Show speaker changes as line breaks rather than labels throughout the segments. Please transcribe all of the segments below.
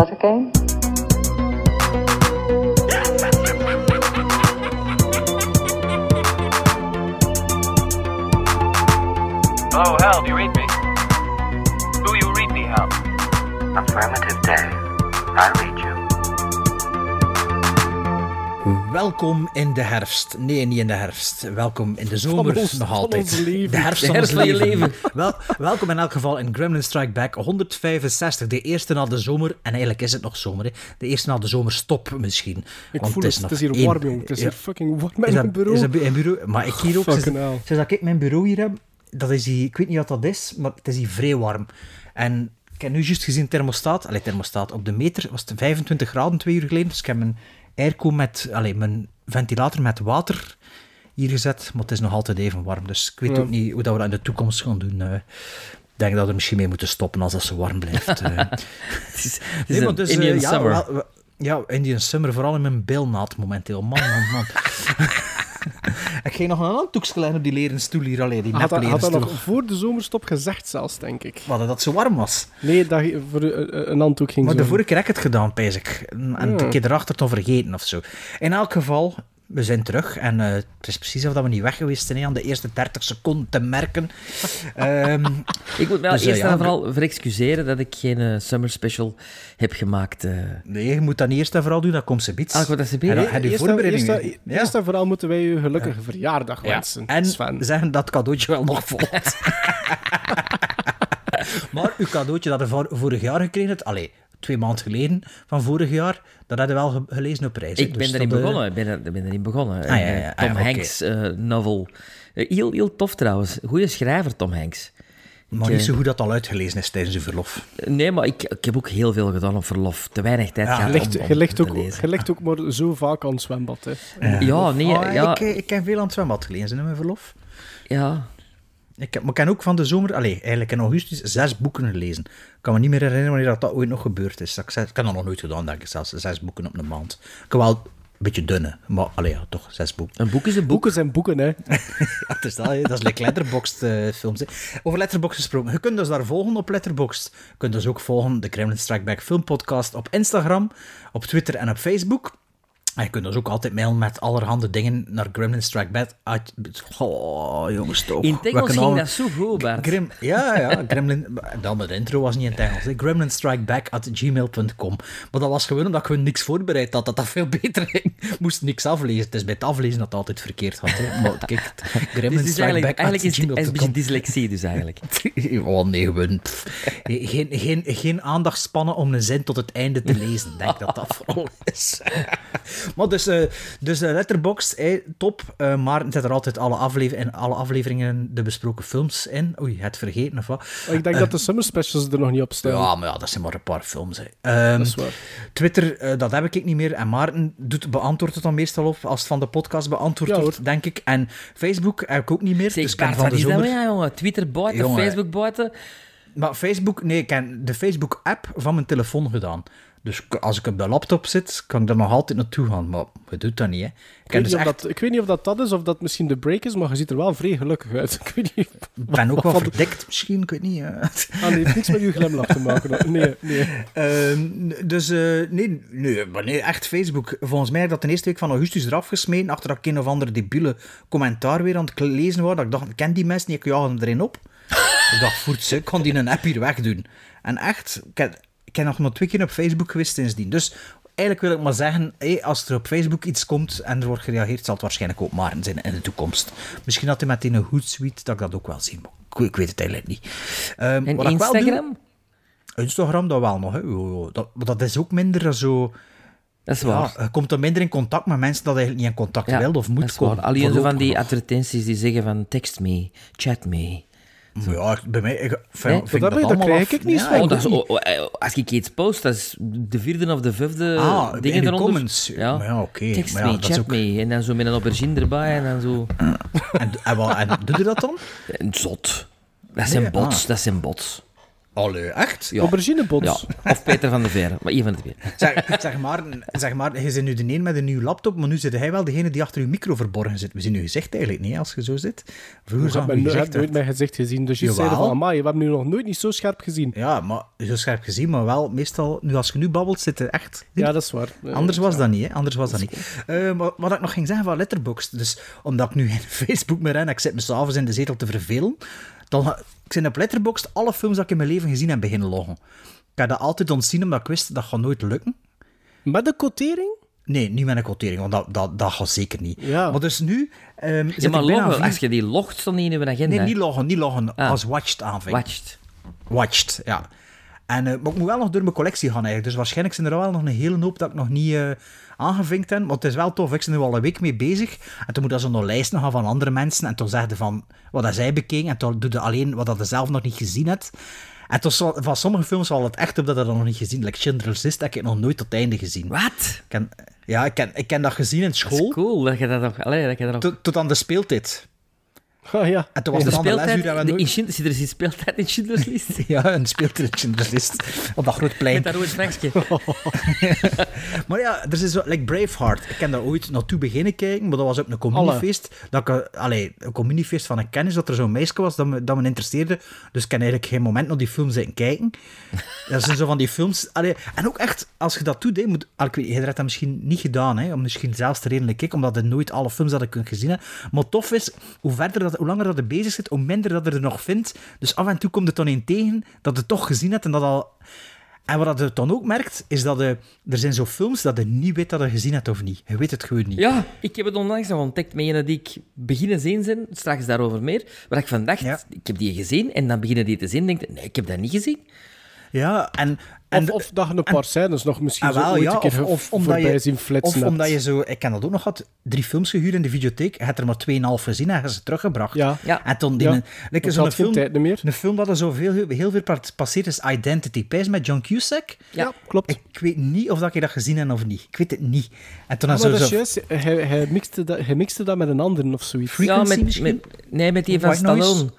okay?
Hello, Hal, Oh, do you read me? Do you read me, Hal?
Affirmative day. I read you.
Welkom in de herfst. Nee, niet in de herfst. Welkom in de zomer
ons-
nog
van
altijd.
ons leven.
De herfst van
De
ons
herfst van je
leven. Wel, welkom in elk geval in Gremlin Strike Back 165. De eerste na de zomer. En eigenlijk is het nog zomer. Hè. De eerste na de zomer stop misschien.
Ik
Want
voel het. Het
nog
is hier
één-
warm, jong. Het is hier fucking warm in
is dat,
mijn bureau.
Is dat mijn bureau? Maar ik hier ook. Sinds,
Fucking hell.
sinds dat ik mijn bureau hier heb, dat is hier, ik weet niet wat dat is, maar het is hier vrij warm. En ik heb nu juist gezien thermostaat, allee, thermostaat, op de meter was het 25 graden twee uur geleden. Dus ik heb mijn airco met, allee, mijn ventilator met water hier gezet, maar het is nog altijd even warm. Dus ik weet ook niet hoe dat we dat in de toekomst gaan doen. eh. Ik denk dat we er misschien mee moeten stoppen als dat zo warm blijft. eh.
Het is, het is
Nee,
een
maar dus, eh,
Indian
ja,
summer.
wel- wel- ja, Indian Summer, vooral in mijn bilnaad momenteel. Man, man, man. ik ging nog een handdoekje leggen op die leren stoel hier alleen. Die
Had
nep
dat,
leren
had dat
stoel.
nog voor de zomerstop gezegd zelfs, denk ik.
Wat, dat het zo warm was.
Nee, dat je voor eh, eh, een handdoek ging
Maar de
zo.
vorige keer heb ik het gedaan, pijs ik. En en
Hmm.
een keer erachter toch vergeten of zo. In elk geval, we zijn terug. En eh, het is precies of dat we niet weg geweest zijn hè, aan de eerste 30 seconden te merken. Ehm,
Ik moet me
Dus, eh,
eerst
ja,
en
ik-
vooral verexcuseren dat ik geen eh, summer special heb gemaakt. eh.
nee, je moet dat niet eerst en vooral doen, dat komt ze biets.
Ah, ik wou dat ze biets.
En dan- en die
Eerst en-
voorbereidingen.
Eerst, en-
Ja.
eerst en vooral moeten wij u gelukkige verjaardag wensen,
En
Sven.
zeggen dat het cadeautje wel nog volgt. maar uw cadeautje dat je vor- vorig jaar gekregen hebt, allee, twee maanden geleden van vorig jaar, dat hadden we wel ge- gelezen op reis. hè.
ik ben
Dus
erin
dat, eh,
begonnen. Ik ben, er- ben erin begonnen.
Ah, ja,
Eh,
ja, ah,
Tom
ja, oké.
Hanks eh, novel. Eh, heel, heel tof trouwens. Goeie schrijver, Tom Hanks.
Maar niet zo goed dat al uitgelezen is tijdens uw verlof.
Eh, Nee, maar ik, ik heb ook heel veel gedaan op verlof. Te weinig tijd
Ja,
gehad
Je
om,
ligt,
om
je ligt
te
ook,
lezen.
je ligt ook maar zo vaak aan het zwembad. Hè.
Ja, nee,
Ah,
ja,
ik, ik heb veel aan het zwembad gelezen in mijn verlof.
ja.
Ik heb, maar ik heb ook van de zomer, allee, eigenlijk in augustus, zes boeken gelezen. Ik kan me niet meer herinneren wanneer dat, dat ooit nog gebeurd is. Dat Ik, zes- ik heb dat nog nooit gedaan, denk ik zelfs. Zes boeken op een maand. Ik heb wel een beetje dunne, maar allee, ja, toch, zes boeken.
Een boek is een boek.
Boeken zijn boeken, hè.
Ja, het is dat, hè. dat is like Letterboxd eh, films. hè. Over Letterboxd gesproken. Je kunt dus daar volgen op Letterboxd. Je kunt dus ook volgen de Kremlin Strike Back Film Podcast op Instagram, op Twitter en op Facebook. En je kunt dus ook altijd mailen met allerhande dingen naar Gremlin Strike Back. uit- Oh, jongens, toch.
In het Engels
Welke
ging
namen?
dat zo goed, Bart.
Grim, ja, ja, Gremlin. Dan met de intro was niet in het Engels. hè. Gremlinstrikeback at gmail.com. Maar dat was gewoon omdat we niks voorbereid hadden, dat dat veel beter ging. Moest niks aflezen. Het is bij het aflezen dat het altijd verkeerd had. Hè. Maar kijk,
Dus het is eigenlijk,
Gremlinstrikeback
eigenlijk
at
is het is een beetje
gmail.com.
dyslexie, dus eigenlijk.
Oh nee, gewoon. pff. Geen, geen, geen aandacht spannen om een zin tot het einde te lezen. Ik Denk dat dat vooral is. maar dus, eh dus eh, Letterboxd, eh, top. Eh, maar het zit er altijd alle, aflever in alle afleveringen de besproken films in. Oei, het vergeten of wat.
Ik denk dat de summer specials er nog niet op staan.
Ja, maar ja, dat zijn maar een paar films. Hè. Ehm,
Dat is waar.
Twitter, eh, dat heb ik niet meer. En Maarten doet, beantwoordt het dan meestal op als het van de podcast beantwoord
Ja, hoor.
wordt, denk ik. En Facebook heb ik ook niet meer.
Zeg,
dus ik
Bart,
ben van
wat
de
is dat
zomer...
nou, ja, jongen? Twitter buiten,
Jongen.
Facebook buiten.
Maar Facebook, nee, ik heb de Facebook-app van mijn telefoon gedaan. Dus k- als ik op de laptop zit, kan ik daar nog altijd naartoe gaan. Maar je doet dat niet, hè. Ik,
Ik weet,
heb
niet
dus
of
echt,
dat, ik weet niet of dat dat is, of dat misschien de break is, maar je ziet er wel vrij gelukkig uit. Ik weet niet.
ben ook wel
wat-
verdikt, misschien, ik weet niet. hè.
Ah, nee, het heeft niks met uw glimlach te maken. Nee, nee.
Ehm, dus eh, nee, nee, maar nee, echt Facebook. Volgens mij heb ik dat de eerste week van augustus eraf gesmeten. Achter dat ik een of andere debiele commentaar weer aan het lezen was. Dat ik dacht, ik ken die mensen niet, ik jaag hem erin op. ik dacht, voert ze, ik kan die een app hier wegdoen. En echt, ik heb, ik heb nog maar twee keer op Facebook geweest sindsdien. Dus eigenlijk wil ik maar zeggen, hé, als er op Facebook iets komt en er wordt gereageerd, zal het waarschijnlijk ook maar zijn in de toekomst. Misschien had hij meteen een goed suite, dat ik dat ook wel zie. Maar ik, ik weet het eigenlijk niet. Ehm,
En
wat ik wel doe-
Instagram?
Instagram dat wel nog, hè. Jo, jo. Dat, maar dat is ook minder zo...
Dat is waar.
Ja, je komt dan minder in contact met mensen dat eigenlijk niet in contact
Ja,
wil of
dat
moet
is waar.
komen.
Alleen zo van
Voorlopig
die
nog.
advertenties die zeggen van text me, chat me.
Maar Ja, bij mij... Ik, vind, vind
dat
Nee,
ik dat
heb je- dat
allemaal
krijg
af.
ik niet,
Ja,
Sven.
Oh,
ik
dat is,
ook niet.
oh, oh, als ik iets post, dat is de vierde of de vijfde
Ah, in
dingen
de
eronder.
comments. Maar ja, oké.
Text
Maar ja,
me,
dat is
chat
ook-
me. En dan zo met een aubergine erbij en dan zo.
En, en, wel- en doe je dat dan?
En zot. Dat zijn
Nee,
bots,
ah.
dat zijn bots.
Allee, echt?
Ja. Ja,
Dus-
Auberginebots.
of Peter van der Veer, maar één van de twee.
Zeg, zeg, maar, zeg maar, je zit nu de een met een nieuwe laptop, maar nu zit hij wel degene die achter je micro verborgen zit. We zien je gezicht eigenlijk niet, hè, als je zo zit. Vroeger
Ik
zag
heb
je
mijn- heb
gezicht
nooit
uit.
mijn gezicht gezien, dus je zei
Ah, Jawel. Hm?
van, amai, we hebben nu nog nooit niet zo scherp gezien.
Ja, maar zo scherp gezien, maar wel meestal, nu als je nu babbelt, zit het echt...
Ja, dat is waar. Eh,
Anders was dat niet, hè? Anders was dat niet. Eh, maar wat ik nog ging zeggen van Letterboxd, dus omdat ik nu geen Facebook meer heb en ik zit me s'avonds in de zetel te vervelen, dan ga- ik ben op Letterboxd alle films dat ik in mijn leven gezien heb beginnen loggen. Ik heb dat altijd ontzien, omdat ik wist dat gaat nooit lukken.
Eh, Met de quotering?
Nee, niet met een quotering, want dat, dat, dat gaat zeker niet.
Ja.
Maar dus nu... ehm zit
Ja, maar
ik bijna aan
loggen,
vier-
als je die logt, dan niet in je agenda.
Nee, niet loggen, niet loggen.
Ah.
Als watched aanvinken.
Watched.
Watched, ja. En, eh, maar ik moet wel nog door mijn collectie gaan eigenlijk. Dus waarschijnlijk zijn er wel nog een hele hoop dat ik nog niet eh, aangevinkt heb. Want het is wel tof, ik ben er al een week mee bezig. En toen moet dat zo nog lijsten gaan van andere mensen. En toen zeggen van wat dat zij bekeken. En toen doe je alleen wat dat je zelf nog niet gezien hebt. En toen, zal- van sommige films valt het echt op dat je dat nog niet gezien hebt. Like Schindler's List heb ik nog nooit tot het einde gezien.
Wat?
Ik ken, ja, ik ken, ik ken dat gezien in
Dat is
school.
cool, dat je dat nog... Allee, dat je dat nog...
Tot, tot aan de speeltijd.
Ah, ja.
En toen was
de
het een ander
speeltijd,
lesuur. en we
de, in
nooit-
Schindler- zit er iets speeltijd in Schindler's List?
Ja, een speeltijd in Schindler's List. Op dat groot plein.
Met dat rood vrakje.
Maar ja, er is zo, like Braveheart. Ik heb daar ooit naartoe beginnen kijken, maar dat was op een communiefeest. Dat ik, eh, allee, een communiefeest van een kennis, dat er zo'n meisje was dat me, dat me interesseerde. Dus ik kan eigenlijk geen moment naar die film zitten kijken. Dat zijn zo van die films. Allee, en ook echt, als je dat doet, hè, moet, al, ik weet, je hebt dat misschien niet gedaan, hè, om misschien zelfs te redelijk ik, omdat je nooit alle films had ik gezien. Hè. Maar tof is, hoe, verder dat, hoe langer dat er bezig zit, hoe minder dat er er nog vindt. Dus af en toe komt het dan in tegen dat je het toch gezien hebt en dat al en wat je dan ook merkt, is dat je- er zijn zo films dat je niet weet dat je gezien hebt of niet. Je weet het gewoon niet.
Ja, ik heb het onlangs nog ontdekt met ene die ik beginnen zien zijn, straks daarover meer, waar ik van dacht,
Ja.
ik heb die gezien, en dan beginnen die te zien, denk ik, nee, ik heb dat niet gezien.
Ja, en... en
Of, of dat je een paar scènes nog misschien
Ah, wel,
zo ooit
ja,
een keer voorbij zien
of
flitsen hebt.
omdat je zo, ik ken dat ook nog gehad, drie films gehuurd in de videotheek, je hebt er maar 2,5 gezien en je hebt ze teruggebracht.
Ja.
Ja.
En toen die,
Ja.
een- like,
Want
zo'n
had geen
film,
tijd meer.
een film dat er zo veel, heel veel part- passeert is Identity. Pijs met John Cusack.
Ja, klopt.
Ik weet niet of dat ik dat gezien heb of niet. Ik weet het niet. En toen dan
Ah, maar
zo,
dat is
zo
juist, hij, hij, mixte dat, hij mixte dat met een ander of zoiets.
Ja,
Frequency
met,
misschien?
met- nee, met die van
White Noise?
Stallone.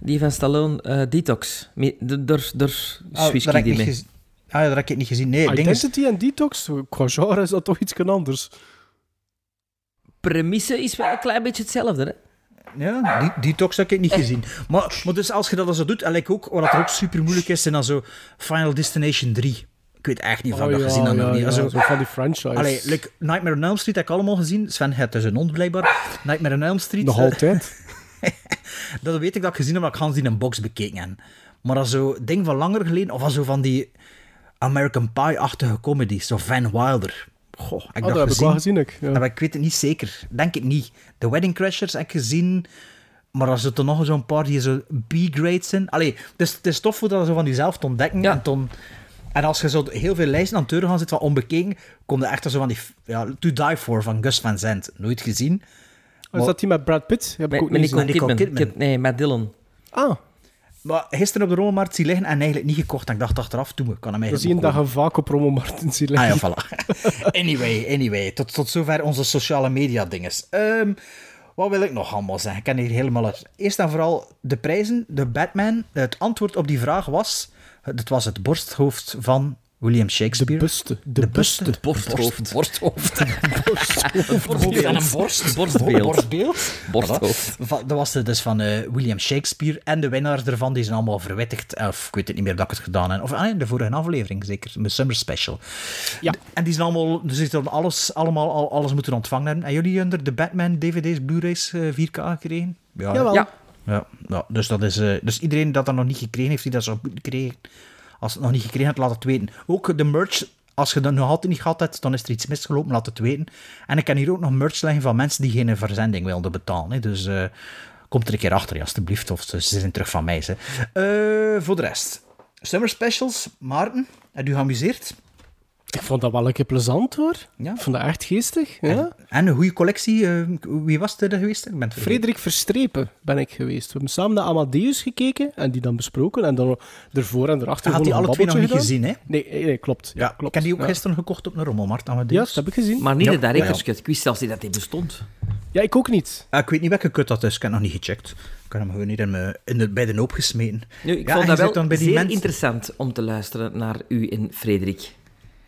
Die van Stallone, eh, Detox. Met- de- Door door
Ah, dat
switch ik
heb
die
ik niet
mee.
gezien. Ah, ja, dat heb ik niet gezien. Nee, het ding is-
Identity en Detox, qua genre is dat toch iets anders.
Premisse is wel een klein beetje hetzelfde, hè?
Ja, die, detox heb ik niet
Eh.
gezien. Maar, maar dus als je dat dan zo doet, en like ook, wat dat er ook super moeilijk is, zijn dan zo Final Destination 3. Ik weet echt niet of ik dat gezien heb of niet.
Oh ja,
Also,
zo van die franchise.
allee, like, Nightmare on Elm Street heb ik allemaal gezien. Sven, het is een hond blijkbaar. Nightmare on Elm Street.
Nog
eh,
altijd.
dat weet ik dat ik gezien heb, omdat ik Hans die in een box bekeken heb. Maar dat zo ding van langer geleden, of als zo van die American Pie-achtige comedies, zo Van Wilder. Goh, heb ik
Ah, dat heb ik wel gezien, ik. Ja.
ja. Maar ik weet het niet zeker. Denk het niet. De Wedding Crashers heb ik gezien. Maar er zitten nog zo'n paar die zo B-grade zijn. Allee, het is, het is tof hoe dat zo van jezelf te ontdekken.
Ja.
En, ton- en als je zo heel veel lijsten aan het deuren gaan zitten van onbekeken, komt er echt zo van die... Ja, To Die For van Gus Van Zandt. Nooit gezien.
Is dat die met Brad Pitt? Heb ik
Met,
ook
met
niet
Nicole
gezien.
Nicole
Kidman.
Kidman.
Kid- nee, met Dylan.
Ah,
Maar gisteren op de rommelmarkt zien liggen en eigenlijk niet gekocht. En ik dacht achteraf, toen kan hem
we
eigenlijk
zien
nog
dat je vaak op Romo Martens ziet
Ah ja,
liggen.
voilà. Anyway, anyway. Tot, tot zover onze sociale media dinges. Ehm, wat wil ik nog allemaal zeggen? Ik ken hier helemaal uit. Eerst en vooral de prijzen, de Batman. Het antwoord op die vraag was... Het was het borsthoofd van William Shakespeare.
De buste. De,
buste.
buste.
Borsthoofd.
Borsthoofd.
Borstbeeld.
Borsthoofd. Een borst.
Borstbeeld.
Borstbeeld.
Borsthoofd.
Va- Dat was de, dus van eh, William Shakespeare. En de winnaars daarvan die zijn allemaal verwittigd. Of ik weet het niet meer dat ik het gedaan heb. Of ah, nee, de vorige aflevering zeker. Mijn summer special.
Ja.
De- En die zijn allemaal. Dus die hebben alles, allemaal al, alles moeten ontvangen hebben. En jullie onder de Batman DVD's, Blu-rays eh, 4K gekregen? Ja.
Jawel.
Ja.
Ja, ja, dus, dat is, eh, dus iedereen dat dat nog niet gekregen heeft, die dat zou moeten krijgen. Als het nog niet gekregen hebt, laat het weten. Ook de merch, als je dat nog altijd niet gehad hebt, dan is er iets misgelopen, laat het weten. En ik kan hier ook nog merch leggen van mensen die geen verzending wilden betalen. Hè. Dus eh, kom er een keer achter, ja, alstublieft. Of ze ze zijn terug van mij. Hè. Eh, voor de rest, summer specials. Maarten, heb u geamuseerd?
Ik vond dat wel een keer plezant, hoor.
Ja.
Ik vond dat echt geestig. Ja.
En een goede collectie. eh, wie was er geweest? Ik ben het vergeten.
Frederik Verstrepen ben ik geweest. We hebben samen naar Amadeus gekeken en die dan besproken. En dan ervoor en erachter
Had die
gewoon
alle
een
twee nog niet
babbeltje
gezien, hè?
gedaan. Nee, nee, klopt. Ja, klopt.
Ik heb die ook
ja.
gisteren gekocht op een rommelmarkt.
Ja,
Amadeus.
dat heb ik gezien.
Maar niet
Ja,
de
ja, ja.
director's cut. Ik wist zelfs niet dat die bestond.
Ja, ik ook niet.
Ah, ik weet niet welke kut dat is, ik heb het nog niet gecheckt. Ik heb hem gewoon hier in mijn- in de, bij de hoop gesmeten.
Nu, ik
Ja,
vond
en je
dat
zit
wel
dan bij die
zeer
mensen-
interessant om te luisteren naar u en Frederik.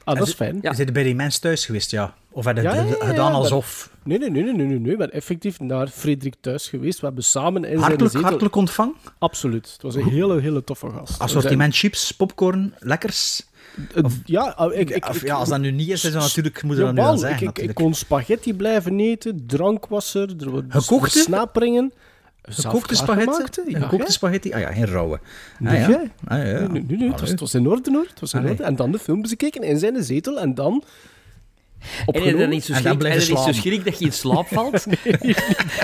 Ah, dat is fijn.
Ja.
Je zit bij die mensen thuis geweest, ja. Of heb je
Ja,
het
ja, ja,
gedaan
ja,
alsof...
Nee, nee, nee, nee, nee, nee, nee. Ik ben effectief naar Frederik thuis geweest. We hebben samen in zijn
Hartelijk,
zetel...
hartelijk ontvang.
Absoluut. Het was een hele, hele toffe gast.
Assortiment chips, popcorn, lekkers.
Eh, Ja, ah, ik... ik,
Of
ik
ja, als dat nu niet is, is dat natuurlijk, moet je dat nu
Jawel,
wel zeggen.
Ik, ik, ik
natuurlijk.
kon spaghetti blijven eten, drank was er, er waren
Gekookte?
versnaperingen.
Gekookte spaghetti?
Ja,
gekookte
hè?
spaghetti? Ah ja, geen rauwe. Ah,
Nee,
ja.
hè?
Ah, ja, ja.
Nee, nee, nee, nee, het, was,
Allee.
het was in orde hoor. Het was in
Allee.
orde. En dan de film bekeken in zijn zetel en dan...
En je
Opgenomen.
bent niet zo
En dan
schrik, en
blijven
je bent zo
slapen.
schrik dat je in slaap valt. dat, je,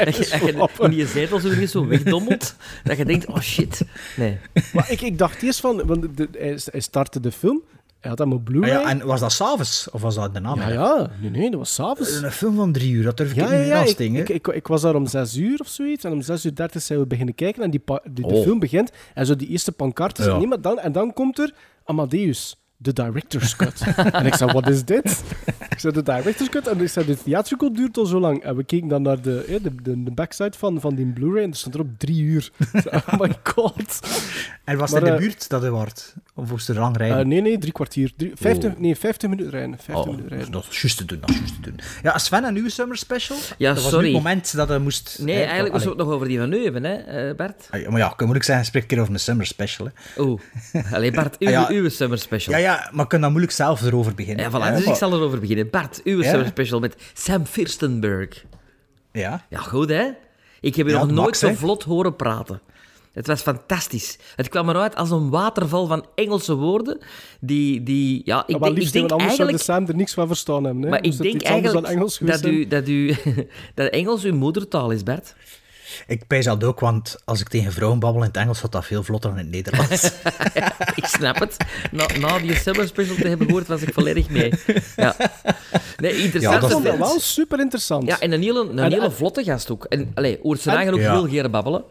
dat je in je zetel zo, ergens zo wegdommelt. dat je denkt, oh shit. Nee.
Maar ik, ik dacht eerst van... Want de, hij, hij startte de film, hij had hem op
Ah,
Blu-ray.
ja, en was dat s'avonds? Of was dat de naam?
ja, ja. Nee, nee, dat was s'avonds.
Een film van drie uur, dat durf ik
Ja,
niet
ja, ja.
naast
Ik,
dingen.
ik, ik, ik was daar om 6 uur of zoiets. En om 6 uur 30 zijn we beginnen kijken. En die, pa- die, de
Oh.
film begint. En zo die eerste pancarte.
Ja.
Nee, maar dan, en dan komt er Amadeus, de director's cut. en ik zei: Wat is dit? Ik zei: De director's cut. En ik zei: De theatrical duurt al zo lang. En we keken dan naar de, eh, de, de, de backside van, van die Blu-ray. En er stond erop 3 uur. Ik zei, oh my god.
en was
maar,
het in de
eh,
buurt dat het wordt? Of moest er lang
Eh,
rijden?
nee, nee, drie kwartier. Drie, 50, Nee, 50 minuten rijden. 50
Oh,
minuten rijden.
dat is juist te doen, dat is juist te doen. Ja, Sven en uw summer special?
Ja,
dat was nu
sorry.
het moment dat hij moest...
Nee,
hè, dat-
eigenlijk moesten we het nog over die van nu hebben, hè, eh, Bart?
allee. Ah, ja, Maar ja, ik moet ik zeggen, spreek een keer over mijn summer special. Hè.
Oh, alleen Bart, uw,
Ja.
uw summer special.
Ja, ja, maar ik kan dan moeilijk zelf erover beginnen.
Ah, Ja, voilà,
hè,
dus
maar-
ik zal erover beginnen. Bart, uw
Ja.
summer special met Sam Firstenberg.
Ja,
Ja, goed hè? Ik heb je
Ja,
nog
Max,
nooit zo
hè?
vlot horen praten. Het was fantastisch. Het kwam eruit als een waterval van Engelse woorden. Die, die ja, ik,
Ja, Ah, maar
denk, ik
liefst, want
denk
anders zou de
eigenlijk.
Sam er niks van verstaan hebben. Hè?
Maar
Moest het
ik denk
iets anders
eigenlijk
dan Engels geweest
dat,
zijn?
u, dat, u, dat Engels uw moedertaal is, Bert.
ik pijs dat ook, want als ik tegen vrouwen babbel in het Engels, gaat dat veel vlotter dan in het Nederlands.
Ik snap het. Na, na die summer special te hebben gehoord, was ik volledig mee. Ja. Nee,
Ja,
interessant.
Ik
dat
vond dat
vind-
wel super interessant.
Ja, en een hele, een
En-
hele
en-
vlotte gast ook. En, allee, hoort zijn
En-
eigen ook
Ja.
heel geren babbelen.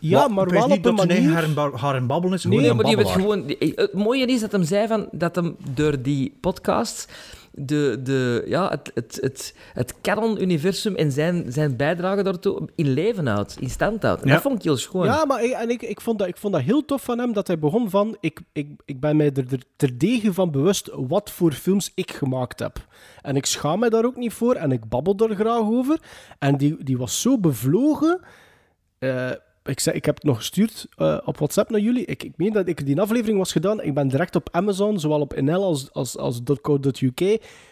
Ja, maar
ik weet
wel
niet
op een
dat ze
manier...
eigen haar, en ba- haar en babbelen is.
Nee,
gewoon
maar
een
die werd
babbelaar.
gewoon... die- Het mooie is dat hem zei van, dat hem door die podcast de, de, ja, het, het, het, het canon-universum en zijn, zijn bijdrage daartoe in leven houdt, in stand houdt. En
Ja.
Dat vond ik heel schoon.
Ja, maar ik, en ik, ik, vond dat, ik vond dat heel tof van hem, dat hij begon van... Ik, ik, ik ben mij er, er terdege van bewust wat voor films ik gemaakt heb. En ik schaam mij daar ook niet voor en ik babbel daar graag over. En die, die was zo bevlogen... Eh, ik, zei, ik heb het nog gestuurd eh, op WhatsApp naar jullie. Ik, ik meen dat ik die aflevering was gedaan. Ik ben direct op Amazon, zowel op NL als, als, als .co.uk.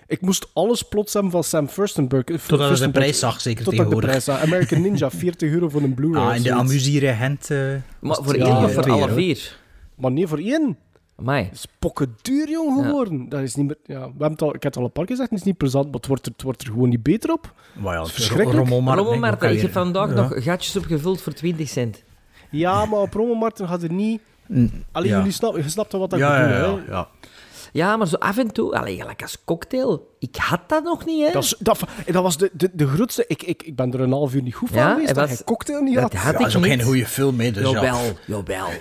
Ik moest alles plots hebben van Sam Furstenberg.
Totdat het de
Furstenberg.
prijs zag, zeker
Totdat ik de
tegenwoordig.
prijs zag. American Ninja, 40 euro voor een Blu-ray.
Ah,
of
en de
zoiets.
amusieren hent... eh,
Maar voor
Ja,
één
ja,
of voor
ja.
alle vier?
Maar nee, voor één.
Amai.
Het is pokken duur, jong,
Ja.
geworden. Dat is niet meer... Ja, we hebben het al, ik heb het al een paar keer gezegd, het is niet plezant, maar het wordt er, het wordt er gewoon niet beter op.
Maar ja, het is
Verschrikkelijk.
Rommel Marten,
Rommel
hè, ook
Marten, ik
alweer.
heb vandaag
Ja.
nog gatjes opgevuld voor 20 cent.
Ja, maar op Romomarten gaat er niet... Alleen
Mm, ja.
jullie snappen, je snapt wel wat dat
Ja,
bedoel,
ja,
hè.
ja, ja.
Ja, maar zo af en toe, allee, gelijk als cocktail. Ik had dat nog niet, hè?
Dat, is- dat, dat was de, de, de grootste... Ik, ik, ik ben er een half uur niet goed van
Ja,
geweest,
hij
dat
was-
hij cocktail niet
dat
had.
had
Ja,
ik
dat is ook
niet.
geen goede film, hè. Dus ja.
Jawel, jawel.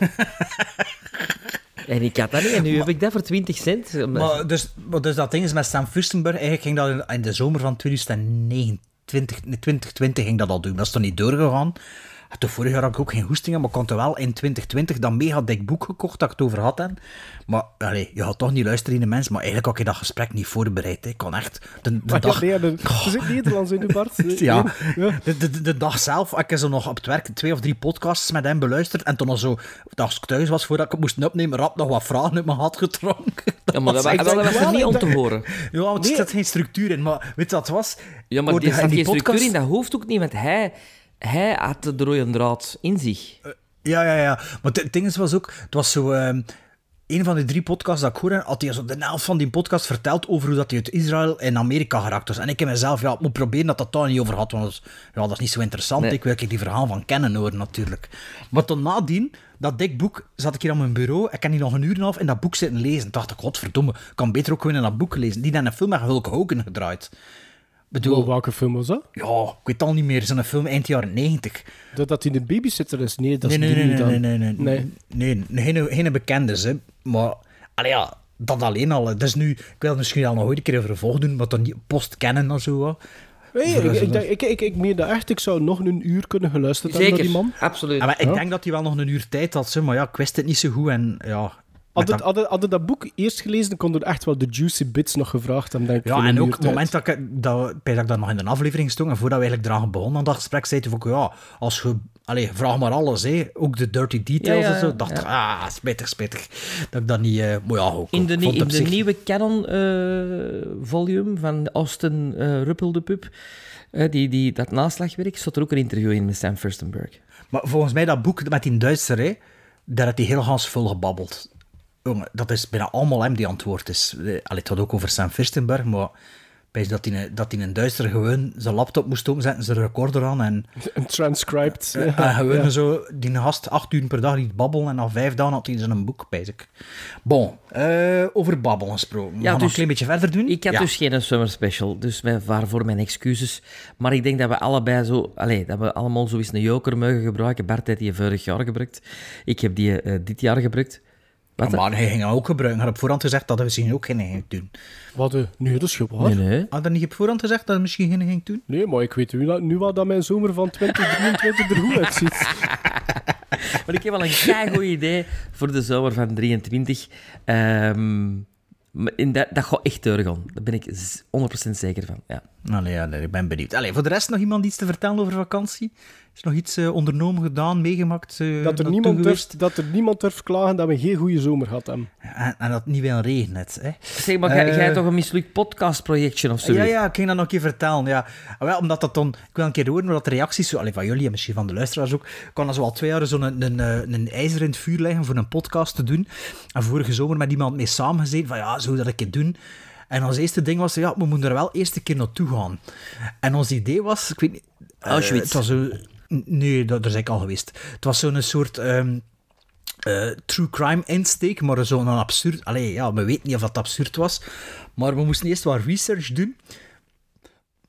en ik had dat niet. En nu heb ik dat voor 20 cent.
Maar dus, maar dus dat ding is met Sam Furstenberg, eigenlijk ging dat in, in de zomer van 2009, 20, nee, 2020 ging dat al doen. Dat is toch niet doorgegaan? En Toen vorig jaar had ik ook geen hoestingen, maar ik had er wel in 2020 dat mega dik boek gekocht dat ik het over had. Hè. Maar allee, je gaat toch niet luisteren in de mens, maar eigenlijk had ik dat gesprek niet voorbereid. Hè. Ik kon echt de, de
Maar
dag...
ja, nee, er, er zit Nederlands in de Bart.
Ja,
ja.
de, de, de dag zelf had ik zo nog op het werk twee of drie podcasts met hem beluisterd. En toen al zo, als ik thuis was voordat ik het moest opnemen, rap nog wat vragen uit mijn had getronken.
Ja, maar dat,
was
wa-
echt-
dat was er
wel,
niet om
dat-
te horen.
Ja, want
Nee.
er zat geen structuur in. Maar weet je wat het was?
Ja, maar
Hoorde
die
hij
zat
in
geen structuur in. Dat hoeft ook niet, want hij, hij had de rode draad in zich.
Ja, ja, ja. Maar het- het ding is, was ook... Het was zo... ehm, een van de drie podcasts dat ik hoorde, had hij zo de helft van die podcast verteld over hoe dat hij uit Israël en Amerika geraakt was. En ik heb mezelf, ja, ik moet proberen dat dat daar niet over had, want dat is- ja, dat is niet zo interessant.
Nee.
Ik wil ik die verhaal van kennen horen, natuurlijk. Maar toen nadien, dat dik boek, zat ik hier aan mijn bureau, ik kan hier nog een uur en een half in dat boek zitten lezen. Ik dacht, godverdomme, ik kan beter ook gewoon in dat boek lezen. Die dan een film met Hulk Hogan gedraaid. Ik bedoel,
Wel, welke film was dat?
ja, ik weet het al niet meer, zo'n film eind jaren 90.
Dat, dat hij de babysitter is? Nee, dat
Nee,
is
nee,
die
nee,
niet dan.
nee, nee, nee, nee, nee, geen, geen bekende, hè. Maar, allee, ja, dat alleen al. hè. Dus nu, ik wil misschien al nog ooit een keer een vervolg doen, maar dan niet post kennen of zo. wat.
Nee, ik, ik, denk- ik, ik, ik meen dat echt. Ik zou nog een uur kunnen geluisterd hebben naar die man.
Zeker, absoluut.
Ja, Ah, maar ik
Ja.
denk dat hij wel nog een uur tijd had, ze, maar ja, ik wist het niet zo goed. En, ja, met
Hadden
dat-
hadden- hadden dat boek eerst gelezen, dan konden er echt wel de juicy bits nog gevraagd hebben. Denk ik, voor
ja,
een
en
uur
ook het
tijd.
moment dat ik, dat, ik denk dat ik dat nog in de aflevering stond, en voordat we eigenlijk eraan begonnen aan dat gesprek, zei hij van, ja, als je... Allee, vraag maar alles, hè. ook de dirty details
Ja, ja,
en zo.
ja.
dacht ik, ah, spittig, spittig. Dat ik dat niet... eh maar ja, ook,
In de,
ik
nie-
vond
in
het
de
op zich-
nieuwe Canon eh, volume van Austin eh, Ruppel de Pup, eh, die, die, dat naslagwerk, zat er ook een interview in met Sam Furstenberg.
Maar volgens mij, dat boek met die Duitser, hè, daar had hij heel gans veel gebabbeld. Jongen, dat is bijna allemaal hem die antwoord is. Eh, Allee, het had ook over Sam Firstenberg, maar bij dat hij dat hij een Duitser gewoon zijn laptop moest openzetten, zijn recorder aan en,
Een transcribed.
en gewoon Eh, zo die gast acht uur per dag liet babbelen en na vijf dagen had hij zijn boek, bij ik. Bon, eh, over babbelen gesproken. We
Ja,
gaan nog
dus
een klein beetje verder doen.
Ik had
Ja.
dus geen summer special, dus mijn- waarvoor mijn excuses. Maar ik denk dat we allebei zo, allez, dat we allemaal zo eens een joker mogen gebruiken. Bart heeft die vorig jaar gebruikt. Ik heb die eh, dit jaar gebruikt. Wat?
Maar hij ging hem ook gebruiken. Hij had op voorhand gezegd dat hij misschien ook geen ging doen.
Wat? eh, Nee, dat is gewoon.
Nee,
Nee,
nee.
Had hij niet op voorhand gezegd dat hij misschien geen ging doen?
maar ik weet nu, nu wel dat mijn zomer van 2023 er goed uitziet.
Maar ik heb wel een goed idee voor de zomer van 23. Ehm, maar in dat, dat gaat echt doorgaan. Daar ben ik z- 100% zeker van. Ja.
Allee, ja, Nou, nee, ik ben benieuwd. Allee, voor de rest nog iemand iets te vertellen over vakantie? Is er nog iets eh, ondernomen gedaan, meegemaakt? eh,
Dat er,
naartoe
niemand
geweest?
durft, dat er niemand durft klagen dat we geen goede zomer gehad hebben.
En, en dat het niet wil regenen, het, hè?
Zeg maar, jij-
Eh.
jij hebt toch een mislukt podcastprojectje of zo?
Ja, ja, ik ging dat nog een keer vertellen. Ja. Ah, Wel, omdat dat dan, ik wil een keer horen hoe dat de reacties zo, allee, van jullie en misschien van de luisteraars ook, ik kan dat zo al twee jaar zo'n een, een, eh, een ijzer in het vuur leggen voor een podcast te doen. En vorige zomer met iemand mee samengezeten van ja, zou dat een keer doen. En ons eerste ding was, ja, we moeten er wel eerst een keer naartoe gaan. En ons idee was, ik weet niet... eh,
Auschwitz.
het was zo, nee, dat, daar ben ik al geweest. Het was zo'n soort... ehm, eh, true crime insteek, maar zo'n absurd... Allee, ja, we weten niet of dat absurd was. Maar we moesten eerst wat research doen.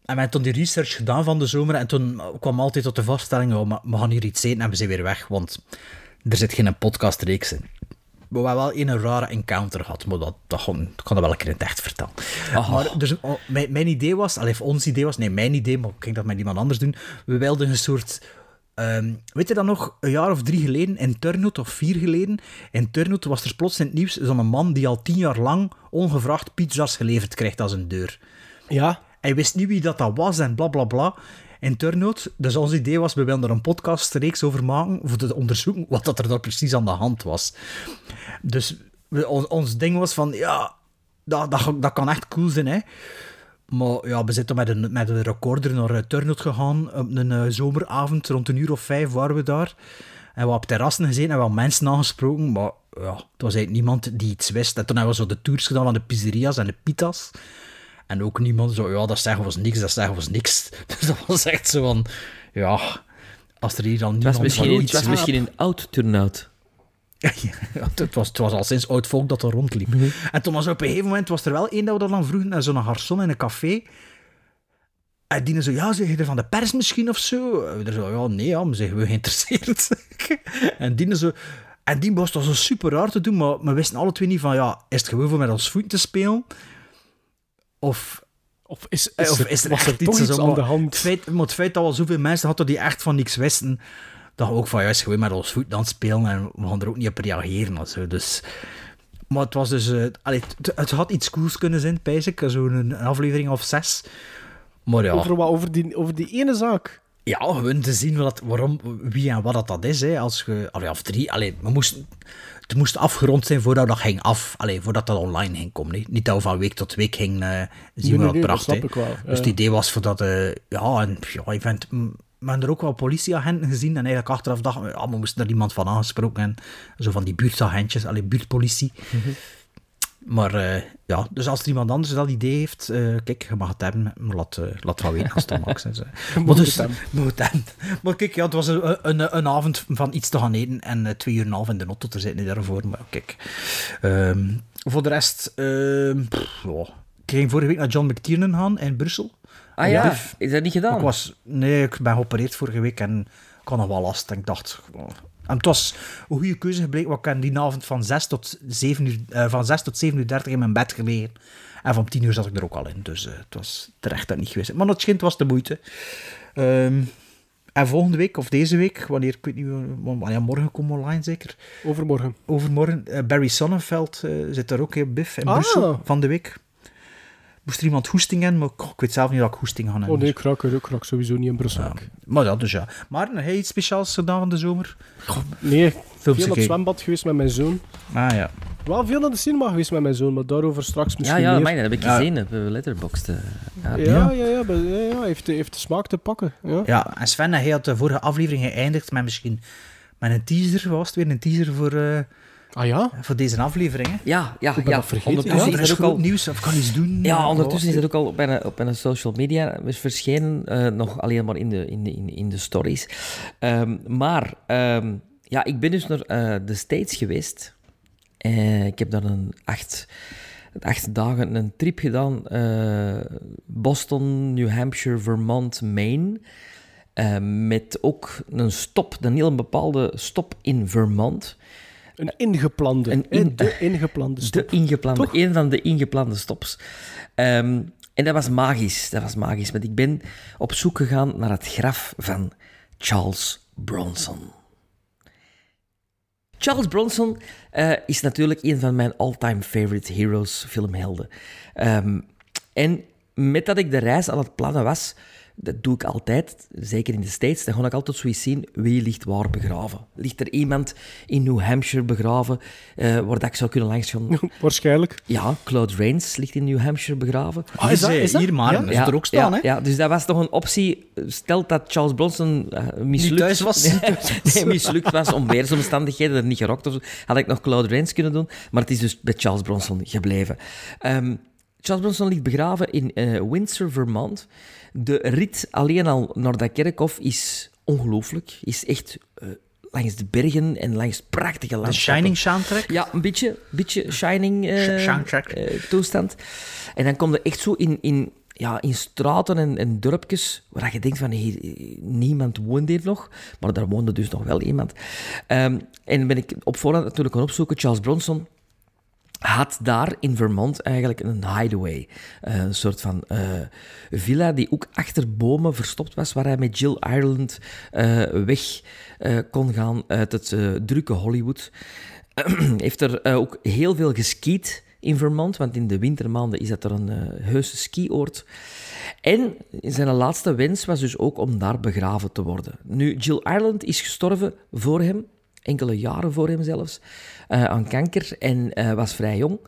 En we hebben toen die research gedaan van de zomer. En toen kwam altijd tot de vaststelling, oh, maar we gaan hier iets eten en we zijn weer weg. Want er zit geen podcastreeks in. Maar we hebben wel een rare encounter gehad. Maar dat, dat kon, ik kan dat wel een keer in het echt vertellen. Maar dus, oh, mijn, mijn idee was... Allee, of ons idee was... Nee, mijn idee, maar ik ging dat met iemand anders doen. We wilden een soort... Ehm, weet je dat nog, een jaar of drie geleden, in Turnhout, of vier geleden, in Turnhout was er plots in het nieuws zo'n man die al tien jaar lang ongevraagd pizza's geleverd krijgt aan zijn deur.
Ja,
Hij wist niet wie dat, dat was en bla bla bla. In Turnhout, dus ons idee was, we wilden er een podcastreeks over maken, voor te onderzoeken wat dat er daar precies aan de hand was. Dus we- on- ons ding was van, ja, dat, dat, dat kan echt cool zijn, hè. Maar ja, we zitten met een, met een recorder naar eh, Turnhout gegaan. Op een eh, zomeravond, rond een uur of vijf waren we daar. En we op terrassen gezeten en wel mensen aangesproken. Maar ja, het was eigenlijk niemand die iets wist. En toen hebben we zo de tours gedaan van de pizzeria's en de pita's. En ook niemand zo, ja, dat zeggen was niks, dat zeggen was niks. Dus dat was echt zo van, ja, als er hier dan
Het
niemand
was misschien,
van
een- het
iets
was
wist-
misschien een oud turnout.
ja, het, was, het was al sinds oud volk dat er rondliep. En toen was er op een gegeven moment was er wel één dat we dat dan vroegen, naar zo'n garçon in een café. En die zo, ja, zeg je er van de pers misschien of zo? En we zo, ja, nee, ja, maar zeggen we geïnteresseerd. en die zo... En die was dat zo super raar te doen, maar we wisten alle twee niet van, ja, is het gewoon voor met ons voeten te spelen? Of
of is,
eh,
is
of
er,
is er
was
echt
er toch
iets,
iets
zo,
aan
maar
de
Het
hand?
feit, maar het feit dat we zoveel mensen hadden die echt van niks wisten, dat we ook van juist gewoon met ons voet dan spelen en we gaan er ook niet op reageren of zo. Dus. Maar het was dus. eh, allee, het, het had iets cools kunnen zijn, pijs ik. Zo'n een aflevering of zes. Maar ja,
Over, wat, over, die, over die ene zaak.
ja gewoon te zien wat, waarom, wie en wat dat, dat is. Hè. Als je, allee, of drie. Allee, we moesten, het moest afgerond zijn voordat dat ging af. Allee, voordat dat online ging komen. hè. Niet dat we van week tot week ging eh, zien
Nee,
wat
nee,
het
nee, dat
bracht.
snap
hè.
ik wel.
Dus
Ja.
het idee was voor dat, eh, ja, en pff, ja, ik vind, mm, we hebben er ook wel politieagenten gezien en eigenlijk achteraf dachten we, ja, we moesten er iemand van aangesproken en zo van die buurtagentjes, alleen buurtpolitie. Maar eh, ja, dus als er iemand anders dat idee heeft, eh, kijk, je mag het hebben, maar laat, eh, laat wel weten als het max is. hè. Maar
moet
dus,
het hebben.
je moet het hebben. Maar kijk, ja, het was een, een, een avond van iets te gaan eten en eh, twee uur en een half in de auto te zitten daarvoor. Maar ja, kijk, Ehm, voor de rest, ehm, pff, ja. ik ging vorige week naar John McTiernan gaan in Brussel.
Ah ja, is dat niet gedaan?
Ik was, nee, ik ben geopereerd vorige week en ik had nog wel last. En ik dacht, oh, En het was een goede keuze gebleken, want ik heb die avond van 6 tot 7 uur, eh, van 6 tot 7 uur 30 in mijn bed gelegen. En van 10 uur zat ik er ook al in, dus eh, het was terecht dat niet geweest. Maar het schijnt was de moeite. Ehm, en volgende week, of deze week, wanneer, ik weet niet, wanneer, ja, morgen komt online zeker,
Overmorgen.
overmorgen, eh, Barry Sonnenfeld eh, zit daar ook in Biff in
Ah.
Brussel van de week. Moest er iemand hoesting hebben, maar ik, ik weet zelf niet dat ik hoesting ga hebben.
Oh nee, ik raak, er- ik raak sowieso niet in Brussel.
Maar dat dus ja. Maar heb je iets speciaals gedaan van de zomer?
Nee, veel naar het
gekeken.
zwembad geweest met mijn zoon.
Ah ja.
Wel veel naar de cinema geweest met mijn zoon, maar daarover straks
Ja,
misschien
ja,
meer.
mijn, dat heb ik
Ja.
gezien op eh, Letterboxd. eh. Ja.
Ja, ja, ja, maar- ja, ja, heeft, de- heeft de smaak te pakken. Ja.
Ja, en Sven, hij had de vorige aflevering geëindigd met misschien met een teaser. Was het weer een teaser voor, eh,
Ah ja?
voor deze aflevering? Hè? Dus
Ja, ja,
ben
ja.
dat vergeten,
Ja,
Ondertussen
er
is
is
dat ook
groot
al...
nieuws. Of kan iets doen.
Ja, ondertussen is dat ook al op mijn, op mijn social media is verschenen. eh, nog alleen maar in de, in de, in, in de stories. Ehm, maar ehm, ja, ik ben dus naar eh, de States geweest. Eh, ik heb daar een acht, acht dagen een trip gedaan. eh, Boston, New Hampshire, Vermont, Maine. Eh, met ook een stop, een heel bepaalde stop in Vermont.
Een ingeplande.
Een
Een
in-
de ingeplande stop.
De ingeplande,
Toch?
een van de ingeplande stops. Ehm, en dat was magisch, dat was magisch. Want ik ben op zoek gegaan naar het graf van Charles Bronson. Charles Bronson eh, is natuurlijk een van mijn all-time favorite heroes, filmhelden. Ehm, en met dat ik de reis aan het plannen was, dat doe ik altijd, zeker in de States, dan ga ik altijd zoiets zien, wie ligt waar begraven? Ligt er iemand in New Hampshire begraven, eh, waar dat ik zou kunnen langs gaan?
Waarschijnlijk.
Ja, Claude Rains ligt in New Hampshire begraven.
Ah, is dat- is dat?
Hier, maar
Ja?
dat is er ook staan,
ja,
hè?
ja, dus dat was toch een optie. Stelt dat Charles Bronson eh, mislukt...
Niet thuis was.
Nee, nee, mislukt was om weersomstandigheden, er niet gerokt of zo. Had ik nog Claude Rains kunnen doen. Maar het is dus bij Charles Bronson gebleven. Ehm, Charles Bronson ligt begraven in eh, Windsor, Vermont. De rit alleen al naar dat kerkhof is ongelooflijk. Is echt eh, langs de bergen en langs prachtige
De
landschappen.
Shining soundtrack.
Ja, een beetje, beetje Shining eh,
Sh- soundtrack.
eh, toestand. En dan kom je echt zo in, in, ja, in straten en, en dorpjes waar je denkt van hier, eh, niemand woont hier nog, maar daar woonde dus nog wel iemand. Ehm, en ben ik op voorhand natuurlijk gaan opzoeken, Charles Bronson had daar in Vermont eigenlijk een hideaway. Eh, Een soort van eh, villa die ook achter bomen verstopt was, waar hij met Jill Ireland eh, weg eh, kon gaan uit het eh, drukke Hollywood. Heeft er eh, ook heel veel geskiet in Vermont, want in de wintermaanden is dat er een eh heus skioord. En zijn laatste wens was dus ook om daar begraven te worden. Nu, Jill Ireland is gestorven voor hem, enkele jaren voor hem zelfs, eh, aan kanker en eh, was vrij jong.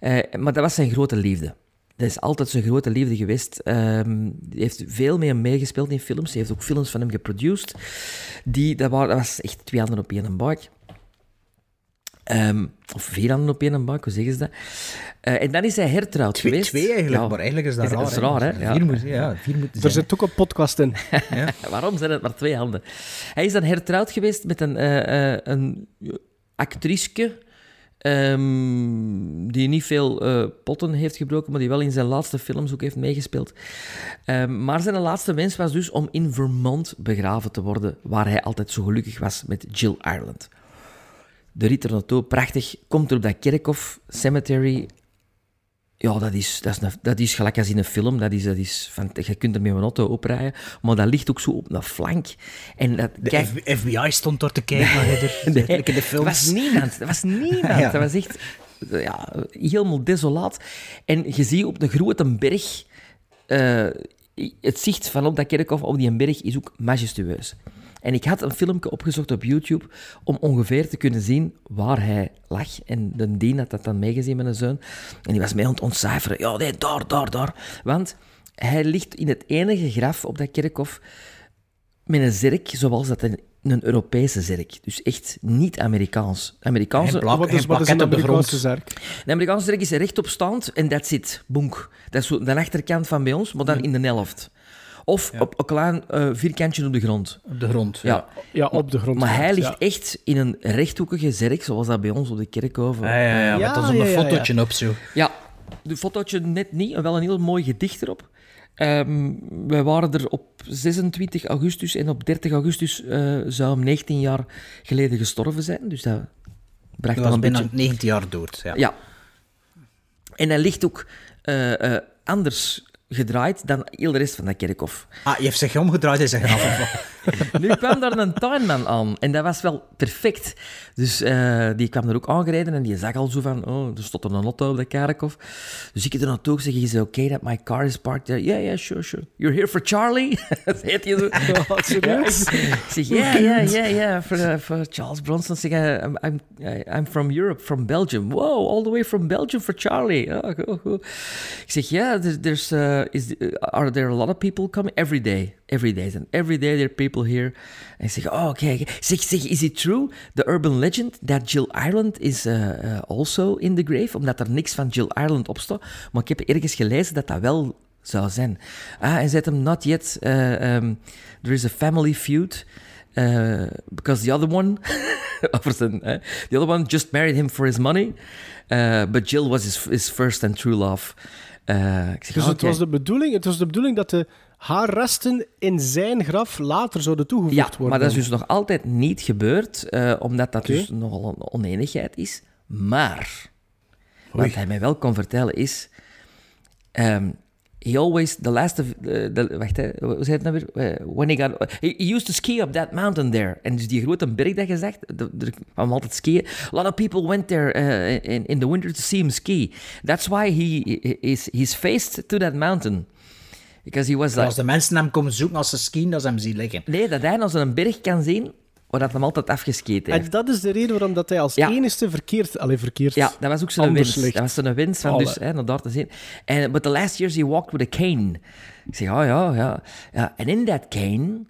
Eh, maar dat was zijn grote liefde. Dat is altijd zijn grote liefde geweest. Ehm, die heeft veel mee meegespeeld in films. Hij heeft ook films van hem geproduced. Die, dat, waren, dat was echt twee handen op één buik. Ehm, of vier handen op één buik, hoe zeggen ze dat? Eh, en dan is hij hertrouwd
Twee,
geweest.
twee eigenlijk,
Ja.
maar eigenlijk is dat
Is-
raar.
dat is raar, hè?
Vier,
Ja.
moet, ja, vier moeten
Er
zijn.
zit ook een podcast in.
Waarom zijn het maar twee handen? Hij is dan hertrouwd geweest met een, eh eh, een actrice ehm, die niet veel eh, potten heeft gebroken, maar die wel in zijn laatste films ook heeft meegespeeld. Ehm, maar zijn laatste wens was dus om in Vermont begraven te worden, waar hij altijd zo gelukkig was met Jill Ireland. De rit er naartoe, prachtig, komt er op dat kerkhof, cemetery, ja, dat is, dat, is een- dat is gelijk als in een film. Dat is, dat is van, je kunt er met een auto oprijden, maar dat ligt ook zo op een flank. En dat,
De
kijk,
F- FBI stond daar te kijken naar er
Nee,
zit, like in de
Er was
films.
niemand. Er was niemand.
Ja.
Dat was echt ja, helemaal desolaat. En je ziet op de grote berg... eh, het zicht van op dat kerkhof op die berg is ook majestueus. En ik had een filmpje opgezocht op YouTube om ongeveer te kunnen zien waar hij lag. En de Dien had dat dan meegezien met een zoon. En die was mij aan het ontcijferen. Ja, nee, daar, daar, daar. Want hij ligt in het enige graf op dat kerkhof met een zerk zoals dat een, een Europese zerk. Dus echt niet Amerikaans. Amerikaanse,
Geen blad.
Wat is,
Geen
wat is een
pakket op de
Amerikaanse
grond.
zerk?
de Amerikaanse zerk is rechtopstaand en that's it. Bonk. Dat is zo de achterkant van bij ons, maar dan in de helft. Of op een klein eh, vierkantje op de grond.
Op de grond. Ja.
Ja.
Ja, op de grond.
Maar hij
Ja.
ligt echt in een rechthoekige zerk, zoals dat bij ons op de eh. kerkhoven.
Ja, ja, ja,
Ja,
met dan zo'n
ja, ja,
fotootje op zo.
Ja, de fotootje net niet, wel een heel mooi gedicht erop. Ehm, wij waren er op 26 augustus en op 30 augustus eh, zou hem 19 jaar geleden gestorven zijn. Dus dat bracht
Dat
al
was
een
bijna
beetje...
19 jaar dood. Ja.
Ja. En hij ligt ook eh, eh, anders gedraaid dan heel de rest van dat kerkhof.
Ah, je hebt zich omgedraaid in zijn graf.
Nu kwam daar een tuinman aan en dat was wel perfect. Dus eh, die kwam er ook aangereden en die zag al zo van, oh, er stond er een auto op de kerkhof. Dus ik heb er naartoe gezegd, je zei, oké, dat my car is parked. Ja, yeah, yeah, sure, sure. You're here for Charlie? dat heet je zo.
serieus?
Ik zeg, ja, ja, ja, ja, voor, eh, voor Charles Bronson. Zeg, eh, I'm, I'm, eh, I'm from Europe, from Belgium. Wow, all the way from Belgium for Charlie. Oh, go, go. Ik zeg, ja, there- there's, eh, is, eh, are there a lot of people coming? Every day, every day. And every day there are people here. En ik zeg, oh, oké. oké. Zeg, zeg, is it true, the urban legend, that Jill Ireland is eh, eh, also in the grave? Omdat er niks van Jill Ireland op staat. Maar ik heb ergens gelezen dat dat wel zou zijn. Ah, en zet hem not yet. eh, um, there is a family feud. eh, because the other one, over zijn, eh, the other one just married him for his money. eh, but Jill was his, his first and true love. Eh, ik zeg,
Dus het,
oké.
was de bedoeling, het was de bedoeling dat de, haar resten in zijn graf later zouden toegevoegd
ja,
worden.
maar dat is dus nog altijd niet gebeurd, eh, omdat dat dus nogal een oneenigheid is. Maar, wat hij mij wel kon vertellen is, ehm, he always, the last of, eh, the- wacht, hè, hoe zei het nou weer? Eh, when he got, he, he used to ski up that mountain there. En dus die grote berg dat je zegt, de- er kwam altijd skiën. A lot of people went there eh, in, in the winter to see him ski. That's why he, he is, he's faced to that mountain. Because he was like,
Als de mensen hem komen zoeken als ze skiën, dat ze hem zien liggen.
Nee, dat hij als een berg kan zien, waar dat hem altijd afgeskiet
En
heeft.
dus dat is de reden waarom dat hij als
Ja.
enigste verkeerd... Allee, verkeerd.
Ja, dat was ook zijn
Anders
winst.
ligt.
Dat was zijn winst van
Alle.
dus, hè, naar daar te zien. En, but the last years he walked with a cane. Ik zeg, oh ja, ja. ja. And in that cane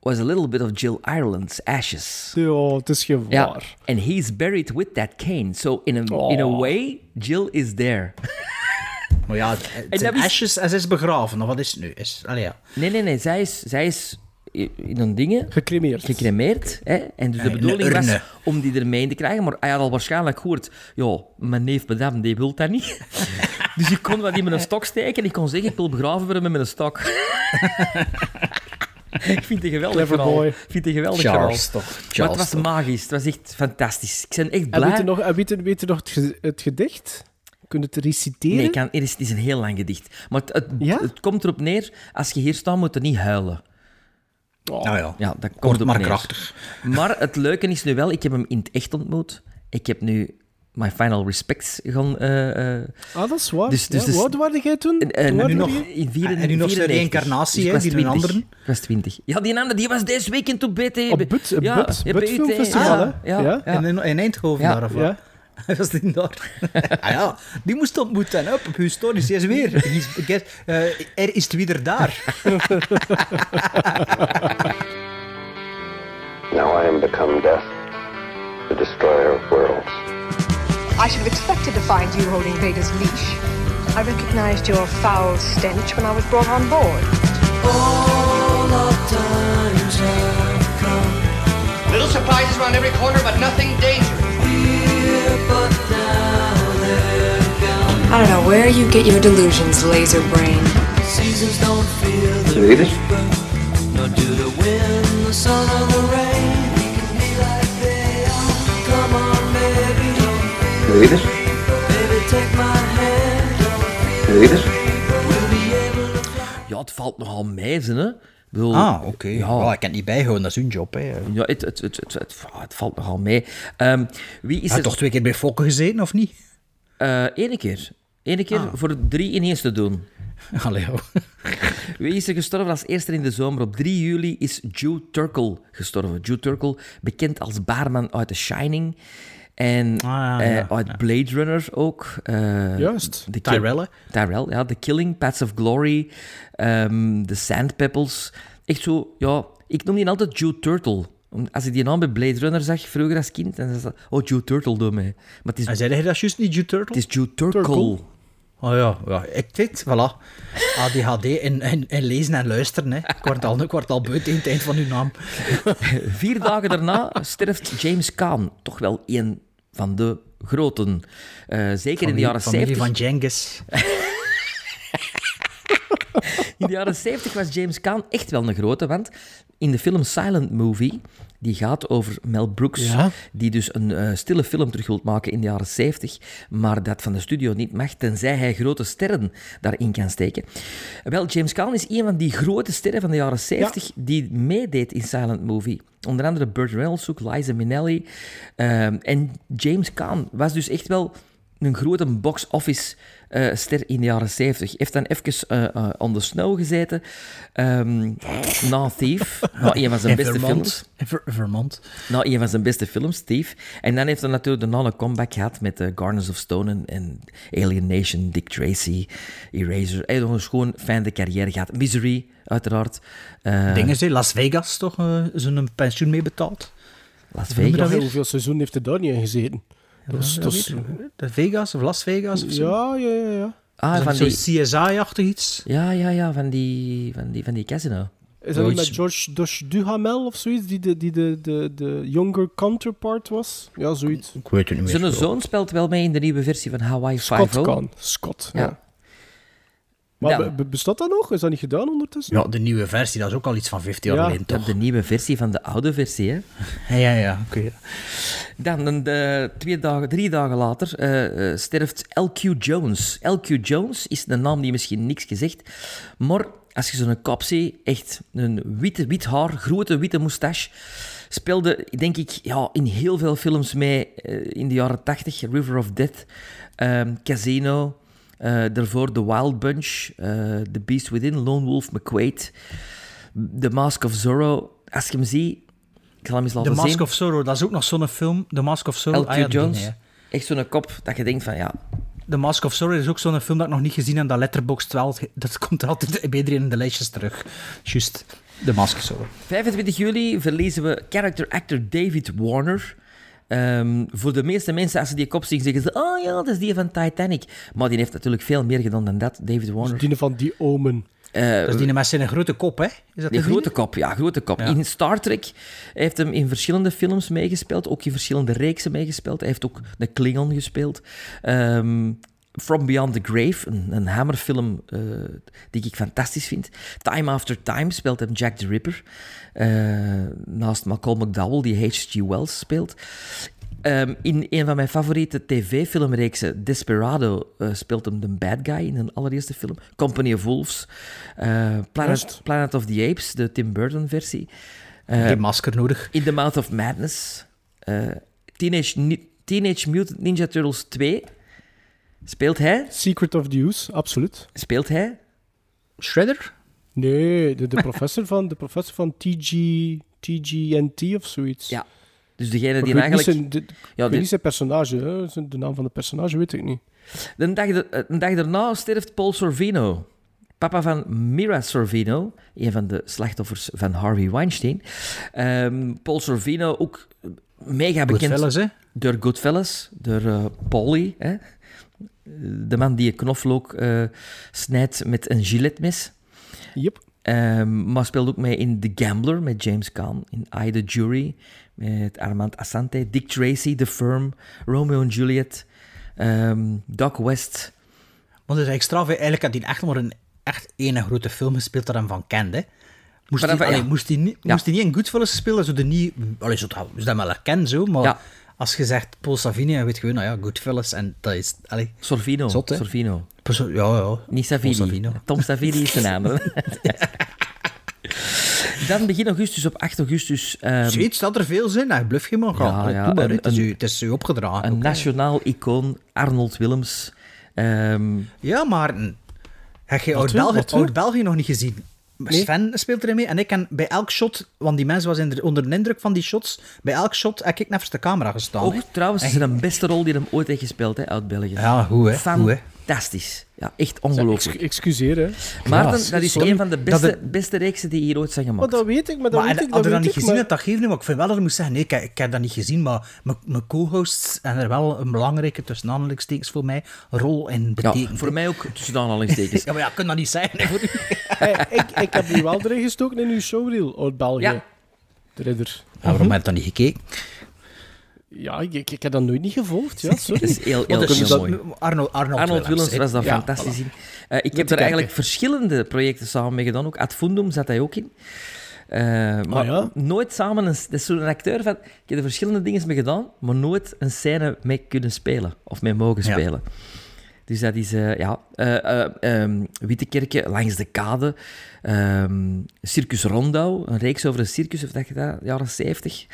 was a little bit of Jill Ireland's ashes.
Ja, het is gewaar.
Ja, and he's buried with that cane. So in a, in a
Oh.
way, Jill is there.
Maar ja, het- het
En
zijn
dat is-
ashes en ze is begraven. Of wat is het nu? Is, allee, ja.
Nee, nee, nee. Zij is, zij is i- in een dingen
Gecremeerd.
gecremeerd. Hè? En dus de
in de
bedoeling was
Eh, urne.
om die ermee in te krijgen. Maar hij had al waarschijnlijk gehoord... Ja, mijn neef madame, die wil dat niet. dus ik kon wat in mijn stok steken. En ik kon zeggen, ik wil begraven worden met een stok. ik vind het een geweldig
Clever
verhaal.
boy.
Ik vind het een geweldig
Charles,
verhaal.
toch.
Maar
Charles,
het was
toch.
magisch. Het was echt fantastisch. Ik ben echt
En
blij.
weet je nog, en weet je- weet je nog het, ge- het gedicht? Kun je het reciteren?
Nee, ik kan, het, is, het is een heel lang gedicht. Maar het, het,
Ja?
het komt erop neer, als je hier staat, moet je niet huilen.
Nou ja,
Oh. Ja, dat komt
kort
op
maar
neer.
krachtig.
Maar het leuke is nu wel, ik heb hem in het echt ontmoet. Ik heb nu My Final Respects gaan... eh, eh,
Ah, dat is waar.
Dus- dus-
Ja,
dus-
hoe oud waren jij toen?
en- en
Hoe oud
nu
waren
nog-
jij?
in vieren-
en Ah, nu nog zijn
94.
reïncarnatie,
ik
hè,
was
die een
20.
andere.
Ik was 20. Ja, die andere, die was deze weekend op BT.
Op But-
ja,
But-
ja,
But
BT,
Filmfestival,
ja,
hè?
Ja,
Ja.
ja.
En In, in Eindhoven
Ja.
daar of wat?
Ja.
Hij was niet daar. ah ja, die moest ontmoeten. En Up, op uw stories. Hij is weer. Hij is- get- eh, er is weer daar.
Now I am become death, the destroyer of worlds.
I should have expected to find you holding Vader's leash. I recognized your foul stench when I was brought on board.
Little surprises around every corner, but nothing dangerous.
I don't know where you get your delusions, laser brain.
Ja, het valt nogal mee, hè. Ik bedoel,
Ah, oké.
Ja,
Oh, ik kan het niet bijhouden, dat is hun job. Hè. Hij
ja het, het, het, het, het, ah, het valt nogal mee. Ehm, wie is
heeft
het?
toch twee keer bij Fokken gezeten, of niet?
Eén keer. Eén keer
Ah.
voor drie ineens te doen.
Allee, joh.
Wie is er gestorven als eerste in de zomer? Op 3 juli is Jude Turkel gestorven. Jude Turkel, bekend als baarman uit The Shining. En
Ah, ja,
eh,
ja,
uit Blade Runner ook. eh,
Juist.
The Kill-
Tyrell, hè?
Tyrell, ja. The Killing, Paths of Glory, ehm The Sand Pebbles. Echt zo, ja... Ik noem die altijd Jude Turtle. Om- Als ik die naam bij Blade Runner zag, vroeger als kind, dan zei ze... Oh, Jude Turtle doet mij. Maar het is,
En zei hij dat juist niet, Jude Turtle?
het is Jude Turkel.
Turkel.
Oh ja, ja. ik weet, voilà. ADHD en, en, en lezen en luisteren. Hè. Ik word al, ik word al buiten in het eind van uw naam.
Vier dagen daarna sterft James Caan. Toch wel een van de groten. Eh, zeker in de jaren
Familie
70.
van Jengis.
In de jaren 70 was James Caan echt wel een grote, want in de film Silent Movie, die gaat over Mel Brooks,
Ja.
die dus een eh, stille film terug wilt maken in de jaren 70, maar dat van de studio niet mag, tenzij hij grote sterren daarin kan steken. Wel, James Caan is een van die grote sterren van de jaren 70 die meedeed in Silent Movie. Onder andere Burt Reynolds, ook Liza Minnelli. Ehm, en James Caan was dus echt wel een grote box-office eh, ster in de jaren 70. Heeft dan even eh eh, on the snow gezeten. Ehm na Thief, nou, een van zijn
In
beste
Vermont.
films.
In Ver- Vermont.
Nou, een van zijn beste films, Steve. En dan heeft hij natuurlijk de nolle comeback gehad met eh, Gardeners of Stone en, en Alien Nation, Dick Tracy, Eraser. Hij heeft nog een gewoon fijne carrière gehad. Misery, uiteraard. Eh,
Dingen zijn Las Vegas toch eh, zijn pensioen mee betaald.
Las
noemen
Vegas.
dat
Hoeveel seizoen heeft hij daar niet in gezeten? Dat was- dat was-
De Vegas of Las Vegas of zo.
ja, ja, ja, ja.
Ah, van die...
CSI-achtig iets.
Ja, ja, ja, van die, van die, van die casino.
Is dat niet
Zoiets.
met George Josh Duhamel of zoiets, die de, die de, de, de younger counterpart was? Ja, zoiets.
Ik weet het niet
Zijn zoon speelt wel mee in de nieuwe versie van Hawaii
Scott
Five-O.
kan. Scott, ja.
Ja. Nou.
Maar
Ja.
be- be- bestaat dat nog? Is dat niet gedaan ondertussen?
Ja, de nieuwe versie, dat is ook al iets van 15 jaar
Ja.
geleden,
Dat
toch?
de nieuwe versie van de oude versie, hè.
Ja, ja, ja. oké.
Dan, een, de, twee dagen, drie dagen later, eh, eh, sterft LQ Jones. LQ Jones is een naam die misschien niks gezegd, maar als je zo'n kop ziet, echt een witte, wit haar, grote witte moustache, speelde, denk ik, ja, in heel veel films mee eh, in de jaren 80. River of Death, ehm, Casino, eh, daarvoor The Wild Bunch, eh, The Beast Within, Lone Wolf McQuaid, The Mask of Zorro. Als je hem ziet, ik zal hem eens
The
laten zien.
Mask of Zorro, dat is ook nog zo'n film. The Mask of Zorro.
LQ
Ah ja, die,
Jones.
nee.
Echt zo'n kop dat je denkt van ja.
The Mask of Zorro is ook zo'n film dat ik nog niet gezien heb. Dat Letterboxd wel, dat komt er altijd bij iedereen in de lijstjes terug. Juist, The Mask of Zorro.
25 juli verliezen we character actor David Warner. Ehm, voor de meeste mensen, als ze die kop zien, zeggen ze: Oh ja, dat is die van Titanic. Maar die heeft natuurlijk veel meer gedaan dan dat, David Warner.
Die van die omen.
dat is Dus die met zijn grote kop, hè? Is dat
Eh, Die
de
grote kop, ja, grote kop. In Star Trek heeft hem in verschillende films meegespeeld, ook in verschillende reeksen meegespeeld. Hij heeft ook de Klingon gespeeld. Ehm, From Beyond the Grave, een, een hammerfilm eh, die ik fantastisch vind. Time After Time speelt hem Jack the Ripper. Eh, naast Malcolm McDowell, die H.G. Wells speelt. Ehm, in een van mijn favoriete tv-filmreeksen, Desperado, eh, speelt hem de bad guy in een allereerste film. Company of Wolves. Eh, Planet,
Juist.
Planet of the Apes, de Tim Burton-versie.
Die heeft masker nodig.
In the Mouth of Madness. eh, Teenage, Ni- Teenage Mutant Ninja Turtles 2. Speelt hij?
Secret of the Use, absoluut.
Speelt hij?
Shredder?
Nee, de, de professor van, de professor van TG, TGNT of zoiets.
Ja. Dus degene
Maar
die
ik weet niet zijn-
eigenlijk...
de- ik
Ja, dus-
weet
die-
niet zijn personage, hè. Zijn- de naam van de personage weet ik niet.
De dag, de, een dag daarna sterft Paul Sorvino. Papa van Mira Sorvino, een van de slachtoffers van Harvey Weinstein. Ehm, Paul Sorvino, ook mega bekend
Goodfellas, hè?
door Goodfellas, door eh Polly. Hè? De man die een knoflook eh, snijdt met een giletmes.
Yep.
Ehm, maar speelde ook mee in The Gambler met James Caan. In I, The Jury met Armand Assante. Dick Tracy, The Firm, Romeo and Juliet. ehm, Doc West.
Want dat is eigenlijk straf, hè. Eigenlijk had hij echt maar een echt ene grote film gespeeld dat hem van kende. Moest
Maar
hij,
dan van-
allee,
ja.
moest, hij niet,
Ja.
moest hij niet in Goodfellas spelen, zo de niet... Allee, zo, dat- dus dat wel herkennen, zo, maar...
Ja.
Als je zegt Paul Savini, dan weet je gewoon, nou ja, Goodfellas, en dat is... Allee,
Sorvino.
Zot, hè?
Sorvino.
perso- ja, ja.
Niet Savini.
Paul Savino.
Tom Savini is de naam. hè. Dan begin augustus, op 8 augustus, ehm,
Zoiets dat er veel zin hij bluff je maar gaan.
Ja,
Allee,
ja,
doe maar,
een-
hè. het, is
een-
u, het is u opgedragen.
een
ook, hè.
nationaal icoon, Arnold Willems. Ehm,
Ja, Maarten. Heb je
doe-
Oud-België
wat doe?
Oud-België nog niet gezien? Sven speelt erin mee. En ik kan bij elk shot... Want die mensen was in de- onder de indruk van die shots. Bij elk shot heb ik naar de camera gestaan.
ook
hè.
trouwens, is een beste rol die hem ooit heeft gespeeld, hè, uit België.
Ja, goed, hè. Goed, hè.
Fantastisch. Ja, echt
Ex-
ongelooflijk.
excuseer, hè.
Maarten, dat is
sorry.
een van de beste,
Dat het-
beste reeksen die hier ooit zijn
Maar
gemaakt.
Oh, dat weet ik, maar dat
Maar
weet
had
ik.
had je dat
weet
niet
ik,
gezien,
maar-
had dat geeft niet. Maar ik vind wel dat ik moest zeggen, nee, ik, heb- ik heb dat niet gezien. Maar mijn- mijn co-hosts hebben er wel een belangrijke, tussen aanhalingstekens voor mij, rol in
ja,
betekend.
voor mij ook tussen aanhalingstekens.
Ja, maar ja, kan dat niet zijn. hè, voor u.
Hey, ik, ik heb nu wel erin gestoken in uw showreel, uit België.
Ja.
De ridder.
Dus Ja, waarom heb je dat niet gekeken?
Ja, ik, ik, ik heb dat nooit niet gevolgd. Ja,
Dat
sorry.
is heel,
Want
heel,
dat-
heel
dat-
mooi.
Arnold, Arnold,
Arnold Willems
hè.
was dat
Ja,
fantastisch in. Eh, ik heb
te
er eigenlijk
kijken.
verschillende projecten samen mee gedaan. Ook Ad Fundum zat hij ook in. Eh, maar
Ah,
ja?
nooit samen een... Dat is zo'n acteur van... Ik heb er verschillende dingen mee gedaan, maar nooit een scène mee kunnen spelen. Of mee mogen
Ja.
spelen. Dus dat is, eh, ja... eh eh ehm, Wittekerke, Langs de Kade. ehm, circus Rondouw, een reeks over een circus. Of dat je dat, jaren 70.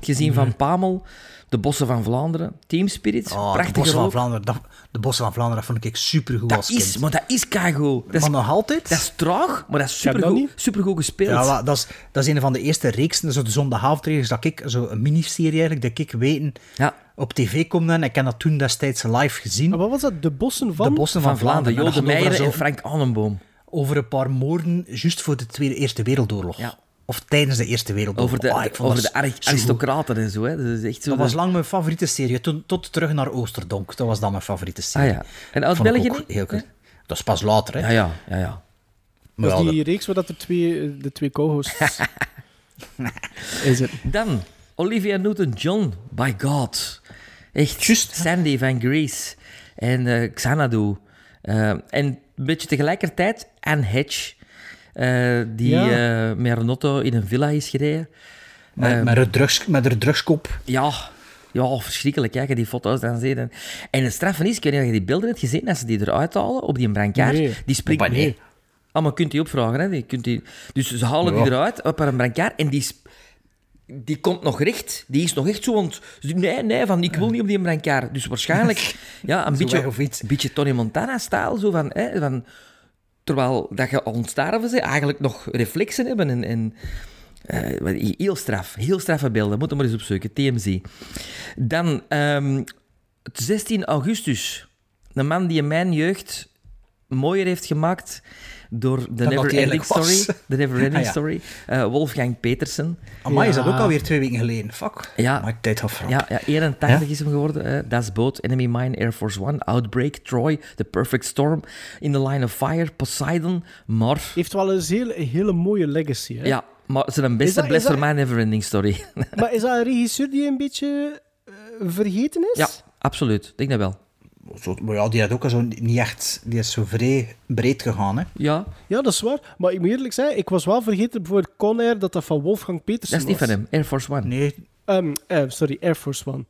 Gezien van Pamel. De Bossen van Vlaanderen. Team Spirit.
Oh, de
prachtige
Bossen van
rol.
Vlaanderen, dat, de Bossen van Vlaanderen vond ik supergoed
Dat
als
is,
kind.
maar dat is keigoed. Dat is,
Maar nog altijd?
dat is traag, maar dat is
Ken je dat
supergoed,
niet?
supergoed gespeeld.
Ja, maar dat is, dat is een van de eerste reeksen, zo de zondagavondreeks, dat ik, zo een miniserie eigenlijk, dat ik weten,
Ja. Ah,
op tv kwam dan. Ik heb dat toen destijds live gezien.
Maar wat was dat? De bossen van?
de Bossen van,
Van Vlaanderen,
En
Jo
dat
de
gaat over
Meijer en
zo-
Frank Annenboom.
Over een paar moorden, juist voor de Tweede, Eerste Wereldoorlog.
Ja.
Of tijdens de Eerste Wereldoorlog.
Over de,
Ah, ik vond
over
dat
de
zo
ar-
goed.
aristocraten en zo. Hè. Dat is echt zo
Dat was
de-
lang mijn favoriete serie. Toen, tot terug naar Oosterdonk. Dat was dan mijn favoriete serie.
Ah, ja. En uit
Vond ik
België
ook
niet?
Heel goed.
Ja.
Dat is pas later, hè?
Ja, Dus ja, ja. ja.
Maar
Dat
ja,
is
dat-
die reeks waar dat de twee, eh, de twee co-hosts... is het.
Dan, Olivia Newton-John, by God. Echt,
Juist, hè.
Sandy van Greece en eh, Xanadu. Eh, en een beetje tegelijkertijd Anne Hedge, eh, die eh
Ja.
met haar auto in een villa is gereden.
Met, met, haar drugs, met haar drugskop.
Ja, ja verschrikkelijk. Kijk, die foto's dan zien. En- En het straffen is, ik weet niet of je die beelden hebt gezien, als ze die eruit halen op die brancard,
Nee.
die springt
Op en neer.
mee. Ah, maar kunt die opvragen, hè? Die kunt die... Dus ze halen die
Ja.
eruit op een brancard en die, sp- die komt nog recht. Die is nog echt zo, want ze doen, nee, nee, van ik wil niet op die brancard. Dus waarschijnlijk, ja, een beetje,
weg of iets.
een beetje Tony Montana-staal, zo van, hè, van... Terwijl dat je ontsterven ze eigenlijk nog reflexen hebben en... en eh, wat- heel straf, heel straffe beelden. Moet hem maar eens opzoeken, TMZ. Dan, ehm, het 16 augustus. De man die in mijn jeugd mooier heeft gemaakt door The
hij
Never Ending
eigenlijk was.
Story. The Never Ending
Ah, ja.
Story. eh, Wolfgang Petersen.
Amai, is dat
Ja.
ook alweer twee weken geleden? Fuck.
Ja.
Maar ik tijd had veranderd.
Ja, ja 81 is hem geworden. eh, Das Boot, Enemy Mine, Air Force One, Outbreak, Troy, The Perfect Storm, In the Line of Fire, Poseidon, maar...
Heeft wel eens heel, een hele mooie legacy, hè?
Ja, maar zijn
Is dat-
beste
is
bless
dat-
voor mij Never Ending Story.
Maar is dat een regisseur die een beetje eh, vergeten is?
ja, absoluut. Ik denk dat wel.
Zo- maar ja, die had ook al zo niet echt... Die is zo vrij breed gegaan, hè.
Ja,
Ja, dat is waar. Maar ik moet eerlijk zeggen, ik was wel vergeten bijvoorbeeld Con Air dat dat van Wolfgang Petersen
dat is niet van hem. Air Force One.
Nee.
hem. sorry, Air Force One.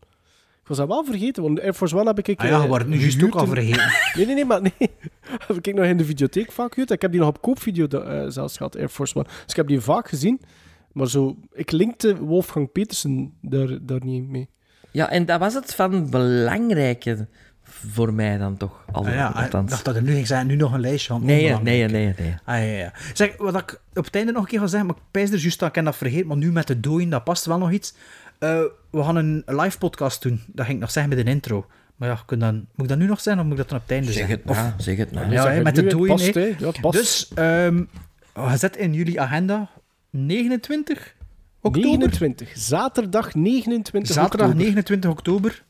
Ik was dat wel vergeten, want Air Force One heb ik...
Ah ja,
eh,
we waren nu juist
gehuurd
ook al
in-
vergeten.
Nee, nee, nee, maar nee. heb ik nog in de videotheek vaak gehuurd. Ik heb die nog op koopvideo eh, zelfs gehad, Air Force One. Dus ik heb die vaak gezien. Maar zo, ik linkte Wolfgang Petersen daar, daar niet mee.
Ja, en dat was het van belangrijke voor mij dan toch. Al,
Ah ja, ik
althans.
dacht dat er nu ging zijn, nu nog een lijstje van
nee,
onbelangrijk.
nee, nee, nee.
Ah, ja, ja. Zeg, wat ik op het einde nog een keer ga zeggen, maar ik pijs er juist dat ik heb dat vergeet, maar nu met de dooien, dat past wel nog iets. Eh, we gaan een live podcast doen, dat ging ik nog zeggen met een intro. Maar ja, kun dan, moet ik dat nu nog zeggen of moet ik dat dan op het einde
Zeg
zeggen?
het na, zeg het nou. na.
Ja,
Zeg
hè,
het
met
nu,
de
het
dooien.
past,
hè.
hè. Ja, het past.
Dus, ehm, gezet in jullie agenda, 29 oktober.
29. Zaterdag 29
Zaterdag
oktober.
29 oktober.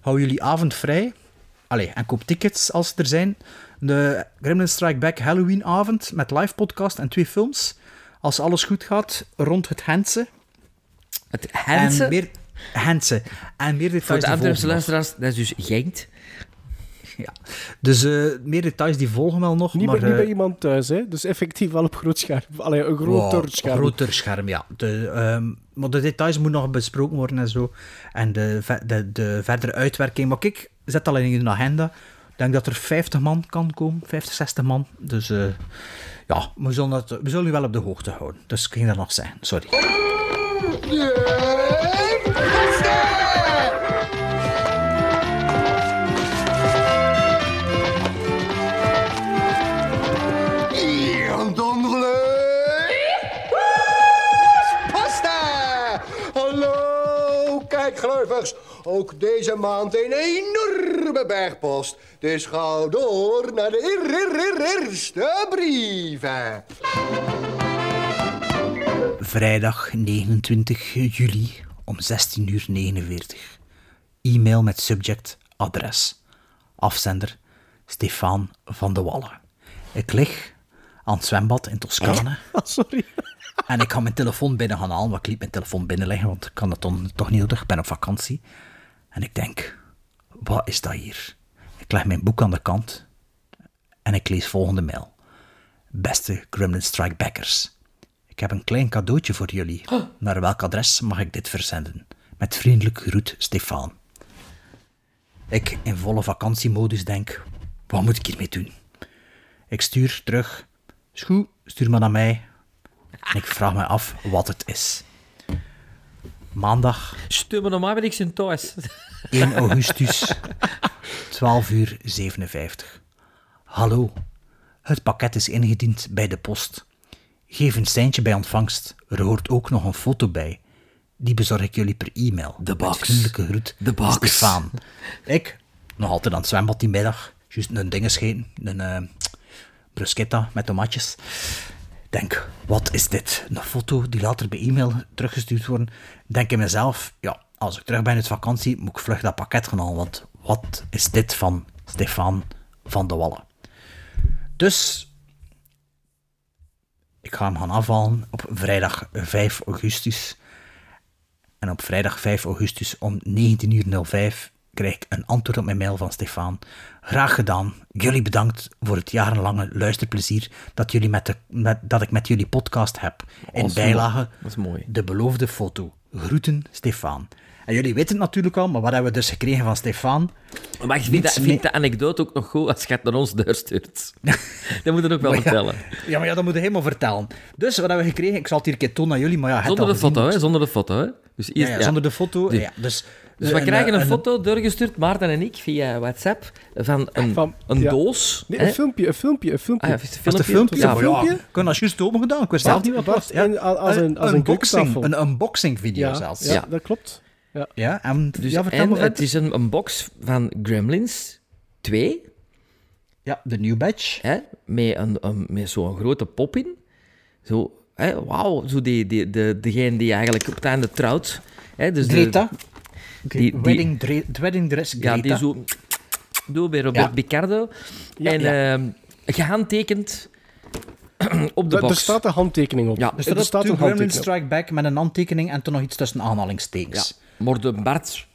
Hou jullie avond vrij. Allee, en koop tickets als ze er zijn. De Gremlin Strike Back Halloween avond met live podcast en twee films. Als alles goed gaat, rond het Hensen.
Het Hensen,
En meer, Hensen. En meer
voor
details
de
die
Antwerpse
volgen nog.
luisteraars, dat is dus Genkt.
Ja. Dus eh, meer details die volgen wel nog.
Niet,
maar,
bij, niet bij
eh,
iemand thuis, hè? Dus effectief wel op groot scherm. Allee, een groter
wow,
scherm.
groter scherm, ja. De, ehm, maar de details moeten nog besproken worden en zo. En de, ve- de, de verdere uitwerking. Maar kijk, zet dat al in je agenda. Ik denk dat er 50 man kan komen. 50, 60 man. Dus eh, ja, we zullen, dat, we zullen u wel op de hoogte houden. Dus ik ging dat nog zeggen, sorry.
Pasta! Hallo, kijkgluivers. Ook deze maand een enorme bergpost. Dus ga door naar de eer- eer- eer- eerste brieven.
Vrijdag 29 juli om 16.49 E-mail met subject, adres. Afzender Stefan van de Wallen. Ik lig aan het zwembad in Toscane.
Ah, sorry.
En ik ga mijn telefoon binnen gaan halen, want ik liet mijn telefoon binnenleggen, want ik kan dat dan toch niet nodig, ik ben op vakantie. En ik denk, wat is dat hier? Ik leg mijn boek aan de kant en ik lees volgende mail. Beste Gremlin Strike Backers, ik heb een klein cadeautje voor jullie. Naar welk adres mag ik dit verzenden? Met vriendelijk groet, Stefan. Ik in volle vakantiemodus denk, wat moet ik hiermee doen? Ik stuur terug, schoe, stuur maar naar mij. En ik vraag me af wat het is. Maandag
Stuur me normaal ben ik zijn thuis.
1 augustus, 12 uur 57. Hallo, het pakket is ingediend bij de post. Geef een seintje bij ontvangst. Er hoort ook nog een foto bij. Die bezorg ik jullie per e-mail.
De
Met
box.
vriendelijke groet.
De box.
Stefaan. Ik, nog altijd aan het zwembad die middag. Juist een dingescheen, een eh bruschetta met tomatjes. Denk, wat is dit? Een foto die later bij e-mail teruggestuurd wordt. Denk in mezelf, ja, als ik terug ben uit vakantie, moet ik vlug dat pakket gaan halen. Want wat is dit van Stefan van de Wallen? Dus ik ga hem gaan afhalen op vrijdag 5 augustus. En op vrijdag 5 augustus om 19.05 uur krijg ik een antwoord op mijn mail van Stefan. Graag gedaan. Jullie bedankt voor het jarenlange luisterplezier dat, jullie met de, met- dat ik met jullie podcast heb. In
dat is
bijlage
mooi. Dat is mooi.
de beloofde foto. Groeten, Stefan. En jullie weten het natuurlijk al, maar wat hebben we dus gekregen van Stefan?
Maar ik vind, dat,
Niets
vind de anekdote ook nog goed als je het naar ons doorstuurt. dat moet je ook wel
Maar ja,
vertellen.
Ja, maar ja, dat moet je helemaal vertellen. Dus wat hebben we gekregen? Ik zal het hier een keer tonen aan jullie, maar ja, je hebt
Zonder
al
de
gezien.
foto, hè? Zonder de foto, hè? Dus, hier,
Ja, ja, zonder de foto.
Die-
Ja, dus
Dus we krijgen een,
eh,
foto doorgestuurd, Maarten en ik, via WhatsApp, van een,
Van-
een
ja.
doos.
Nee,
hè?
een filmpje, een filmpje, een filmpje.
Ah, ja, is het een
Was het een
filmpje?
filmpje?
Ja,
maar ja,
filmpje.
ik kon dat juist open gedaan. Ik wist zelf niet wat het was.
Wat? In- als- als een- als een
unboxing,
keukentafel.
een unboxing video
ja,
zelfs.
ja,
Ja,
dat klopt. Ja.
en,
Dus,
ja vertel
en
me
het
verder.
is een, een box van Gremlins 2,
Ja, de new badge.
hè, met, een, een, met zo'n grote pop in. Zo, hè, wauw, zo die, die, de, degene die eigenlijk op het einde trouwt. Hè, dus de-
Greta.
die- die-
wedding, dre- de wedding dress Greta.
ja, die zo... Doe bij Robert
Ja.
Picardo. en ehm, gehandtekend op de
Da-
box.
Er staat een handtekening op.
Ja.
Dus
er,
dat
staat
to
een
Gremlin
handtekening op.
Strike Back met een handtekening en toen nog iets tussen
ja,
aanhalingstekens.
maar de Bart,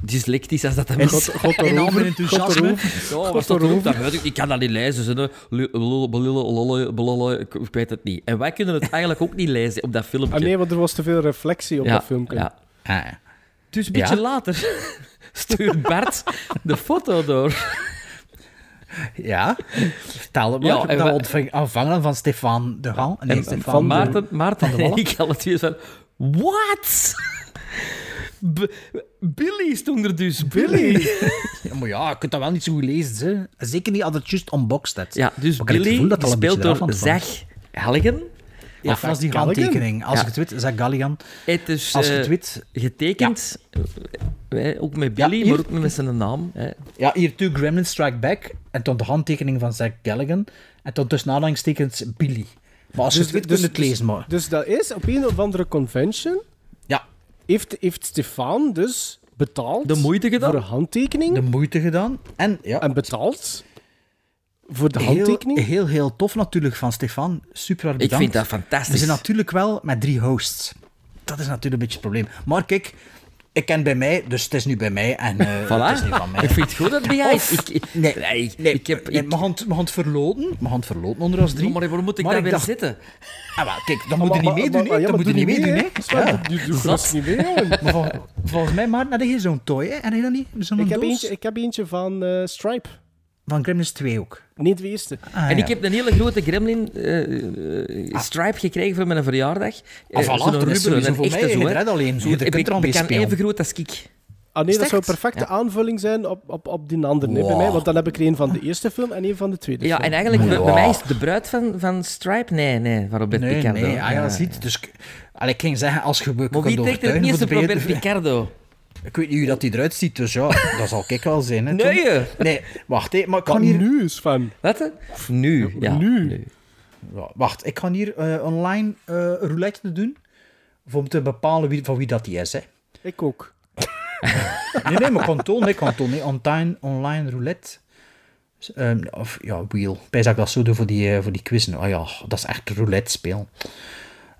dyslectisch als dat hem is.
God, God
In al
erover,
mijn
God
enthousiasme.
erover.
Ja, was dat roep, dat weet ik. Ik kan dat niet lezen. Ze, hè. Lu- lullen, belullen, lollen, belollen, ik, ik weet het niet. En wij kunnen het eigenlijk ook niet lezen op dat filmpje.
Ah nee, want er was te veel reflectie op
ja,
dat filmpje.
ja.
Ah,
Dus een beetje
Ja.
later stuurt Bart de foto door.
ja. Vertel het maar.
Ja, en
dat we
wa-
ontving- ontvangen van Stefan de Gal. Nee, Stefan
van de-
Maarten, Maarten
Van de
en
Wallen.
ik alle twee van... What? B- Billy stond er dus. Billy.
Ja, maar ja, je kunt dat wel niet zo goed lezen. Hè. Zeker niet als het juist unboxed is.
Ja, dus
Maar Oh, ik heb het
Billy
gevoel dat het al een
speelt
beetje eraf aan
door
het vallen is.
Zeg Helgen.
Ja, of was die
Galligan?
handtekening? Als
Ja.
ik het weet, Zach Galligan.
Het is
Als
eh,
je het weet-
getekend, eh, ook met
Ja,
Billy,
hier.
maar ook met zijn naam. Hè.
Ja, hier toe Gremlin Strike Back. En dan de handtekening van Zach Galligan. En dan tussen aanhalingstekens Billy. Maar als je het weet, kun je het lezen, maar...
dus dat is op een of andere convention.
Ja,
Heeft, heeft Stefan dus betaald.
De moeite gedaan?
Voor een handtekening.
de moeite gedaan. En ja,
En betaald. Voor de
heel,
handtekening.
heel, heel tof natuurlijk van Stefan. Super bedankt.
vind dat fantastisch.
We zijn natuurlijk wel met drie hosts. Dat is natuurlijk een beetje het probleem. Maar kijk, ik ken bij mij, dus het is nu bij mij. En eh,
Voilà.
het is niet van mij.
Ik vind het goed dat het bij jou
Of-
is.
Oh,
Ik, ik-
nee,
ik,
nee,
ik heb...
nee,
ik-
mijn hand, mijn hand verloten. Mijn hand verloten onder ons drie.
Ja, maar waar moet ik daar weer
dacht,
zitten?
Ah, wel, kijk, dan moet je niet
Maar- maar-
meedoen,
maar-
hè.
ja,
Dan
maar
moet je
doe
niet meedoen, hè.
hè? Ja, doe- doe gerust niet mee, jongen.
Maar vol- volgens mij, Maarten, had je zo'n toy, hè? En je dat niet? Zo'n
Ik heb,
doos?
eentje, ik heb eentje van eh, Stripe.
Van Gremlins 2 ook.
Niet de eerste.
Ah,
en
ja.
ik heb een hele grote gremlin eh, eh, stripe gekregen voor mijn verjaardag. Eh,
Ah, voilà,
zo'n
er is er
zo'n
niet zoveel
echte
mee.
zo,
Je
hè.
redt alleen.
Zo'n
Je kunt er
bekan-
al mee
bekan
spelen.
even groot als ik.
Ah nee, dat zou
Sterkt.
perfecte
Ja.
aanvulling zijn op, op, op die andere hè, bij
Wow.
mij. Want dan heb ik er een van de eerste film en een van de tweede
Ja,
film.
en eigenlijk, bij-
Ja.
bij mij is het de bruid van, van Stripe. Nee, nee, van Robert
Nee,
Picardo.
nee, ah, ja, ziet. Dus ik- allee, ik ging zeggen, als je me
Maar
kunt
wie trekt er
overtuigen
het eerst
voor
op
de
Robert
beide-
Picardo?
Ik weet niet hoe dat hij eruit ziet, dus ja, dat zal ik wel zijn, hè.
Nee,
Tom?
je.
Nee, wacht, hè, maar ik
Wat
kan hier...
nu is, van.
Wat? hè? Nu. Ja,
Nu.
Ja, Wacht, ik kan hier eh, online eh roulette doen, om te bepalen wie, van wie dat die is, hè.
Ik ook.
Nee, nee, maar kanton, nee, kanton, nee. Online, online roulette. Dus, ehm, of ja, wheel. Bij zou ik dat zo doen voor die, eh, voor die quiz. Oh ja, dat is echt roulette speel.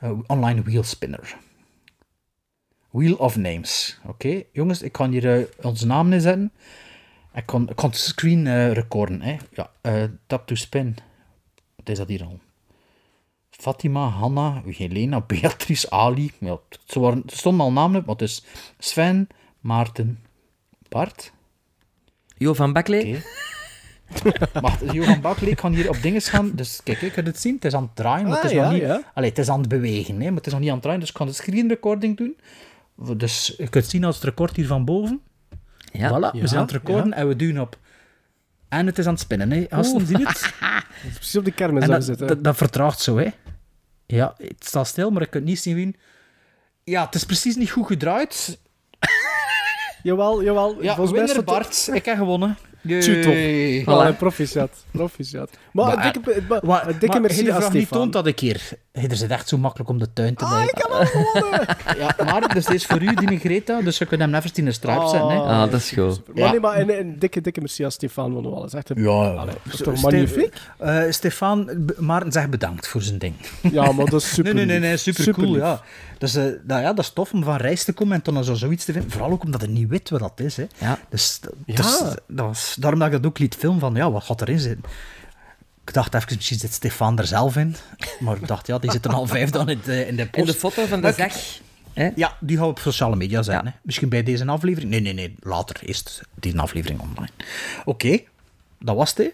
Eh, online wheel spinner. Wheel of Names. Oké, jongens, ik kan hier eh, onze naam in zetten. Ik kan, ik kan het screen eh, recorden. Hè. Ja, eh, tap to spin. Wat is dat hier al? Fatima, Hanna, Helena, Beatrice, Ali. Ja, het- ze waren, er stonden al namen op, maar het is Sven, Maarten, Bart.
Jo van Bakley.
Oké. Maar Johan Bakley kan hier op dingen gaan. Dus kijk, ik kan het zien. Het is aan het draaien, maar het is
Ah,
nog
ja,
niet...
ja.
Allee, het is aan het bewegen, hè, maar het is nog niet aan het draaien. Dus ik kan de screen recording doen. Dus je kunt zien als het record hier van boven.
Ja.
Voilà, we zijn aan het recorden en we duwen op. En het is aan het spinnen, hè. Gasten, zie je het?
Precies op de kermis
En
daar
dat,
zitten.
dat, dat vertraagt zo, hè. Ja, het staat stil, maar ik kan niet zien wie... Ja, het is precies niet goed gedraaid.
Jawel, jawel.
Ja,
volgens mij is
winnaar
dat
Bart. Ik heb gewonnen.
Tjoe, toch.
Jee.
Voilà.
Voilà.
een proficiat. Proficiat. Maar,
Maar,
een dikke, maar,
Maar,
een dikke
maar
merci
hele
aan
vraag niet
Stefan. Ah,
toont dat ik hier. Hey, er zit echt zo makkelijk om de tuin te maken. Ja, maar dus dit is voor u, Dine Greta, dus je kunt hem even in een straat zetten. Hè.
Ah, dat is goed.
Maar
Ja.
nee, maar een, een dikke, dikke merci aan Stefan van Wallis. Echt een... Allee, dat is toch
Ste-
magnifiek?
eh, Stefan, B- Maarten zegt bedankt voor zijn ding.
Ja, maar dat is super
Nee, nee, nee, nee
lief.
super cool.
lief.
Ja. Dus, eh, nou ja, dat is tof om van reis te komen en dan zo zoiets te vinden. Vooral ook omdat je niet weet wat dat is. Hè.
Ja.
Dus, dat- dus dat was, daarom dat ik dat ook liet filmen van, ja, wat gaat erin zitten? Ik dacht even, misschien zit Stefan er zelf in. Maar ik dacht, ja, die zit er al vijf dan in de, in de post.
En de foto van de zak. Hè?
Ja, die gaan we op sociale media zijn.
Ja.
Hè? Misschien bij deze aflevering. Nee, nee, nee. Later is het die aflevering online. Oké, dat was het. hè.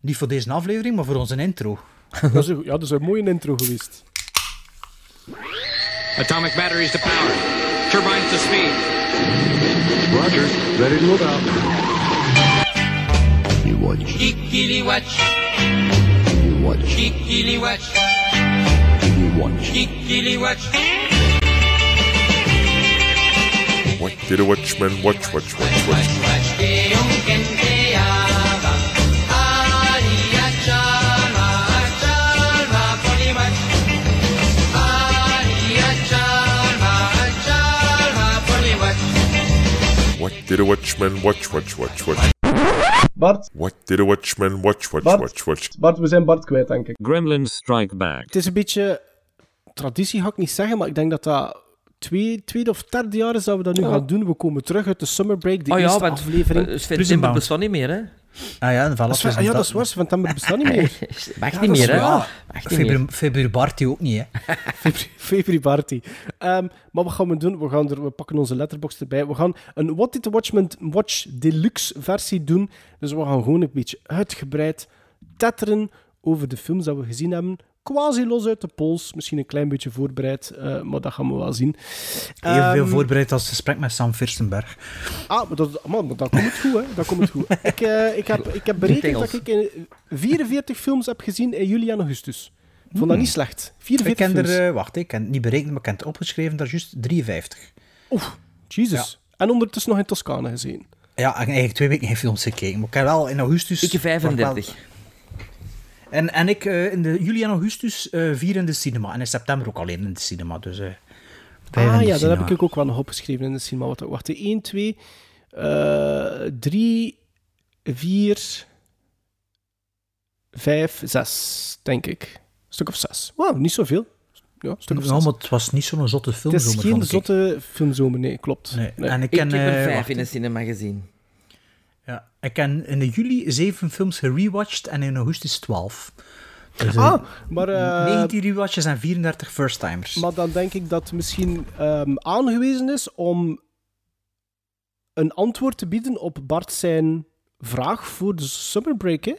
Niet voor deze aflevering, maar voor onze intro. Ah
Dat is een, ja, dat is een mooie intro geweest.
Atomic batteries to power. Turbines to speed.
Roger, ready to move out. You watch,
Kikiliwatch,
you watch,
kikiliwatch,
you watch.
kikiliwatch.
What did a watchman watch, watch, watch, watch? What did a watchman watch, watch, watch, watch?
Bart,
What did a watchman watch, watch,
Bart?
watch, watch?
Bart, we zijn Bart kwijt, denk ik.
Gremlins strike back.
Het is een beetje... Traditie ga ik niet zeggen, maar ik denk dat dat... Twee, tweede of derde jaar is dat we dat nu gaan doen. We komen terug uit de summer break, de
Oh ja,
eerste
want
aflevering.
eh, Sven
Prison
Timber
Bound.
bestond niet meer, hè?
Ah ja, en vanaf
Dat is waar- ah ja, dat is waar. September bestaat niet meer.
Wacht
Ja, dat
niet
is
meer, hè?
waar.
Wacht niet meer.
Februari Februari Bart die ook niet, hè.
Febru- Februari party. Ehm, maar wat gaan we doen? We, gaan er, we pakken onze letterbox erbij. We gaan een What Did the Watchmen Watch Deluxe versie doen. Dus we gaan gewoon een beetje uitgebreid tetteren over de films dat we gezien hebben. Quasi los uit de pols. Misschien een klein beetje voorbereid, eh, maar dat gaan we wel zien.
Heel veel
Ehm,
voorbereid als het gesprek met Sam Firstenberg.
Ah, maar dat, man, maar dan komt het goed, hè. Dan komt het goed. ik, eh, ik, heb, ik heb
Niet
berekend
Engels.
dat ik eh, 44 films heb gezien in juli en augustus. Ik vond dat niet slecht. 44
Ik ken er...
films.
eh, wacht, ik ken het niet berekend, maar ik ken het opgeschreven. Daar is juist 53.
Oef, Jesus. En ondertussen nog in Toscane gezien.
Ja, en eigenlijk twee weken geen films gekeken. Maar ik heb wel in augustus...
Ik heb 35.
En, en ik eh, in de juli en augustus eh vier in de cinema. En in september ook alleen in de cinema. Dus, eh, vijf in
ah
de
ja, dat heb
cinema.
ik ook wel nog opgeschreven in de eh, cinema. Wat, wacht, 1, 2, 3, 4, 5, 6, denk ik. Een stuk of 6. Wauw, niet zoveel. Ja, een stuk of
Nou,
6.
maar het was niet zo'n zotte film.
Het is geen zotte filmzomer, nee, klopt.
Nee.
Nee.
En ik,
Ik
ken,
heb er
eh,
vijf
wacht,
in een cinema gezien.
ja, ik ken in de juli zeven films gerewatcht en in augustus 12. Dus, eh,
Ah, maar, eh,
19 rewatches en 34 first-timers.
maar dan denk ik dat het misschien ehm, aangewezen is om een antwoord te bieden op Bart zijn vraag voor de summerbreak, hè?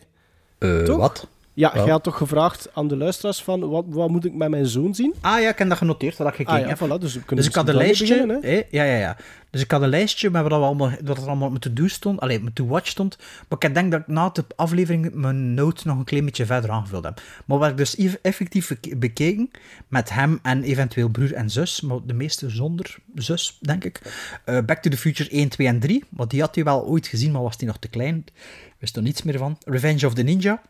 Eh,
toch?
Wat?
Ja, jij had toch gevraagd aan de luisteraars van wat, wat moet ik met mijn zoon zien?
Ah ja, ik heb dat genoteerd, dat had ik
Ah
gekeken. heb.
ja, voilà, dus we kunnen
Dus ik had een
misschien
lijstje.
daarmee beginnen, hè.
hè? ja, ja, ja. Dus ik had een lijstje met wat, we allemaal, wat er allemaal op to do stond. Allee, op to watch stond. Maar ik denk dat ik na de aflevering mijn notes nog een klein beetje verder aangevuld heb. Maar wat ik dus eff- effectief bek- bekeken met hem en eventueel broer en zus. Maar de meeste zonder zus, denk ik. Eh, Back to the Future 1, 2 en 3. Want die had hij wel ooit gezien, maar was die nog te klein. Wist er niets meer van. Revenge of the Ninja.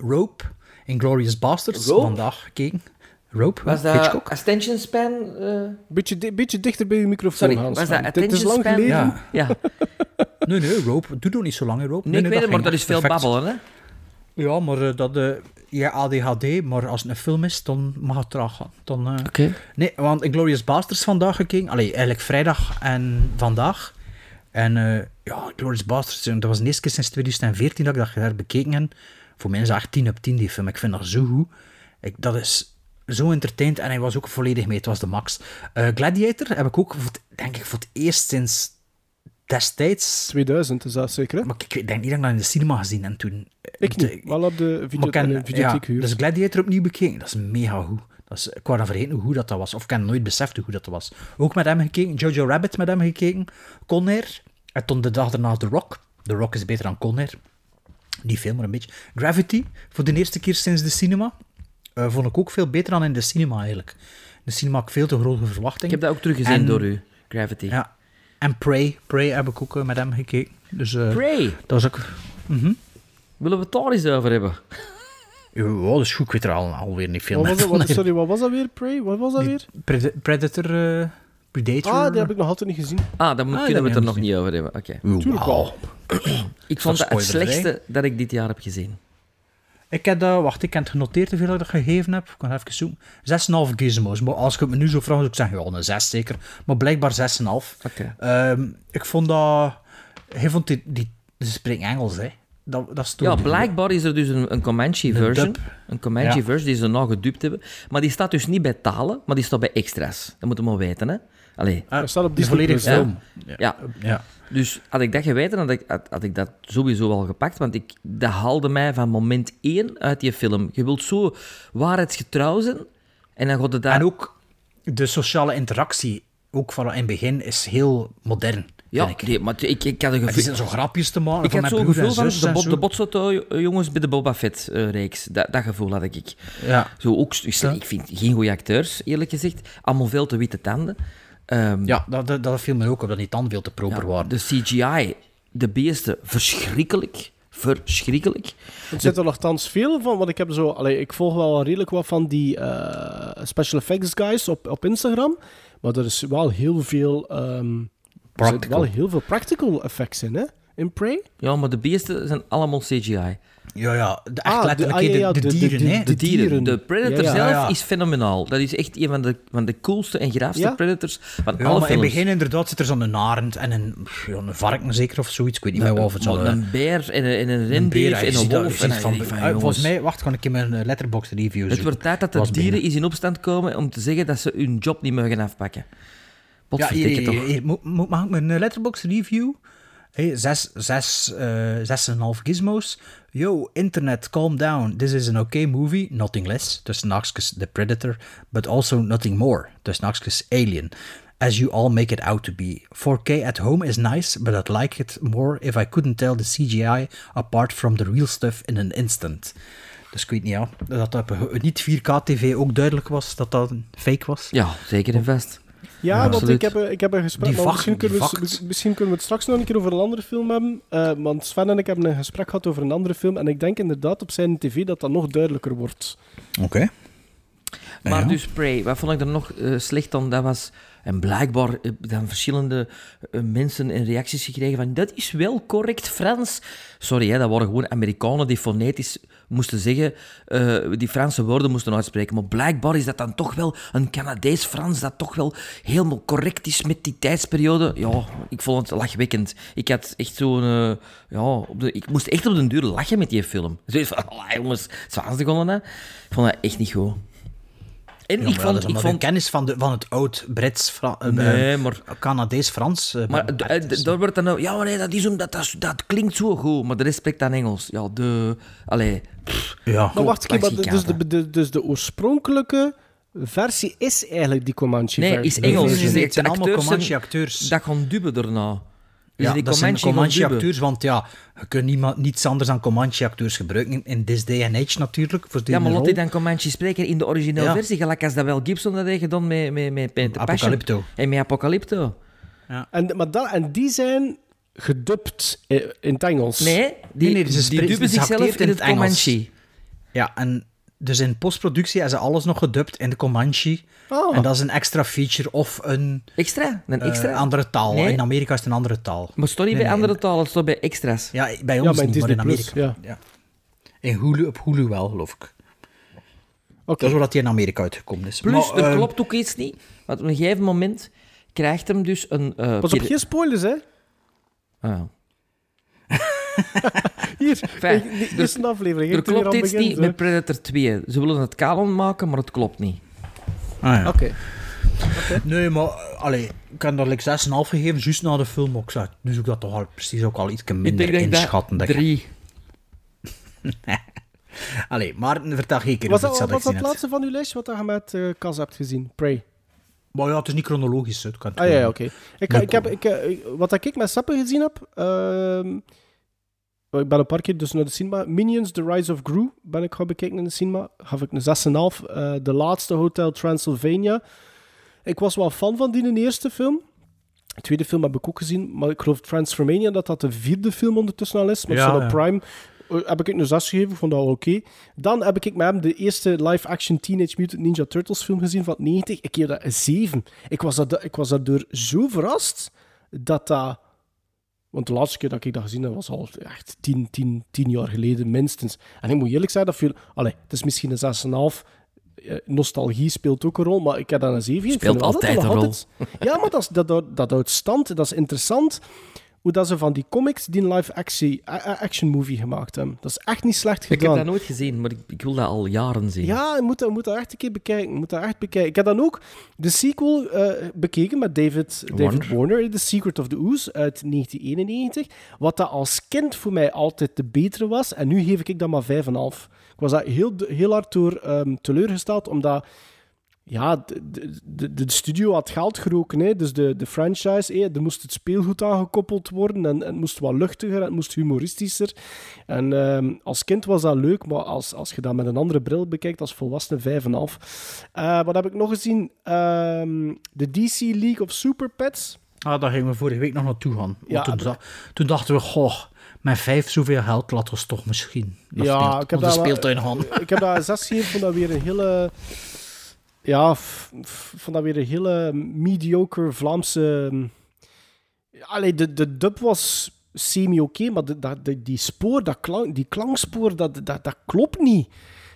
Rope. Inglorious Bastards.
Rope?
Vandaag gekeken. Rope.
Was dat
Hitchcock.
Attention Span? eh,
Beetje, di- beetje dichter bij je microfoon,
sorry,
Hans.
was
want
dat
dit is
Attention
lang
Span?
geleden.
Ja.
ja.
Nee,
Nee,
nee, rope. Doe nog niet zo lang, hè, rope.
ik weet het, maar
ging
dat is veel
perfect.
babbelen, hè?
Ja, maar eh, dat... eh, ja, ADHD, maar als het een film is, dan mag het traag gaan. Dan, eh,
Oké.
Nee, want Glorious Basterds vandaag gekeken. Allee, eigenlijk vrijdag en vandaag. En eh, ja, Glorious Basterds, dat was de eerste keer sinds 2014 dat ik dat heb bekeken. En voor mij is dat echt 10 op 10, die film. Ik vind dat zo goed. Ik, dat is zo entertained. En hij was ook volledig mee. Het was de max. Eh, Gladiator heb ik ook, voor het- denk ik, voor het eerst sinds destijds...
2000 is dat zeker, hè?
Maar ik- ik denk niet dat ik dat in de cinema gezien heb toen. eh,
Ik niet. Wel op de video,
Maar ik ken-
en, videotheek
ja,
huur.
Dus Gladiator opnieuw bekeken, dat is mega goed. Dat is, ik wou dan vergeten hoe goed dat, dat was. Of ik had nooit beseft hoe goed dat, dat was. Ook met hem gekeken, Jojo Rabbit met hem gekeken, Conair. En toen de dag daarna The Rock. The Rock is beter dan Conair. Die film maar een beetje. Gravity, voor de eerste keer sinds de cinema. eh, vond ik ook veel beter dan in de cinema eigenlijk. In de cinema had ik veel te grote verwachtingen.
Ik heb dat ook teruggezien
En-
door u, Gravity.
Ja. En Prey, Prey heb ik ook eh, met hem gekeken. Dus, eh,
Prey,
Dat was ook...
willen we het daar eens over hebben?
Ja, dat is goed. Ik weet er al, alweer niet veel
Wat
meer
was dat,
van.
wat, sorry, wat was dat weer, Prey? Wat was dat weer?
Pred- Predator. eh, Predator.
Ah, die heb ik nog altijd niet gezien.
Ah, dan
Ah,
kunnen
dat
we het er
niet
nog niet over hebben. Oké.
eh, Mm.
Tuurlijk wel.
Ik vond dat het
spoilerij.
slechtste dat ik dit jaar heb gezien.
Ik heb dat, wacht, ik heb het genoteerd hoeveel ik dat gegeven heb. Ik kan even zoeken. 6,5 gizmos. Maar als ik het me nu zo vraag, zou ik zeggen, ja, een 6 zeker. Maar blijkbaar 6,5.
Oké.
Ehm, ik vond dat... Hij vond die... die ze spreken Engels, hè. Dat, dat is toch-
Ja, blijkbaar is er dus een, een Comanche-version.
dub.
Een Comanche-version
Ja.
die ze nou gedubt hebben. Maar die staat dus niet bij talen, maar die staat bij extras. Dat moeten we maar weten, hè. Allee,
Ah,
Dat staat op
die
Disney+.
volledige
Ja.
film.
ja.
Ja.
Dus had ik dat geweten, had ik, had, had ik dat sowieso al gepakt. Want ik, dat haalde mij van moment één uit die film. Je wilt zo waarheidsgetrouw zijn. En dan gaat het daar...
En ook de sociale interactie, ook van in het begin, is heel modern.
Ja,
vind ik.
nee, maar ik, ik had een
Maar die
gevoel...
zijn zo grapjes te maken.
Oh, Ik
van
had
mijn
zo'n
broer en
gevoel van
zus
de,
en
bo
zo.
de botsauto-jongens bij de Boba Fett-reeks. dat, dat gevoel had ik.
Ja.
Zo ook, ik, zeg, ik vind geen goede acteurs, eerlijk gezegd. Allemaal veel te witte tanden. Ehm,
Ja, dus dat, dat, dat viel me ook op, dat die tanden veel te proper waren.
de CGI, de beesten, verschrikkelijk. Verschrikkelijk.
Er zit er nogthans veel van, want ik heb zo... Allee, ik volg wel redelijk wat van die eh, special effects guys op, op Instagram. Maar er is wel heel veel... ehm, er zit
Practical.
wel heel veel practical effects in, hè? In Prey.
Ja, maar de beesten zijn allemaal CGI.
Ja, ja, de, echt
Ah,
letterlijk,
de- ah,
hè,
ja, ja,
de, de
de- de-
dieren, hè.
de-
De dieren.
dieren.
De Predator
Ja, ja.
zelf
Ja, ja.
is fenomenaal. Dat is echt een van de, van de coolste en graafste
Ja.
Predators van
Ja,
alle
maar in het
films.
begin inderdaad zit er zo'n narend en een, pff, ja, een varken zeker of zoiets. Ik weet niet meer of het
Maar
zo'n...
een beer en een, en een
Oh, een beer,
rendier
hè. Je
en een
ziet dat- je
wolf.
ziet
En dan
van-
denk ik van,
Ah, Volgens
jongens.
mij, wacht, ga ik in mijn eh, letterbox review
Het wordt tijd dat de dieren eens in opstand komen om te zeggen dat ze hun job niet mogen afpakken.
Ja, hier,
Potverdikke
hier,
toch.
hier, hier, moet- moet- mag ik mijn eh, letterbox review? Hey, zes, zes, eh, zes en een half gizmos. Yo, internet, calm down. This is an okay movie, nothing less. Tussen haakjes The Predator, but also nothing more. Tussen haakjes Alien. As you all make it out to be. 4K at home is nice, but I'd like it more if I couldn't tell the CGI apart from the real stuff in an instant. Dus ik weet niet, ja, dat dat op een niet 4K TV ook duidelijk was dat dat een fake was.
Ja, zeker en vast.
Ja, want
absoluut.
ik heb, ik heb een gesprek.
Die
maar
vacht-
misschien, kunnen
die
we,
vacht.
het- misschien kunnen we het straks nog een keer over een andere film hebben. Eh, want Sven en ik hebben een gesprek gehad over een andere film. En ik denk inderdaad op zijn tv dat dat nog duidelijker wordt.
Oké.
Maar
Ja.
dus Prey, wat vond ik er nog eh, slecht aan? Dat was, en blijkbaar eh, dan verschillende eh, mensen en reacties gekregen van dat is wel correct Frans. Sorry, hè, dat waren gewoon Amerikanen die fonetisch moesten zeggen, eh, die Franse woorden moesten uitspreken. Maar blijkbaar is dat dan toch wel een Canadees-Frans dat toch wel helemaal correct is met die tijdsperiode. Ja, ik vond het lachwekkend. Ik had echt zo'n... eh, ja, op de, ik moest echt op den duur lachen met die film. Zoiets van, "Allee, jongens, het is begonnen, hè. Ik vond dat echt niet goed. En
Ja,
ik
maar ja,
vond,
dat is
ik
omdat
vond
hun kennis van, de, van het oud Brits, Fra- eh,
Nee,
eh,
maar-
Canadees-Frans. eh,
maar
maar-
d- eh, d- daar wordt dan nou, ja, maar nee, dat is omdat dat, dat klinkt zo goed, maar de rest spreekt dan Engels. Ja, de, allee, pff,
ja.
Maar wacht,
Goed,
maar de- dus,
Mexicaan,
de, de, dus de oorspronkelijke versie is eigenlijk die Comanche
nee,
versie.
is Engels.
nee, nee,
Dus de-
het zijn
de
allemaal
acteurs zijn-
Comanche-acteurs.
Dat gaan dubben daarna. Dus
ja,
die
dat zijn
Comanche gaan dubben.
Comanche-acteurs, want ja, je kunt niemand, niets anders dan Comanche-acteurs gebruiken in, in this day and age natuurlijk. Voor die
Ja, maar
rol.
laat die dan Comanche spreken in de originele
Ja.
versie, gelijk als dat wel Gibson dat heeft gedaan met, met, met Peter Passion.
Apocalypto.
En met Apocalypto.
En, maar dat, en die zijn gedubt eh, in het Engels.
Nee, die,
Nee, nee, ze
die
spreken-
dubben
ze acteert
zichzelf in
in
het
het Engels.
Comanche.
Ja, en dus in postproductie hebben ze alles nog gedubt in de Comanche.
Ah.
En dat is een extra feature of een
Extra, een
eh,
Oh. extra.
andere taal.
Nee.
In Amerika is het een andere taal.
Maar het stond niet
Nee,
bij
nee,
andere talen, het stond bij extras.
Ja, bij
Ja,
ons
maar in
niet, maar
Disney+.
in
Plus,
Amerika.
ja.
In Hulu, op Hulu wel, geloof ik. Dat is omdat hij in Amerika uitgekomen is.
Plus,
Maar,
er
eh,
klopt ook iets niet. Want op een gegeven moment krijgt hem dus een... eh,
Pas op,
peri-
geen spoilers, hè.
Ah, ja.
Hier,
Fijn,
ik- dit
dus
is een aflevering.
er
ik doe hier
klopt
aan
iets
begin,
niet
hè.
met Predator 2. Ze willen het kanon maken, maar het klopt niet.
ah, ja.
Oké.
Nee, maar eh, allee, ik heb dat like 6,5 gegeven, juist na de film. ook zei, dus ik dat toch al precies ook al iets minder inschatten. dat ik-
drie...
Allee, maar vertel geen keer
Was
of
dat,
het
was dat
gezien
het
hebt.
laatste van uw lijstje wat je met eh Cas hebt gezien? Prey.
Maar ja, het is niet chronologisch. hè, Het kan het
Ah ja,
gewoon-
ja, oké. Ik, ik heb, ik, eh, wat dat ik met Sappen gezien heb... ehm, ik ben een paar keer dus naar de cinema. Minions, The Rise of Gru ben ik gaan bekijken in de cinema. Gaf ik een 6,5. Eh, de laatste Hotel Transylvania. Ik was wel fan van die eerste film. De tweede film heb ik ook gezien. Maar ik geloof Transformania, dat dat de vierde film ondertussen al is. Met
Ja,
Shadow
ja.
Prime. eh, heb ik een 6 gegeven, ik vond dat wel oké. Dan heb ik met hem de eerste live-action Teenage Mutant Ninja Turtles film gezien van 90. Ik geef dat een 7. Ik was, dat, ik was daardoor zo verrast dat dat... Want de laatste keer dat ik dat gezien heb, was al echt 10, 10, 10 jaar geleden minstens. En ik moet eerlijk zijn, dat viel... Allee, het is misschien een 6,5. Eh, Nostalgie speelt ook een rol, maar ik heb daar een 7 gegeven.
Speelt
Ik vind dat
altijd
nog
een
Ja, maar dat, is- dat, houdt- dat houdt stand. Dat is interessant hoe dat ze van die comics die een live-action movie gemaakt hebben. Dat is echt niet slecht
Ik heb
gedaan.
dat nooit gezien, maar ik, ik wil dat al jaren zien.
Ja, je moet dat, moet dat echt een keer bekijken. je Moet dat echt bekijken. Ik heb dan ook de sequel eh, bekeken met David, David
Warner.
Warner, The Secret of the Ooze uit 1991. Wat dat als kind voor mij altijd de betere was. En nu geef ik dat maar 5,5. Ik was daar heel, heel hard door ehm, teleurgesteld, omdat... Ja, de, de- de, de studio had geld geroken, hè. dus de, de franchise, hè. er moest het speelgoed aangekoppeld worden en, en het moest wat luchtiger, en het moest humoristischer. En ehm, als kind was dat leuk, maar als, als je dat met een andere bril bekijkt, als volwassene 5,5. Eh wat heb ik nog gezien? Ehm, de DC League of Super Pets.
Ah, daar gingen we vorige week nog naartoe gaan. Want
Ja,
toen,
maar-
za- toen dachten we, goh, met vijf zoveel geld laten we toch misschien. Dat
Ja,
speelt-
ik heb
onze
daar wel-
speeltuin gaan.
Ik heb daar zes gegeven, vond dat weer een hele... Ja, f- f- vond dat weer een hele mediocre Vlaamse... mm, Allee, de, de dub was semi-oké, maar de, dat- de- die spoor, dat klank, die klankspoor, dat, dat, dat klopt niet.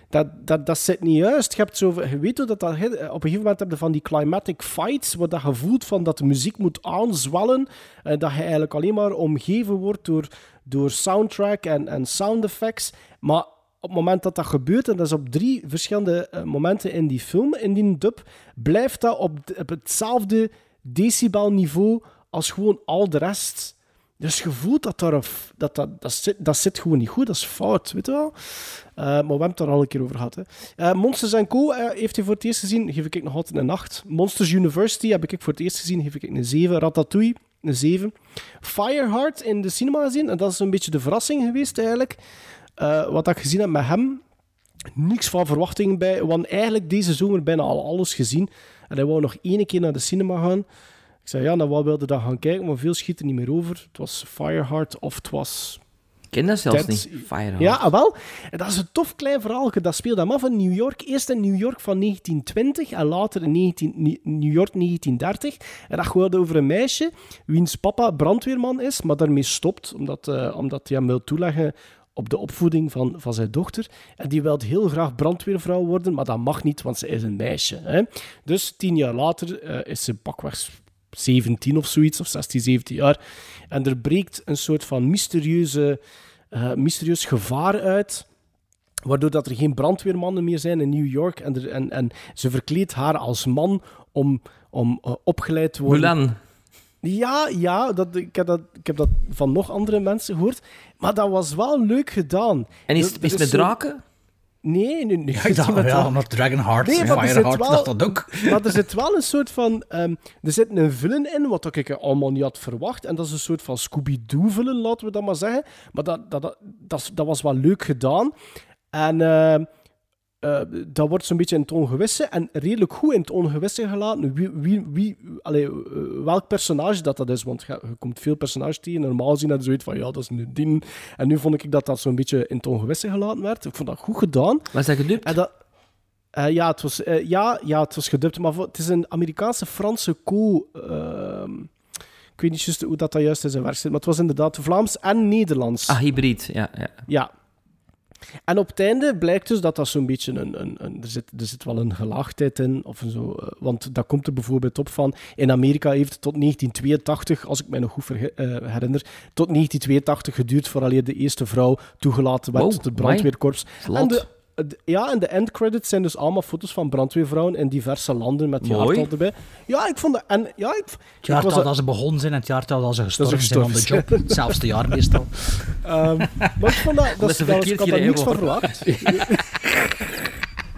Dat, dat, dat zit niet juist. Je, hebt zo, je weet hoe dat, dat... Op een gegeven moment heb je van die climatic fights, waar dat je voelt van dat de muziek moet aanzwellen, en dat je eigenlijk alleen maar omgeven wordt door, door soundtrack en, en sound effects. Maar op het moment dat dat gebeurt, en dat is op drie verschillende eh, momenten in die film, in die dub, blijft dat op, d- op hetzelfde decibelniveau als gewoon al de rest. Dus je voelt dat daar een f- dat, dat, dat, zit, dat zit gewoon niet goed, dat is fout, weet je wel? Eh, maar we hebben het daar al een keer over gehad. Hè. Eh, Monsters Co. eh, heeft hij voor het eerst gezien, geef ik nog altijd een 8. Monsters University heb ik voor het eerst gezien, geef ik een 7. Ratatouille, een 7. Fireheart in de cinema gezien, en dat is een beetje de verrassing geweest eigenlijk. Eh, wat ik gezien heb met hem, niks van verwachtingen bij. Want eigenlijk deze zomer bijna al alles gezien. En hij wou nog één keer naar de cinema gaan. Ik zei, ja, nou, wat wilde dan gaan kijken? Maar veel schiet er niet meer over. Het was Fireheart of het was...
Ik ken dat zelfs
Ted-
niet. Fireheart.
Ja, ah, wel. En dat is een tof klein verhaaltje. Dat speelde hem af in New York. Eerst in New York van 1920 en later in 19, Ni- New York 1930. En dat gaat over een meisje wiens papa brandweerman is, maar daarmee stopt, omdat, eh, omdat hij hem wil toeleggen op de opvoeding van, van zijn dochter. En die wil heel graag brandweervrouw worden, maar dat mag niet, want ze is een meisje. Hè? Dus tien jaar later eh, is ze pakweg 17 of zoiets, of 16, 17 jaar. En er breekt een soort van mysterieuze, eh, mysterieus gevaar uit. Waardoor dat er geen brandweermannen meer zijn in New York. En, er, en, en ze verkleedt haar als man om, om eh, opgeleid te worden.
Mulan.
Ja, ja dat, ik, heb dat, ik heb dat van nog andere mensen gehoord. Maar dat was wel leuk gedaan.
En is,
Er- er
is het met
zo-
draken?
Nee, nee, nee.
Ik
niet
dacht,
met
ja,
draken.
omdat Dragonheart,
Nee, maar er zit
Fireheart,
wel-
dacht dat ook.
Maar er zit wel een soort van... ehm, er zit een villain in, wat ook ik allemaal niet had verwacht. En dat is een soort van Scooby-Doo-villain, laten we dat maar zeggen. Maar dat, dat, dat, dat, is- dat was wel leuk gedaan. En ehm, eh, dat wordt zo'n beetje in het ongewisse en redelijk goed in het ongewisse gelaten wie, wie, wie, allee, eh, welk personage dat, dat is. Want je, je komt veel personages tegen. Normaal zien dat zoiets van, ja, dat is nu dien. En nu vond ik dat dat zo'n beetje in het ongewisse gelaten werd. Ik vond dat goed gedaan.
Was dat gedubt?
En dat, eh, ja, het was, eh, ja, ja, het was gedubt, maar voor- het is een Amerikaanse-Franse co. ehm, ik weet niet juist hoe dat, dat juist in zijn werk zit, maar het was inderdaad Vlaams en Nederlands.
Ah, hybride. Ja, ja.
Ja. En op het einde blijkt dus dat dat zo'n beetje een... een, een er, zit, er zit wel een gelaagdheid in, of zo. eh, Want dat komt er bijvoorbeeld op van... In Amerika heeft het tot 1982, als ik mij nog goed verge- eh, herinner... Tot 1982 geduurd vooraleer de eerste vrouw toegelaten werd
Wow,
tot het
amai.
brandweerkorps.
Laat.
En de, de- ja, en de endcredits zijn dus allemaal foto's van brandweervrouwen in diverse landen met die
Mooi.
jaartal erbij. Ja, ik vond dat... En, ja, ik,
Het
ik was
jaartal
dat-
dat ze begonnen zijn en het jaartal dat ze gestorven,
gestorven
zijn aan de job. Hetzelfde jaar meestal.
Ehm, maar ik vond dat... dat,
Omdat ze
dat- ik
verkeerd
had daar
gereden
niks van verwacht.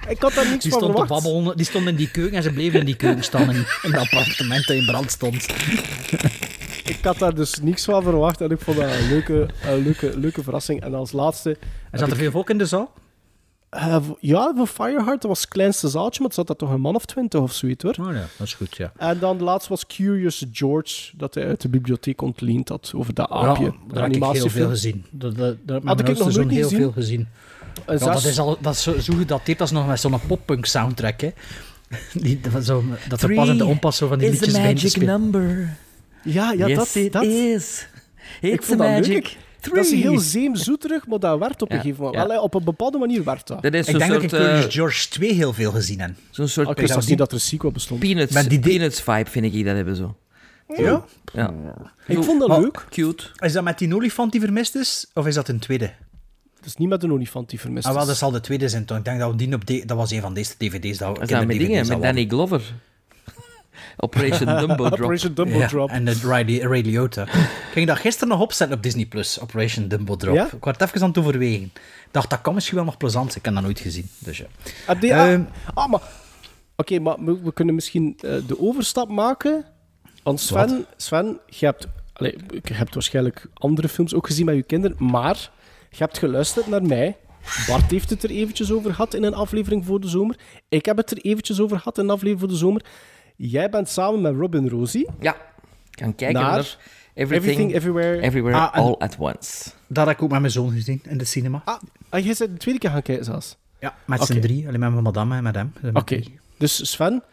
ik had daar niks
Die
van
stond te
verwacht.
babbelen, die stond in die keuken en ze bleven in die keuken staan. In een appartement dat in brand stond.
Ik had daar dus niks van verwacht en ik vond dat een leuke, een leuke, leuke verrassing. En als laatste...
En zat er veel volk in de zaal?
eh, v- ja, voor Fireheart, dat was het kleinste zaaltje, maar het zat daar toch een man of twintig of zoiets, hoor.
Oh ja, dat is goed, ja.
En dan laatst was Curious George, dat hij uit de bibliotheek ontleend had over dat aapje.
ja,
de
Ah, daar heb ik heel veel
animatiefilm.
gezien. Dat, dat, dat heb
Had
mijn
ik nog
oudste zoon
nooit
heel
gezien.
veel gezien.
Een
Ja, dat
zes-
is al dat is zo, zo gedateerd, dat is nog met zo'n poppunk soundtrack, hè. Die, dat zo, dat er pas in de onpas zo van die
It's
liedjes
a
bij
magic
gespeeld.
number.
ja, ja
yes,
dat,
it
dat,
is.
ik
It's a
vond dat
magic
leuk.
three.
dat is heel zeemzoeterig, maar dat werd op een
Ja,
gegeven moment.
ja.
Wel, hè, op een bepaalde manier werd dat.
Dat is
Ik
zo'n
denk dat ik
soort,
Curious
eh,
George 2 heel veel gezien heb.
zo'n soort
Ah, Ik wist zelfs
pe-
niet dat er een sequel bestond.
peanuts,
Maar die-
peanuts vibe vind ik hier dat hebben zo.
Ja?
Ja.
Ik vond dat
Maar-
leuk.
Cute.
Is dat met die olifant die vermist is? Of is dat een tweede?
Het is niet met een olifant die vermist
Ah, wel,
is.
dat zal de tweede zijn, toch? Ik denk dat we die op... de- Dat was een van deze dvd's. Dat we
Dat zijn
kinderdvd's
met dingen,
dat
met
we
Danny Glover. Operation Dumbo Drop.
Operation Dumbo
Ja,
Drop.
En de Ray Ray Liotta. Ik ging dat gisteren nog opzetten op Disney Plus, Operation Dumbo Drop.
Ja?
Ik werd even aan het overwegen. Ik dacht, dat kan misschien wel nog plezant zijn. Ik heb dat nooit gezien. Dus ja.
Heb die-
Ehm.
ah, ah, maar... Oké, maar we, we kunnen misschien eh, de overstap maken. Want Sven, Sven je, hebt, allee, je hebt waarschijnlijk andere films ook gezien met je kinderen, maar je hebt geluisterd naar mij. Bart heeft het er eventjes over gehad in een aflevering voor de zomer. Ik heb het er eventjes over gehad in een aflevering voor de zomer. Jij bent samen met Robin Rosie.
Ja, kan kijken
Naar
naar, Everything,
Everything, Everywhere.
Everywhere,
Ah, en-
All at Once.
Dat heb ik ook met mijn zoon gezien, in de cinema.
Ah, ah, jij bent de tweede keer gaan kijken zelfs.
Ja, met
Oké.
z'n drie. Alleen met mijn madame en met hem. Dus met
Oké,
drie.
dus Sven,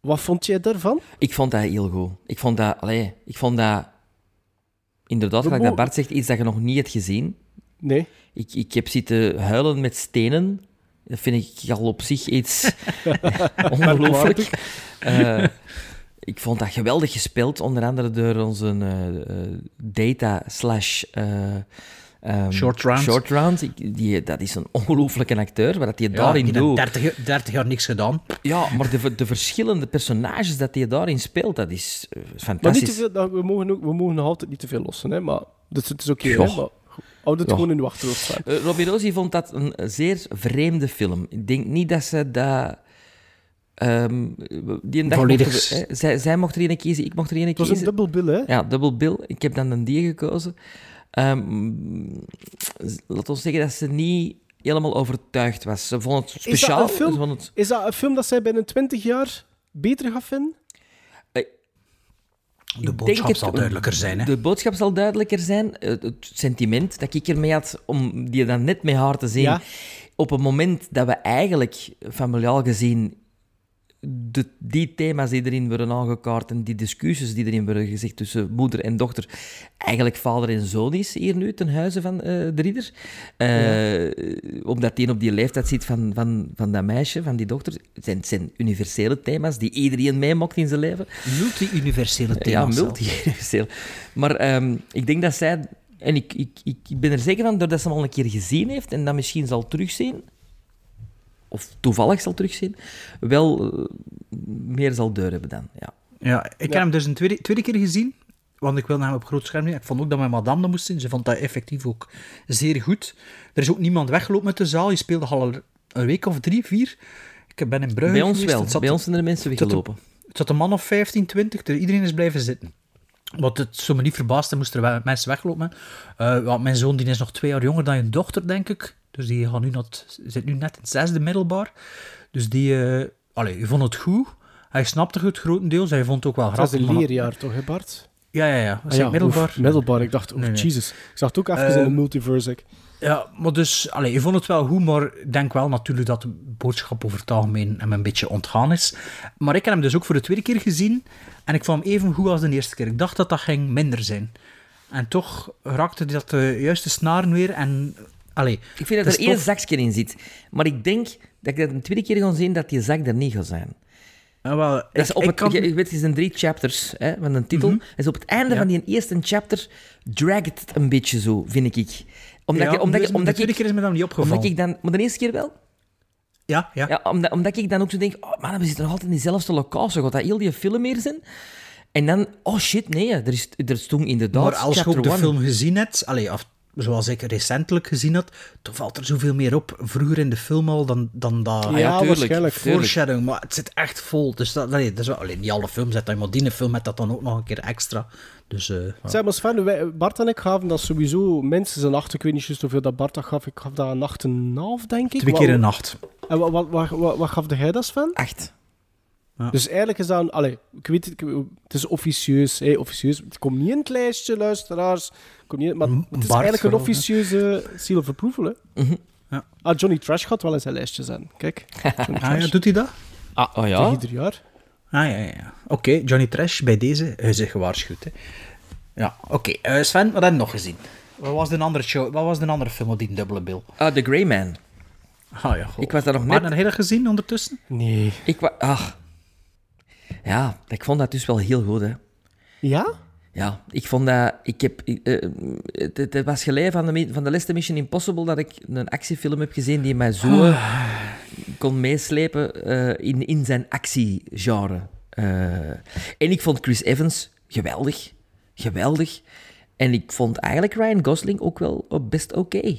wat vond jij daarvan?
Ik vond dat heel goed. Ik vond dat, allee, ik vond dat inderdaad,
We
gelijk
mo-
dat Bart zegt, iets dat je nog niet hebt gezien.
Nee.
Ik, ik heb zitten huilen met stenen. Dat vind ik al op zich iets ongelooflijk. Eh, ik vond dat geweldig gespeeld, onder andere door onze eh, eh, data slash... eh, ehm,
Short Round.
Short Round. Ik- die, dat is een ongelooflijke acteur, wat hij
Ja,
daarin
die heeft
doet.
30, jaar- 30 jaar niks gedaan.
Ja, maar de, de verschillende personages dat hij daarin speelt, dat is eh,
Maar niet
fantastisch.
te veel, dat- we, mogen ook, we mogen nog altijd niet te veel lossen, hè, maar dus het is oké.
Joh.
hè, maar Houd het
Joh.
gewoon in uw achterhoofd staan.
Eh, Robbie Rosie vond dat een zeer vreemde film. Ik denk niet dat ze dat... ehm, die een dag
Volledig.
mochten we- hè, zij, zij mocht er een kiezen, ik mocht er een
Het was een
kiezen.
dubbel bill, hè?
Ja, dubbel bill. Ik heb dan een die gekozen. Ehm laat ons zeggen dat ze niet helemaal overtuigd was. Ze vond het
Is dat,
speciaal.
een film,
Ze vond het,
is dat een film dat zij binnen 20 jaar beter gaat vinden?
De
Ik
boodschap
denk het-
zal duidelijker zijn, hè.
De boodschap zal duidelijker zijn. eh, Het, het sentiment dat ik ermee had om die dan net met haar te zien.
Ja.
Op een moment dat we eigenlijk, familiaal gezien, de, die thema's die erin worden aangekaart en die discussies die erin worden gezegd tussen moeder en dochter, eigenlijk vader en zoon is hier nu ten huize van eh, de ridder. Eh, Omdat die op die leeftijd zit van, van, van dat meisje, van die dochter. Het zijn, het zijn universele thema's die iedereen meemaakt in zijn leven.
Multi-universele
Ja,
thema's. zelf.
multi-universeel. Maar ehm, ik denk dat zij... En ik, ik, ik, ik ben er zeker van, doordat ze hem al een keer gezien heeft en dat misschien zal terugzien, of toevallig zal terugzien, wel eh, meer zal deur hebben dan. Ja.
Ja, ik heb hem dus een tweede, tweede keer gezien. Want ik wilde hem op groot scherm zien. Ik vond ook dat mijn madame dat moest zien. Ze vond dat effectief ook zeer goed. Er is ook niemand weggelopen uit de zaal. Je speelde al een- een week of drie, vier. Ik ben in Brugge
Bij ons
geweest.
wel.
Het zat-
Bij ons zijn er mensen
zat
weggelopen.
Het zat een man of 15, 20. Er, iedereen is blijven zitten. Wat het zo me niet verbaasde, moesten er wel mensen weglopen. Eh, want mijn zoon die is nog twee jaar jonger dan je dochter, denk ik. Dus die gaat nu not, zit nu net in het zesde middelbaar. Dus die... eh allee, hij vond het goed. Hij snapte het grotendeels. Hij vond het ook wel
Dat
grappig.
is een
maar-
leerjaar, toch, hè, Bart?
ja, ja, ja. Dat is
Ah, ja,
middelbaar.
oef, Ehm, middelbaar. Ik dacht, oh,
Nee, nee.
Jesus. Ik zag het ook even in de multiverse. ik.
Ja, maar dus, allee, ik vond het wel goed, maar ik denk wel natuurlijk dat de boodschap over het algemeen hem een beetje ontgaan is. Maar ik heb hem dus ook voor de tweede keer gezien en ik vond hem even goed als de eerste keer. Ik dacht dat dat ging minder zijn. En toch raakte hij dat de juiste snaren weer en Allee,
Ik vind dat,
het
er
is
één
tof.
zakje in zit. Maar ik denk dat ik dat een tweede keer ga zien dat die zak er niet gaat zijn.
Ah, wel,
Dat is
ik-
op
ik
het,
kan- Mhm.
je, je weet, het zijn drie chapters hè, van een titel. Dus op het einde van die eerste chapter dragt het een beetje zo, vind ik. Omdat
Ja,
je, omdat
dus
je, omdat
de tweede
ik,
keer is me dat niet opgevallen.
omdat ik dan, maar de eerste keer wel.
Ja, ja.
Ja, omdat, omdat ik dan ook zo denk, oh man, we zitten nog altijd in diezelfde locatie. Gaat dat heel die film meer zijn? En dan, oh shit, nee, er, is, er stond inderdaad
Maar als je
chapter
ook de
one.
film gezien hebt, allee, of zoals ik recentelijk gezien had, dan valt er zoveel meer op vroeger in de film al dan, dan dat
Ja,
tuurlijk,
waarschijnlijk.
tuurlijk.
foreshadowing. Maar het zit echt vol. Dus dat, allee, dat is wel, allee, niet alle films zetten, maar die film heeft dat dan ook nog een keer extra. Dus, eh, ja.
Zeg maar Sven, wij- Bart en ik gaven dat sowieso minstens een acht. Ik weet niet juist hoeveel dat Bart dat gaf. Ik gaf dat een acht en een half, denk ik.
Twee
Wat-
keer een nacht.
En wat, wat, wat, wat, wat gaf jij dat, Sven?
Acht.
Dus eigenlijk is dat een... Allee, ik weet het, ik- het is officieus. Hé, officieus. Het komt niet in het lijstje, luisteraars. Het komt niet in- maar het is
Bart
eigenlijk een
vooral, hè.
officieuze seal of approval, hè.
Mhm.
Ja.
Ah, Johnny Trash gaat wel in zijn lijstje zijn. Kijk, Johnny
Ah
Trash.
ja, doet hij dat?
Ah, oh
Tegen
ja?
ieder jaar.
Ah ja, ja. ja. Oké, Johnny Trash, bij deze, hij is gewaarschuwd. Hè. Ja, oké. Eh, Sven, wat heb je nog gezien? Wat was de andere, show, wat was de andere film op die dubbele bil?
Ah, The Grey Man.
Ah ja, goh.
Ik was daar nog
Maar
net-
heb je dat gezien ondertussen?
Nee.
Ik wa- ach. Ja, ik vond dat dus wel heel goed, hè.
Ja?
Ja, ik vond dat... Ik heb, ik, eh, het, het was gelijk van de, mi- van de laatste Mission Impossible dat ik een actiefilm heb gezien die mij zo kon meeslepen eh, in, in zijn actiegenre. Eh, en ik vond Chris Evans geweldig. Geweldig. En ik vond eigenlijk Ryan Gosling ook wel eh, best oké.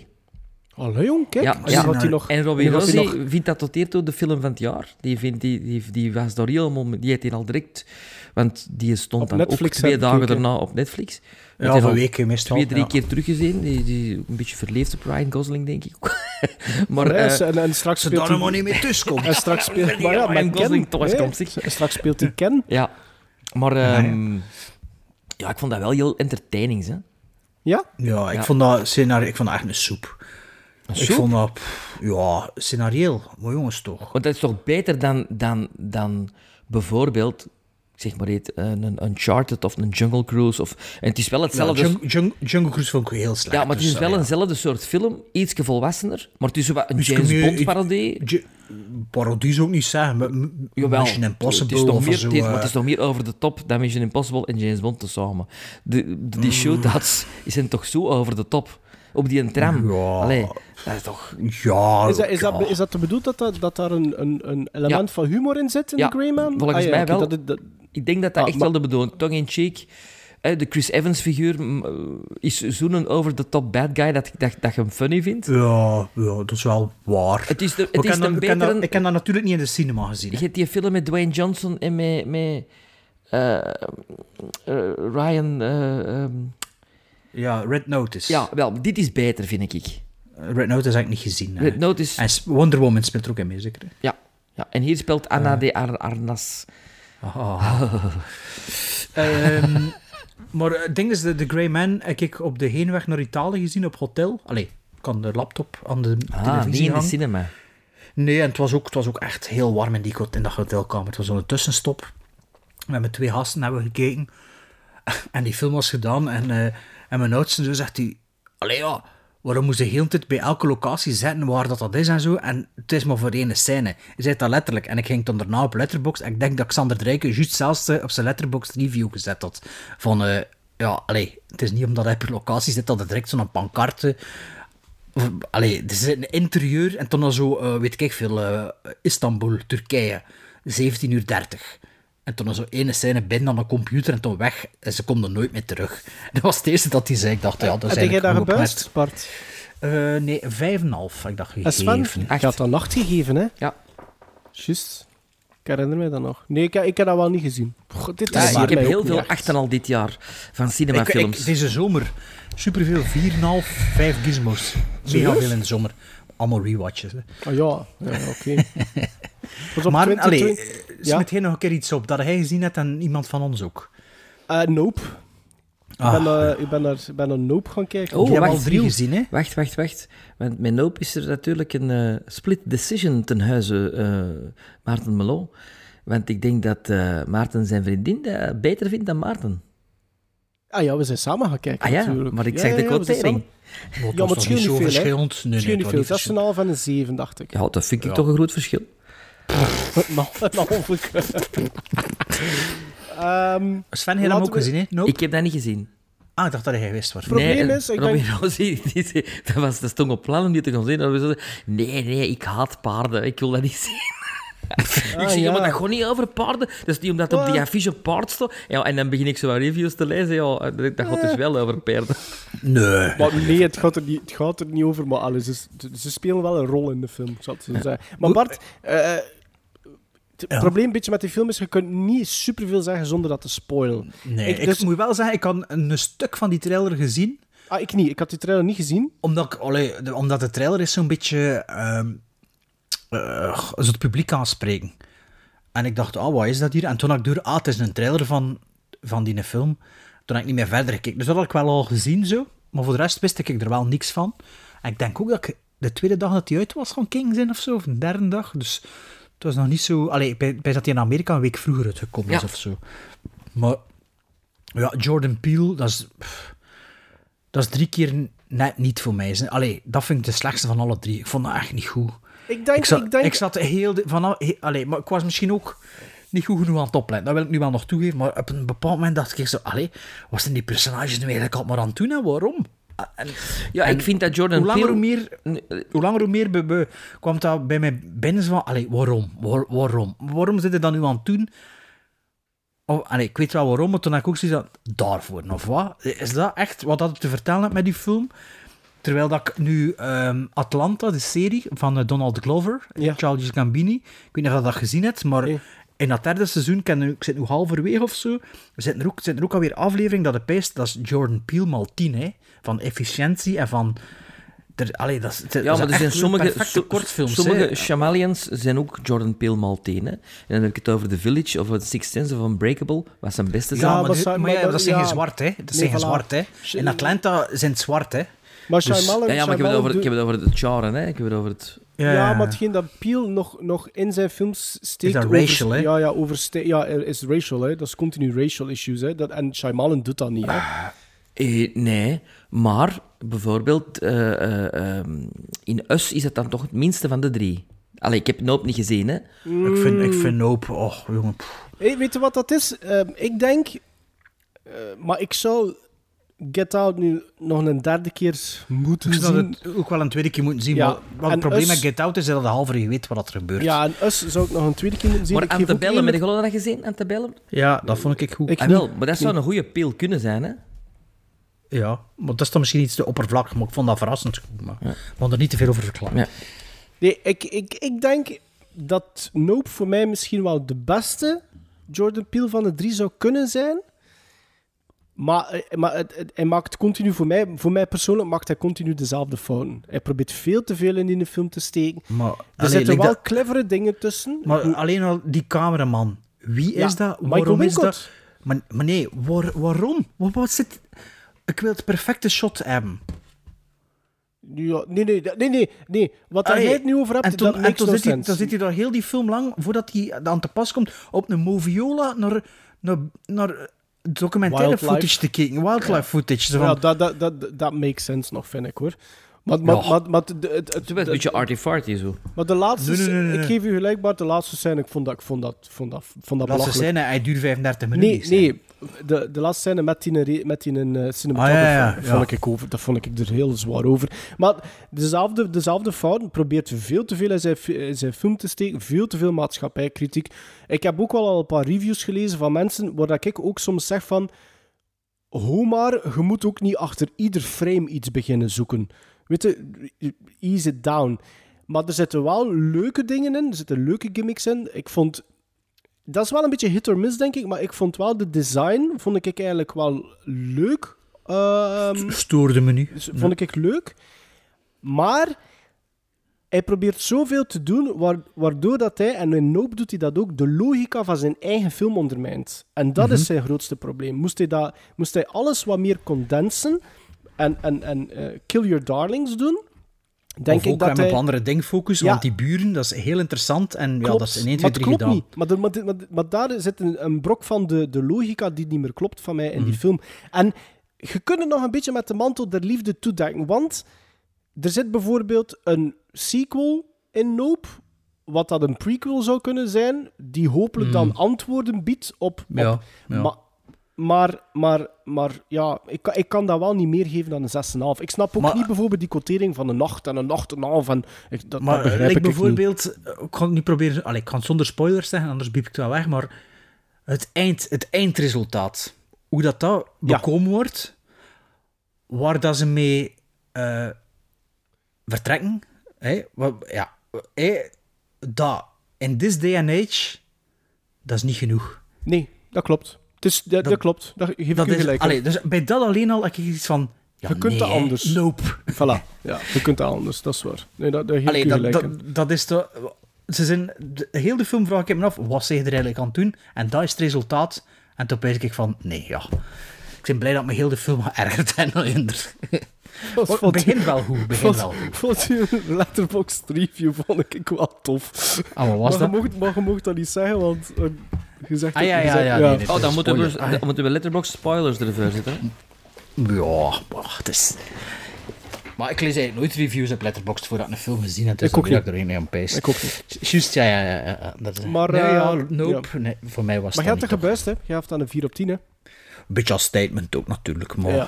Allee, jong, kijk.
Ja,
En
ja.
wat hij nog-
En Robbie
wat hij
Rossi
nog-
vindt dat tot hiertoe de film van het jaar. Die, vindt, die, die, die was daar helemaal... Die heeft die al direct... Want die stond
Op
dan
Netflix
ook twee
heb ik
dagen
gekeken.
daarna op Netflix.
Ja,
Heeft
of een
al
week meestal.
Twee, drie
ja.
keer teruggezien. Die, die, een beetje verleefd op Ryan Gosling, denk ik. maar...
Ja,
eh,
ze- en, en straks
Ze
speelt
daar
hij...
maar niet mee tussenkomt.
En straks speelt... Maar ja,
Ryan
men
Gosling
Ken.
thuis
hè.
komt, zeg.
En straks speelt hij Ken.
ja. Maar... ehm, ja, ik vond dat wel heel entertaining, hè.
Ja?
Ja, ik,
Ja.
Vond dat scenario, ik vond dat echt een soep. Ik
soep?
vond dat, pff, ja, scenario. Maar jongens toch.
Want dat is toch beter dan, dan, dan bijvoorbeeld... ik Zeg maar heet, een Uncharted of een Jungle Cruise. Of, en het is wel
Ja,
hetzelfde.
Jung, Jung, Jungle Cruise vond ik heel slecht.
Ja, maar het
dus,
is wel
ja.
eenzelfde soort film, iets volwassener, maar het is zo wat een
Dus
James
kun je-
Bond parodie.
J- Parodie zou ik niet zeggen. maar m-
Jawel,
Mission
het
Impossible
is nog
of
meer,
zo.
het is-
eh,
maar het is nog meer over de top dan Mission Impossible en James Bond tezamen. De, de,
Mm.
die shootouts zijn toch zo over de top. Op die tram.
Ja.
Allee, dat is toch...
Ja,
Oh,
Is dat, is
ja.
dat, is dat bedoeld dat, dat, dat daar een, een, een element
Ja.
van humor in zit in
Ja,
de Greyman?
volgens mij wel.
Dat, dat,
Ik denk dat dat
Ah,
echt
maar-
wel de bedoeling Tong in cheek. Eh, De Chris Evans-figuur mm, eh, is zo'n over-the-top bad guy dat, dat, dat je hem funny vindt.
Ja, ja, dat is wel waar.
Het is de- het
Maar ik
is
heb
de
dat- ik heb
betere-
dat- Ik heb dat natuurlijk niet in de cinema gezien.
Je
hè.
hebt die film met Dwayne Johnson en met, met eh, eh, Ryan... eh, ehm,
Ja, Red Notice. Eh,
Ja, wel, dit is beter, vind ik.
Red Notice heb ik niet gezien. hè.
Red Notice-
En Sp- Wonder Woman speelt er ook in mee, zeker? hè?
Ja. ja. En hier speelt Anna de Ar Arnas.
Ehm, maar het ding is, de, de Grey Man heb ik op de heenweg naar Italië gezien op hotel. Allee, ik kan de laptop aan de
Ah, niet
televisie
in de
hangen.
cinema.
nee, en het was, ook, het was ook echt heel warm in, die, kot- in dat hotelkamer. Het was zo'n tussenstop. We hebben twee gasten hebben gekeken. En die film was gedaan. En, eh, en mijn oudste zo zegt hij... Allee ja, waarom moest je heel de tijd bij elke locatie zetten waar dat, dat is en zo? En het is maar voor één scène. Hij zei dat letterlijk. En ik ging dan daarna op Letterboxd. En ik denk dat Xander Drijken juist zelfs eh, op zijn Letterboxd review gezet had. Van, eh, ja, allee, het is niet omdat hij per locatie zit dat er direct zo'n pancarte... Of, Allee, er zit een interieur en dan al zo, eh, weet ik veel, eh, Istanbul, Turkije, 17 uur 30. En toen al zo ene scène binnen aan de computer en toen weg. En ze komt er nooit meer terug. Dat was het eerste dat hij zei. Ik dacht, ja, dat is
heb jij
eigenlijk
daar
gewoon
gebuist, Bart?
eh, nee, vijf en een half heb ik dat
En Sven,
gegeven.
je had dan nacht gegeven, hè?
Ja.
Juist. Ik herinner mij dat nog. Nee, ik, ik heb dat wel niet gezien. God, dit
Ja,
is
Dus ik
hier
heb
mij
heel
ook niet
veel
echt.
achten al dit jaar van
Ik,
cinemafilms.
ik, deze zomer superveel. Vier en een half, vijf gizmos. Mega
Serieus?
veel in de zomer. Allemaal rewatches. Hè.
Oh, ja, ja oké. Pas op,
Maar,
20,
allee,
20
eh,
ja?
smet jij nog een keer iets op dat hij gezien hebt en iemand van ons ook?
Eh, nope.
Ah.
ik, ben, eh, ik, ben naar, ik ben naar Nope gaan kijken.
Oh,
Die hebben al
wacht,
drie
Niels.
gezien, hè?
Wacht, wacht, wacht. Want met Nope is er natuurlijk een eh, split decision ten huize eh, Maarten Melo. eh, Want ik denk dat eh, Maarten zijn vriendin dat beter vindt dan Maarten.
Ah ja, we zijn samen gaan kijken
Ah ja,
natuurlijk.
maar ik zeg de
we zijn
quotering.
samen- Ja, maar het
niet
scheelt niet
zo
veel, hè.
verschillend. Nee, nee,
Het scheelt
het was
niet
niet
veel. 6,5 en een 7, dacht ik.
Ja, dat vind ik toch een groot verschil.
Nou, ongeluk. Ehm,
Sven, heb je hem
Laten
ook
we-
gezien, hè? Nope.
Ik heb dat niet gezien.
Ah, ik dacht dat hij wist waarvan.
probleem
nee,
is, ik
Robin
denk-
Rossi, die zei- dat, was, dat stond op plan om die te gaan zien. En we zeiden, nee, nee, ik haat paarden. Ik wil dat niet zien. ik zeg, ja,
Ah, ja.
maar dat gaat niet over paarden. Dat is niet omdat op die
Wat?
affiche paard staat. Ja, en dan begin ik zo wat reviews te lezen. Ja, dat dat
Eh.
gaat dus wel over paarden.
Nee.
Maar nee, het gaat er niet, het gaat er niet over, maar alles is, ze spelen wel een rol in de film, zou ik zo zeggen. Maar Bart, eh, het
Ja.
probleem een beetje met die film is, je kunt niet superveel zeggen zonder dat te spoilen.
Nee,
Ik
ik,
dus-
moet wel zeggen, ik had een stuk van die trailer gezien.
Ah, ik niet. Ik had die trailer niet gezien.
Omdat, ik, allee, de- omdat de trailer is zo'n beetje... ehm eh, zo het publiek aanspreken. En ik dacht, ah, wat is dat hier? En toen had ik door, ah, het is een trailer van, van die film. Toen had ik niet meer verder gekeken. Dus dat had ik wel al gezien, zo. Maar voor de rest wist ik er wel niks van. En ik denk ook dat ik de tweede dag dat die uit was van King zijn of zo, of de derde dag. Dus het was nog niet zo... Allee, bij, bij dat hij in Amerika een week vroeger uitgekomen is
Ja.
of zo. Maar ja, Jordan Peele, dat is... pff, dat is drie keer net niet voor mij. Allee, dat vind ik de slechtste van alle drie. Ik vond dat echt niet goed.
Ik denk,
Ik
ik,
zat, ik
denk,
zat heel... de- Van, al- he- allee, maar ik was misschien ook niet goed genoeg aan het opletten. Dat wil ik nu wel nog toegeven. Maar op een bepaald moment dacht ik zo... Allee, wat zijn die personages nu eigenlijk allemaal aan het doen en waarom?
Ja, ik vind dat Jordan
Hoe langer
Peele...
hoe meer, hoe langer hoe meer be- be- kwam dat bij mij binnen zo van... Allee, waarom? Waar- waarom? Waarom zit je dat nu aan het doen? Oh, allee, ik weet wel waarom, maar toen had ik ook zoiets van... Daarvoor, of wat? Is dat echt wat dat ik te vertellen heb met die film? Terwijl dat ik nu ehm, Atlanta, de serie van eh, Donald Glover,
Ja.
Charles Gambini, ik weet niet of je dat gezien hebt, maar
Nee.
in dat derde seizoen, ik, ken nu, ik zit nu halverwege of zo, er zit er ook, zit er ook alweer aflevering dat de pijst, dat is Jordan Peele mal 10, hè, van efficiëntie en van... Er, allee, dat is, het-
Ja,
dat
maar
is
er zijn
echt
sommige,
perfecte
so-
kortfilms.
sommige
hè.
Shyamalians zijn ook Jordan Peele Maltene. En dan heb ik het over The Village of The Sixth Sense of Unbreakable, wat zijn beste
Ja, maar,
maar
ze-
zou-
maar
maar
ja,
dat-
dat zijn
ja.
geen zwart, hè. Dat
Nee,
zijn geen
voilà.
zwart, hè. In Atlanta zijn het zwart, hè.
maar
dus-
Shyamalan...
Ja, ja, maar ik heb het
Shyamalan
over, ik
doet-
heb het over het charen, hè. Ik heb het over het...
ja, maar hetgeen dat Peel nog, nog in zijn films steekt...
dat
over-
racial, hè?
Ja, ja, over ste- ja, er is racial, hè. Dat is continu racial issues, hè. Dat, en Shyamalan doet dat niet,
Ah.
hè.
Eh, nee, maar bijvoorbeeld eh, eh, ehm, in Us is het dan toch het minste van de drie. Allee, ik heb Nope niet gezien, hè.
Ik vind, ik
Mm.
vind Nope... Och, jongen... pff.
Hey, weet je wat dat is? Ehm, ik denk... eh, maar ik zou Get Out nu nog een derde keer moeten
Ik zou
zien.
het ook wel een tweede keer moeten zien,
Ja,
maar wat
en
het probleem
Us-
met Get Out is dat de halve je weet wat er gebeurt.
Ja, en Us zou ik nog een tweede keer moeten zien.
Maar
Ik geef ook
Antebellum, heb
eerlijk-
je al dat gezien, Antebellum?
Ja, dat vond ik goed.
Ik
Ah,
niet.
wel, maar dat zou een goede pil kunnen zijn, hè.
Ja, maar dat is dan misschien iets te oppervlakkig, maar ik vond dat verrassend goed. Maar ik kon er niet te veel over verklaren.
Ja.
Nee, ik, ik, ik denk dat Nope voor mij misschien wel de beste Jordan Peele van de drie zou kunnen zijn. Maar, eh, maar het, het- hij maakt continu, voor mij, voor mij persoonlijk, maakt hij continu dezelfde fouten. Hij probeert veel te veel in die film te steken.
Maar,
Er
allee,
zitten
like
wel
dat-
clevere dingen tussen.
maar alleen al die cameraman. Wie
Ja,
is dat?
Michael
Waarom is
Wincott.
dat? Maar, maar nee, waar- waarom? Wat, wat zit... Ik wil het perfecte shot hebben.
Ja, nee, nee, dat- nee, nee, nee. Wat daar
Allee,
jij het nu over hebt,
en toen,
dat
en
makes
toen
no
zit hij,
sense.
dan zit hij daar heel die film lang, voordat hij aan te pas komt, op een moviola naar, naar, naar documentaire
Wildlife.
footage te kijken. Wildlife footage. Zo van,
Ja, dat, dat, dat, dat makes sense nog, vind ik, hoor. Maar, maar,
Ja.
maar, maar, de- het- het-
Het is wel een beetje arty-farty, zo.
maar de laatste...
Nee, nee, nee, nee,
Ik
nee.
geef u gelijk, Bart. De laatste scène, ik vond dat, ik vond dat, vond dat, vond
Laat
dat
ze
belachelijk.
zijn, hè, hij duurt 35 minuten.
Nee,
die scène.
nee. De, de laatste scène met die, re- met die eh, cinematographer,
Ah, ja, ja, ja.
Vond ik over, dat vond ik er heel zwaar over. Maar dezelfde, dezelfde fout probeert veel te veel in zijn, fi- in zijn film te steken, veel te veel maatschappijkritiek. Ik heb ook wel al een paar reviews gelezen van mensen waar dat ik ook soms zeg van... Hoe maar, je moet ook niet achter ieder frame iets beginnen zoeken. Weet je, ease it down. Maar er zitten wel leuke dingen in, er zitten leuke gimmicks in. Ik vond dat is wel een beetje hit or miss, denk ik. Maar ik vond wel de design, vond ik eigenlijk wel leuk. Ehm,
Stoorde me nu.
dus vond ik leuk. Maar hij probeert zoveel te doen, waar- waardoor dat hij, en in Nope doet hij dat ook, de logica van zijn eigen film ondermijnt. En dat
Mhm.
is zijn grootste probleem. Moest hij, dat, moest hij alles wat meer condensen en, en, en eh, Kill Your Darlings doen, Denk
of
ik
ook
dat
hem
hij-
op andere dingen focussen,
Ja.
want die buren, dat is heel interessant. En ja,
Klopt,
dat is in 1, 2,
maar het
3
klopt
gedaan.
niet. Maar, er- maar, dit- maar, dit- maar daar zit een, een brok van de, de logica die niet meer klopt van mij in
Mhm.
die film. En je kunt het nog een beetje met de mantel der liefde toedenken. Want er zit bijvoorbeeld een sequel in Nope, wat dat een prequel zou kunnen zijn, die hopelijk dan antwoorden biedt op... op
Mhm. Ja, ja.
Maar, maar, maar, maar ja, ik, kan- ik kan dat wel niet meer geven dan een 6,5. Ik snap ook
Maar-
niet bijvoorbeeld die quotering van een nacht en een nacht en een half. En, ik, dat,
Maar
dat begrijp
like
ik ook niet.
bijvoorbeeld, eh, ik ga het nu proberen, allee, ik ga het zonder spoilers zeggen, anders biep ik het wel weg, maar het, eind, het eindresultaat, hoe dat, dat
Ja.
bekomen wordt, waar dat ze mee eh, vertrekken, hè, wat, ja, hè, dat in this day and age, dat is niet genoeg.
Nee, dat klopt. Het is, dat, dat klopt. Dat geef
Dat
ik u
is,
gelijk.
allee, dus bij dat alleen al heb ik iets van, ja,
Je kunt
nee,
dat
hè,
anders.
Nope.
Voilà. Ja, je kunt dat anders, dat is waar. Nee, dat, dat geef
Allee,
ik u
dat,
gelijk.
dat,
in.
dat is de, ze zijn, de, heel de film vraag ik me af, wat ze er eigenlijk aan het doen? En dat is het resultaat. En toen weet ik van, nee, ja. Ik ben blij dat me heel de film geërgerd en minder.
Dat
Het
vond-
begint wel goed, begin
vond-
wel goed.
Vond je een letterboxd review vond ik wel tof.
Ah, wat was
maar,
dat?
Je mocht, maar je mocht dat niet zeggen, want eh, je zegt...
Ah,
het-
ja,
je
ja,
zegt-
ja, nee, nee.
Oh, dan moeten we,
Spoiler.
dan moeten we letterbox spoilers ervoor zetten. hè?
Ja, maar het is... Maar ik lees eigenlijk nooit reviews op Letterboxd voordat ik een film gezien heb. Dus
Ik ook
dan weet
niet.
dat Ik er een aan pees.
Ik ook niet.
Juist, ja, ja, ja. ja, dat is-
Maar,
nee,
eh,
ja,
ja.
nope. Nee, voor mij was
Maar je
dat
hebt het
niet
gebuist, hè. Je hebt aan een 4 op 10, hè.
Een beetje als statement ook natuurlijk, maar
Ja.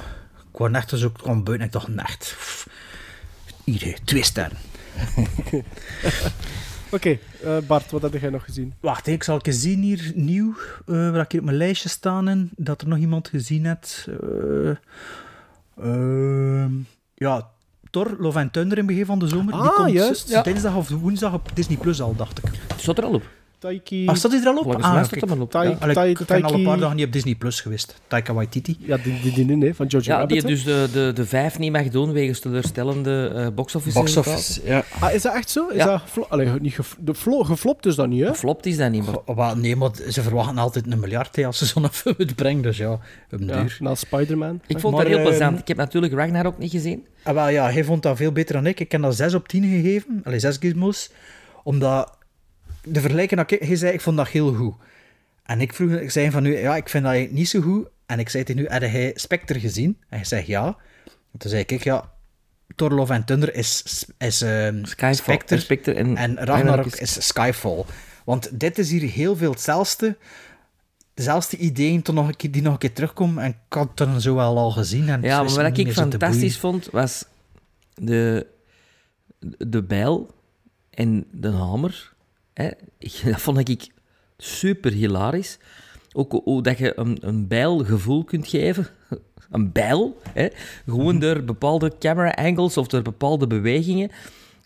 ik wou net dus ook kwam buiten en ik dacht, nacht. Hier, hè, twee sterren.
Oké, eh, Bart, wat heb jij nog gezien?
Wacht, hè, ik zal eens zien hier, nieuw, eh waar ik hier op mijn lijstje staan in, dat er nog iemand gezien heeft. Eh, ehm, ja, Thor, Love and Thunder in begin van de zomer. die
Ah,
komt
juist,
z-
ja.
dinsdag of woensdag op Disney Plus al, dacht ik.
Het Zat er al op.
Taiki...
Ah, staat hij er al op?
Volgens mij
Ah,
staat
kijk.
er maar op.
Tai-
ja.
Allee, ik ben al een
Taiki-
paar dagen niet op Disney Plus geweest. Taika Waititi.
Ja, die, die, die, die, nee, van Jojo
Ja, die
Rabbit,
het
hè.
dus de, de, de vijf niet mag doen wegens teleurstellende eh box-office. resultaten.
dus- ja.
Ah, is dat echt zo? Is
Ja.
dat... geflo- Allee, niet gef- de flo- geflopt is dat niet, hè?
Flopt is dat niet, maar
Oh, wel, Nee, maar ze verwachten altijd een miljard hè, als ze zo'n film uitbrengen. Dus ja, een
Ja,
duur.
na Spider-Man.
ik vond
Maar,
dat heel
ehm,
plezant. Ik heb natuurlijk Ragnarok niet gezien.
Ah, wel, ja, hij vond dat veel beter dan ik. Ik heb dat 6 op 10 gegeven. Allee, 6 gizmos. Omdat de vergelijking dat ik... Hij zei, ik vond dat heel goed. En ik vroeg... Ik zei van nu, ja, ik vind dat eigenlijk niet zo goed. En ik zei tegen nu, had hij Spectre gezien? En hij zegt ja. En toen zei ik, "Kijk, ja... Thor, Love and Thunder is, is ehm,
Skyfall,
Spectre,
en Spectre en
Ragnarok
Ragnarok
is...
Hm. is-
Skyfall. Want dit is hier heel veel hetzelfde. Dezelfde ideeën toch nog een keer, die nog een keer terugkomen. En ik had het dan zo wel al gezien. En het
Ja, maar
is
wat
niet
ik
meer zo te boeien.
fantastisch vond, was de, de bijl en de hamer. Hè. Ik- Dat vond ik super hilarisch. Ook hoe- hoe dat je een, een bijl gevoel kunt geven. Een bijl. Hè.
Mhm.
Gewoon door bepaalde camera angles of door bepaalde bewegingen.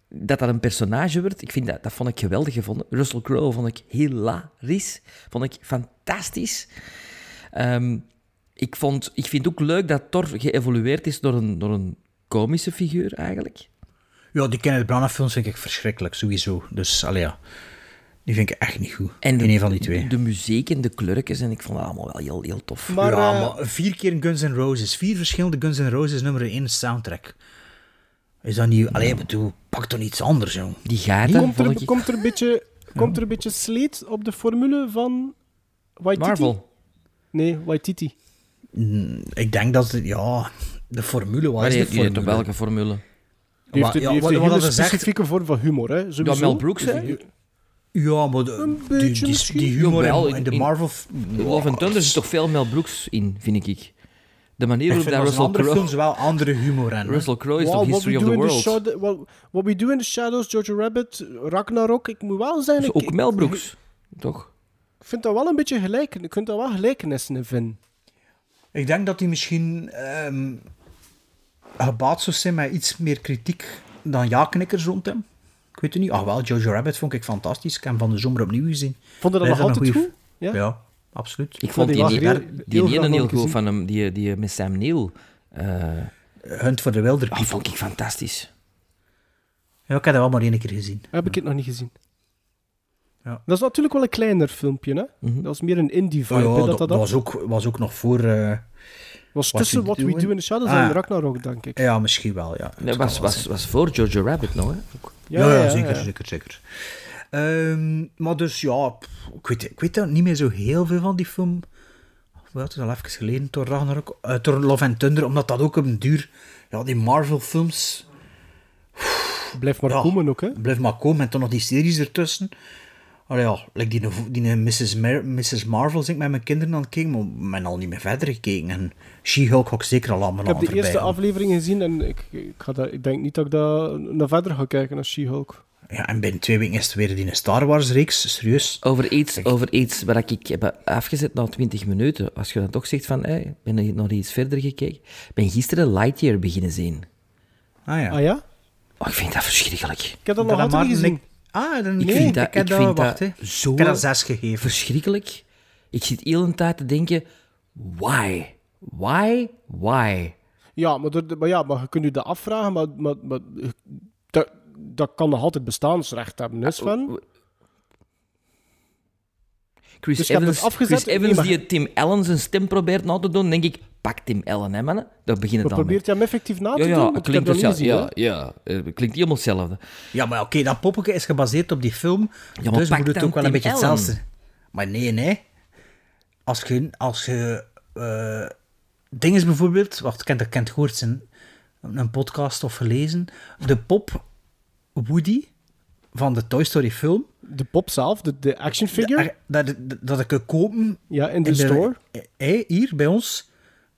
Dat dat een personage wordt. Ik vind dat, dat vond ik geweldig gevonden. Russell Crowe vond ik hilarisch. Vond ik fantastisch. Ehm, ik, vond, ik vind ook leuk dat Thor geëvolueerd is door een, door een komische figuur, eigenlijk.
Ja, die Kenneth Branagh films vind ik verschrikkelijk, sowieso. Dus, allee, ja. Die vind ik echt niet goed.
En de,
In een van die twee.
De, muziek en de kleurtjes, en ik vond dat allemaal wel heel, heel tof.
Maar,
ja,
eh,
maar vier keer Guns N' Roses. Vier verschillende Guns N' Roses nummer één soundtrack. Is dat niet... Allee, bedoel, pak toch iets anders, jong.
die gaten
komt,
vond
er,
ik...
komt, er een beetje, komt er een beetje sleet op de formule van Waititi?
Marvel.
Nee, Waititi.
Ik denk dat... het- Ja, de formule... Wat
Maar
is
die,
de
die heeft
formule?
op welke formule?
Die
Wa-
heeft,
ja,
die heeft
wat-
een
wat
hele
dat ze zegt-
specifieke vorm van humor, hè? sowieso.
Ja, Mel Brooks, hè?
Die-
Ja, maar de, die-
beetje
die, die,
misschien.
humor
Jawel,
in,
in-
de
in-
Marvel...
Love and Thunder zit toch veel Mel Brooks in, vind ik. De manier
Ik
waarop
vind
dat
dat ze in
Russell
andere
Crowe...
films wel andere humor hebben.
Russell Crowe is
Wow,
toch
what, we
History of
do
the
in the
World?
shadow, well, what we do in the shadows, Jojo Rabbit, Ragnarok, ik moet wel zijn...
Dus
Ik,
ook Mel
ik-
Brooks, toch?
Ik vind dat wel een beetje gelijk. Ik vind daar wel gelijkenissen in vinden.
Ik denk dat hij misschien ehm, gebaat zou zijn met iets meer kritiek dan ja-knikkers rond hem. Ik weet het niet. Ah wel, Jojo Rabbit vond ik fantastisch. Ik heb hem van de zomer opnieuw gezien.
Vond je dat
Blijft
nog altijd
een goeie-
goed? Ja?
Ja, absoluut.
Ik vond
die
die,
was
die,
heel-
die,
heel graag
ene
nog
heel goed
gezien.
van hem, die, die met Sam Neill. eh
Hunt voor de Wilder
die
People.
vond ik fantastisch.
Oh,
Ja, ik heb dat wel maar één keer gezien.
Heb ik het nog niet gezien.
Ja.
Dat is natuurlijk wel een kleiner filmpje, hè?
Mhm.
Dat is meer een indie-vibe.
ja,
hè,
dat,
dat, dat,
dat was, ook, was ook nog voor... eh,
was
What
tussen
We
What We,
Doing-
Do in the Shadows
Ah,
en
ja.
Ragnarok, denk ik.
ja, misschien wel, ja.
Dat was, was, was voor Jojo Rabbit nog, hè? Ook.
Ja, ja, zeker,
ja.
zeker, zeker. Ehm, maar dus ja, pff, ik weet, ik weet daar niet meer zo heel veel van die film. Wel, het is al even geleden door Ragnarok, eh, door Love and Thunder, omdat dat ook op een duur, ja, die Marvel-films
Blijf maar
Ja.
komen ook, hè?
blijf maar komen en dan nog die series ertussen. Allee, ja, like die, die Mrs. Mar- Mrs. Marvel zit ik met mijn kinderen aan het kijken, maar ben al niet meer verder gekeken. En She-Hulk had ik zeker al aan mijn
Ik heb
naam
de
voorbij.
eerste
gaan.
aflevering gezien en ik, ik, ga daar, ik denk niet dat ik daar naar verder ga kijken als She-Hulk.
Ja, en binnen twee weken is het weer die Star Wars-reeks, serieus.
Over iets, over iets wat ik heb afgezet na 20 minuten. Als je dan toch zegt van, hey, ik ben nog iets verder gekeken. Ik ben gisteren Lightyear beginnen zien.
Ah ja.
Ah ja?
Oh, ik vind dat verschrikkelijk.
Ik heb dat
Ik
nog
heb dat
altijd niet
maar-
gezien.
Ah, dan,
Ik
nee,
vind dat-
ik heb
ik
dat,
vind
wacht,
dat
hè.
zo-
Ik heb dat zes gegeven.
Verschrikkelijk. Ik zit heel een tijd te denken, why? Why? Why?
Ja, maar, er- maar, ja, maar je kunt je dat afvragen, maar, maar, maar dat, dat kan nog altijd bestaansrecht hebben, hè, Sven?
Chris
Dus je hebt
Evans,
het afgezet?
Chris
Nee,
Evans
maar-
die het Tim Allen zijn stem probeert na te doen, denk ik, pak Tim Allen, hè mannen? Dat begint
Maar
het al mee.
probeert je hem effectief na te
Ja,
doen?
ja,
Want ik heb
klinkt
dat niet
hetzelfde.
gezien,
Ja,
hè.
ja, eh, klinkt helemaal hetzelfde.
Ja, maar oké, dat poppetje is gebaseerd op die film,
maar
dus
pak
moet het
dan
ook wel een
Tim
beetje
Allen.
hetzelfde. Maar nee, nee. Als je... Als je eh, ding is bijvoorbeeld... Wacht, ik heb dat- ik heb het gehoord in een podcast of gelezen. De pop Woody van de Toy Story film,
De pop zelf, de, de action figure.
er- dat, dat, dat ik kan kopen...
ja, in de, store.
Hé, Eh, hier, bij ons.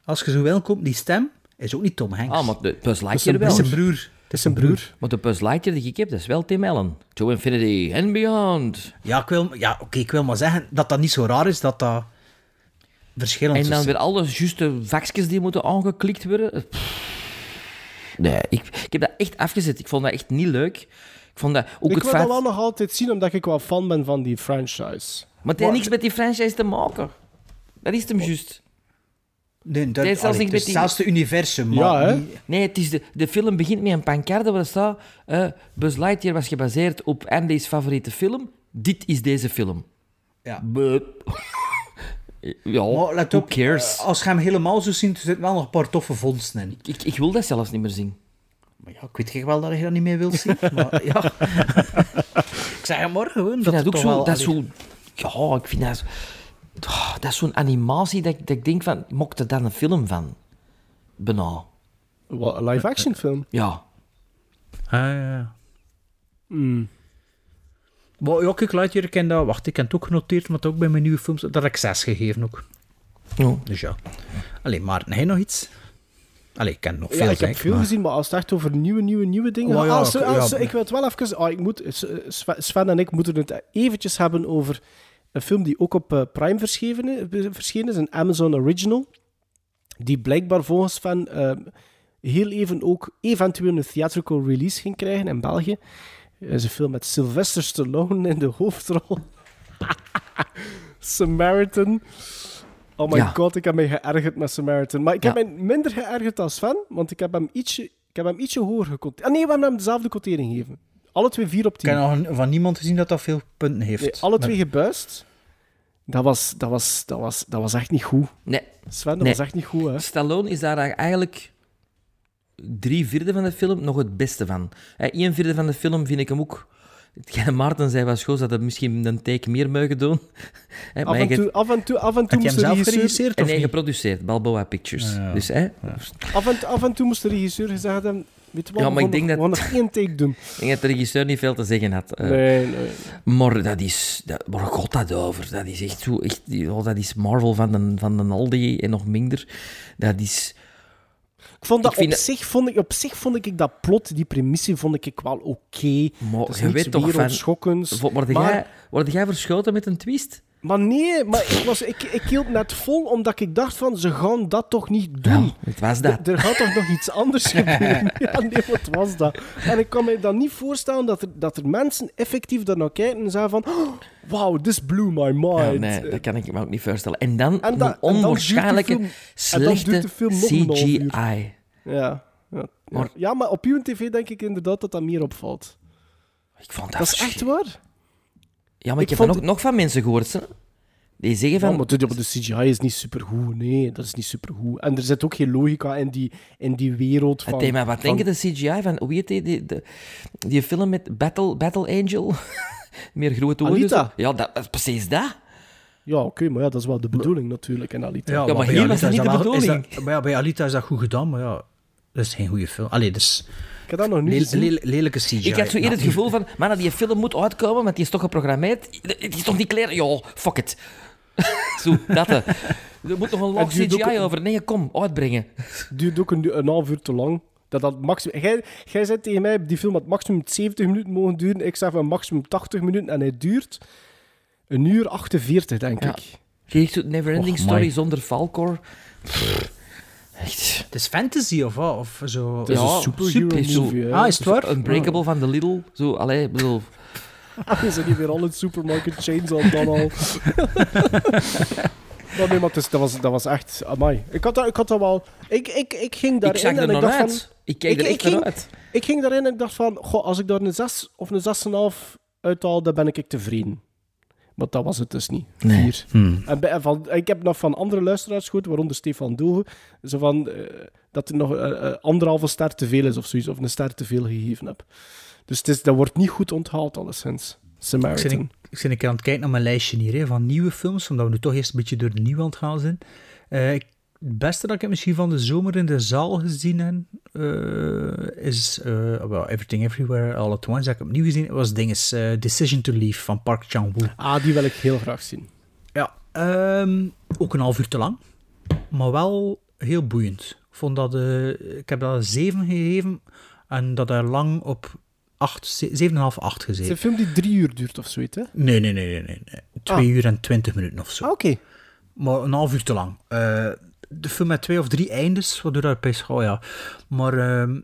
Als je zo wil kopen, die stem is ook niet Tom Hanks.
Ah, maar de Buzz Lightyear
een
wel.
Het is een broer. Het is een broer.
Maar de Buzz Lightyear die ik heb, dat is wel Tim Allen. To Infinity and Beyond.
Ja, ik wil, ja oké, ik wil maar zeggen dat dat niet zo raar is dat dat verschillend
En dan
is. dus-
weer alle juiste vakjes die moeten aangeklikt worden. Pff. Nee, ik, ik heb dat echt afgezet. Ik vond dat echt niet leuk. Ik vond dat ook
Ik
het
wil dat
feit...
wel nog altijd zien, omdat ik wel fan ben van die franchise.
Maar het heeft niks met die franchise te maken. Dat is het hem juist.
Nee, dat,
Jij
allee,
zelfs niet
het
met
is
die-
zelfs het universum, maar
Ja, hè?
niet-
Nee, het is de, de film begint met een pancarte waar staat... eh Buzz Lightyear was gebaseerd op Andy's favoriete film. Dit is deze film.
Ja.
Buh. ja,
maar let
who
op,
cares?
eh, als je hem helemaal zo ziet, er zitten wel nog een paar toffe vondsten in.
ik, ik wil dat zelfs niet meer zien.
Maar ja, ik weet echt wel dat je dat niet meer wilt zien, maar ja. ik zeg hem morgen gewoon.
Ik vind dat
het
ook
toch
zo.
wel-
Dat is
allee,
zo ja, ik vind dat zo, Ah, Dat is zo'n animatie dat, ik- dat ik denk van... Mocht er dan een film van? Bijna.
Wat, een live-action film?
Ja.
Maar Mm. ja, kijk, Lightyear, ik ken dat... Wacht, ik heb het ook genoteerd, maar dat ook bij mijn nieuwe films... Dat heb ik zes gegeven ook.
Ja.
Dus ja. Allee, Maarten, heb je nog iets? Allee, ik ken nog veel,
ja, ik
zeg
heb veel
maar.
gezien, maar als het echt over nieuwe, nieuwe, nieuwe dingen
Oh
gaat...
ja,
ah, zo,
ik-
ah,
ja.
zo, ik wil het wel even... Ah, ik moet, S- Sven- Sven en ik moeten het eventjes hebben over een film die ook op eh, Prime verschenen, verschenen is, een Amazon Original, die blijkbaar volgens Sven eh, heel even ook eventueel een theatrical release ging krijgen in België. Het is een film met Sylvester Stallone in de hoofdrol. Samaritan. Oh my
Ja.
god, ik heb mij geërgerd met Samaritan. Maar ik heb
Ja.
mij minder geërgerd dan Sven, want ik heb hem ietsje, ik heb hem ietsje hoger geconteerd. Ah nee, we hebben hem dezelfde quotering gegeven. Alle twee 4 op
Ik
10.
heb nog van niemand gezien dat dat veel punten heeft.
Nee, alle
Maar-
twee gebuist. Dat was, dat, was, dat, was, dat was echt niet goed.
Nee.
Sven, dat
Nee.
was echt niet goed, hè?
Stallone is daar eigenlijk drie vierde van de film nog het beste van. Hè, Een vierde van de film vind ik hem ook... Hetgeen Maarten zei was goed, dat hij misschien een take meer mogen doen. Hè, maar
Af en
hij-
toe, af en toe, af en toe
Heb je hem
moest de
zelf
regisseur...
geregisseerd?
En
Of
nee,
niet?
geproduceerd, Balboa Pictures. Dus hè,
Af en, af en toe moest de regisseur gezegd hebben... Weet je wat,
Ja,
we
maar ik
gaan
denk
nog-
dat-
we gaan nog één take doen.
ik denk dat de regisseur niet veel te zeggen had. Eh,
Nee, nee.
Maar dat is... Dat, waar god dat over? Dat is echt zo... Echt, ja, dat is Marvel van de, van de Aldi en nog minder. Dat is...
Ik vond dat
Ik vind
op,
dat-
Zich vond ik, op zich vond ik dat plot, die premisse, vond ik ik wel oké.
Maar
Dat is
je
niks
weet toch van-
wereldschokkends.
Vo- Word jij,
maar,
word jij verschoten met een twist?
maar nee, maar ik, was, ik, ik hield net vol omdat ik dacht van, ze gaan dat toch niet doen.
Ja, het was dat.
Er, er gaat toch nog iets anders gebeuren? Ja, nee, wat was dat? En ik kan me dan niet voorstellen dat er, dat er mensen effectief daar naar kijken en zeggen van... Oh, wow, this blew my
Ja,
mind. Eh,
nee, dat kan ik me ook niet voorstellen. En dan
En dat- en
een
dan
onwaarschijnlijke,
duurt de film- en dan duurt
slechte
de film nog een half uur.
CGI.
Ja, ja, ja.
Maar-
Ja, maar op uw tv denk ik inderdaad dat dat meer opvalt.
Ik vond dat,
Dat is echt
verschri-
waar.
Ja, maar ik,
Ik
heb
vond
dan ook
het-
nog van mensen gehoord, hè, die zeggen
Ja,
van...
maar de, de CGI is niet supergoed. Nee, dat is niet supergoed. En er zit ook geen logica in die, in die wereld van...
Het thema, wat
van-
denken de CGI van, hoe heet die, die, de- die film met Battle, Battle Angel? Meer grote ogen.
Alita.
Ja, dat, dat is precies dat.
Ja, oké, maar ja, dat is wel de bedoeling natuurlijk in Alita.
maar
bij Alita
hier was dat
is
niet de
wel- is
bedoeling.
dat- maar ja, bij Alita is dat goed gedaan, maar ja, dat is geen goede film. Allee, dat is
Ik heb dat nog niet
lel-
gezien.
lel- lelijke CGI.
ik had zo eerder het
Ja,
gevoel van, man, die film moet uitkomen, want die is toch geprogrammeerd. Het is toch niet klaar? Ja, fuck it. zo, dat. hè. Er moet nog een log
Het duurt ook-
CGI over. Nee, kom, uitbrengen.
duurt ook een, een half uur te lang. Dat dat maximum... Jij, jij zei tegen mij, die film had maximum 70 minuten mogen duren. Ik zei van maximum 80 minuten. En hij duurt een uur 48, denk
Ja.
ik.
Gericht op Neverending
Och,
Story
my.
zonder Falcor. Pff, Echt.
Het is fantasy of wat? Of zo.
Het is
Ja,
een superhero
super- zo-
movie. hè.
Ah, is het waar?
Unbreakable van de Lidl. Zo, allee, ik bedoel...
We zijn hier weer al in supermarket chains al dan al. Maar nee, maar het is- dat, was, dat was echt... Amai. Ik had dat, ik had dat wel... Ik, ik, ik ging daarin
Ik zag er
en ik
nog
dacht
uit.
van...
ik keek
ik-
er
ik
echt naar
ging-
uit.
Ik ging daarin en ik dacht van... Goh, als ik daar een 6 of een 6,5 uithaal, dan ben ik tevreden. Maar dat was het dus niet.
Nee.
Vier.
Hmm.
En bij- en van, ik heb nog van andere luisteraars gehoord, waaronder Stefan Doge, zo van, eh, dat er nog eh, eh, anderhalve ster te veel is of zoiets, of een ster te veel gegeven heb. Dus het is, dat wordt niet goed onthaald, alleszins.
Ik zit, een,
Samaritan.
ik zit een keer aan het kijken naar mijn lijstje hier, hè, van nieuwe films, omdat we nu toch eerst een beetje door de nieuwe aan het gaan zijn. Eh, ik- het beste dat ik heb misschien van de zomer in de zaal gezien heb, eh, is eh, well, Everything Everywhere All At Once, dat ik opnieuw gezien heb, was dinges, eh, Decision to Leave van Park Chan-wook.
Ah, die wil ik heel graag zien.
Ja, ehm, ook een half uur te lang, maar wel heel boeiend. Ik Vond dat, eh, ik heb dat een 7 gegeven en dat er lang op 8, 7,5, 8
Het is een
gezeten.
film die drie uur duurt of zoiets, hè?
Nee, nee, nee, nee, nee. nee. Twee uur en twintig minuten of zo.
Ah, oké.
Maar een half uur te lang. Eh, de film met twee of drie eindes, waardoor dat opeens... Oh ja. Maar ehm,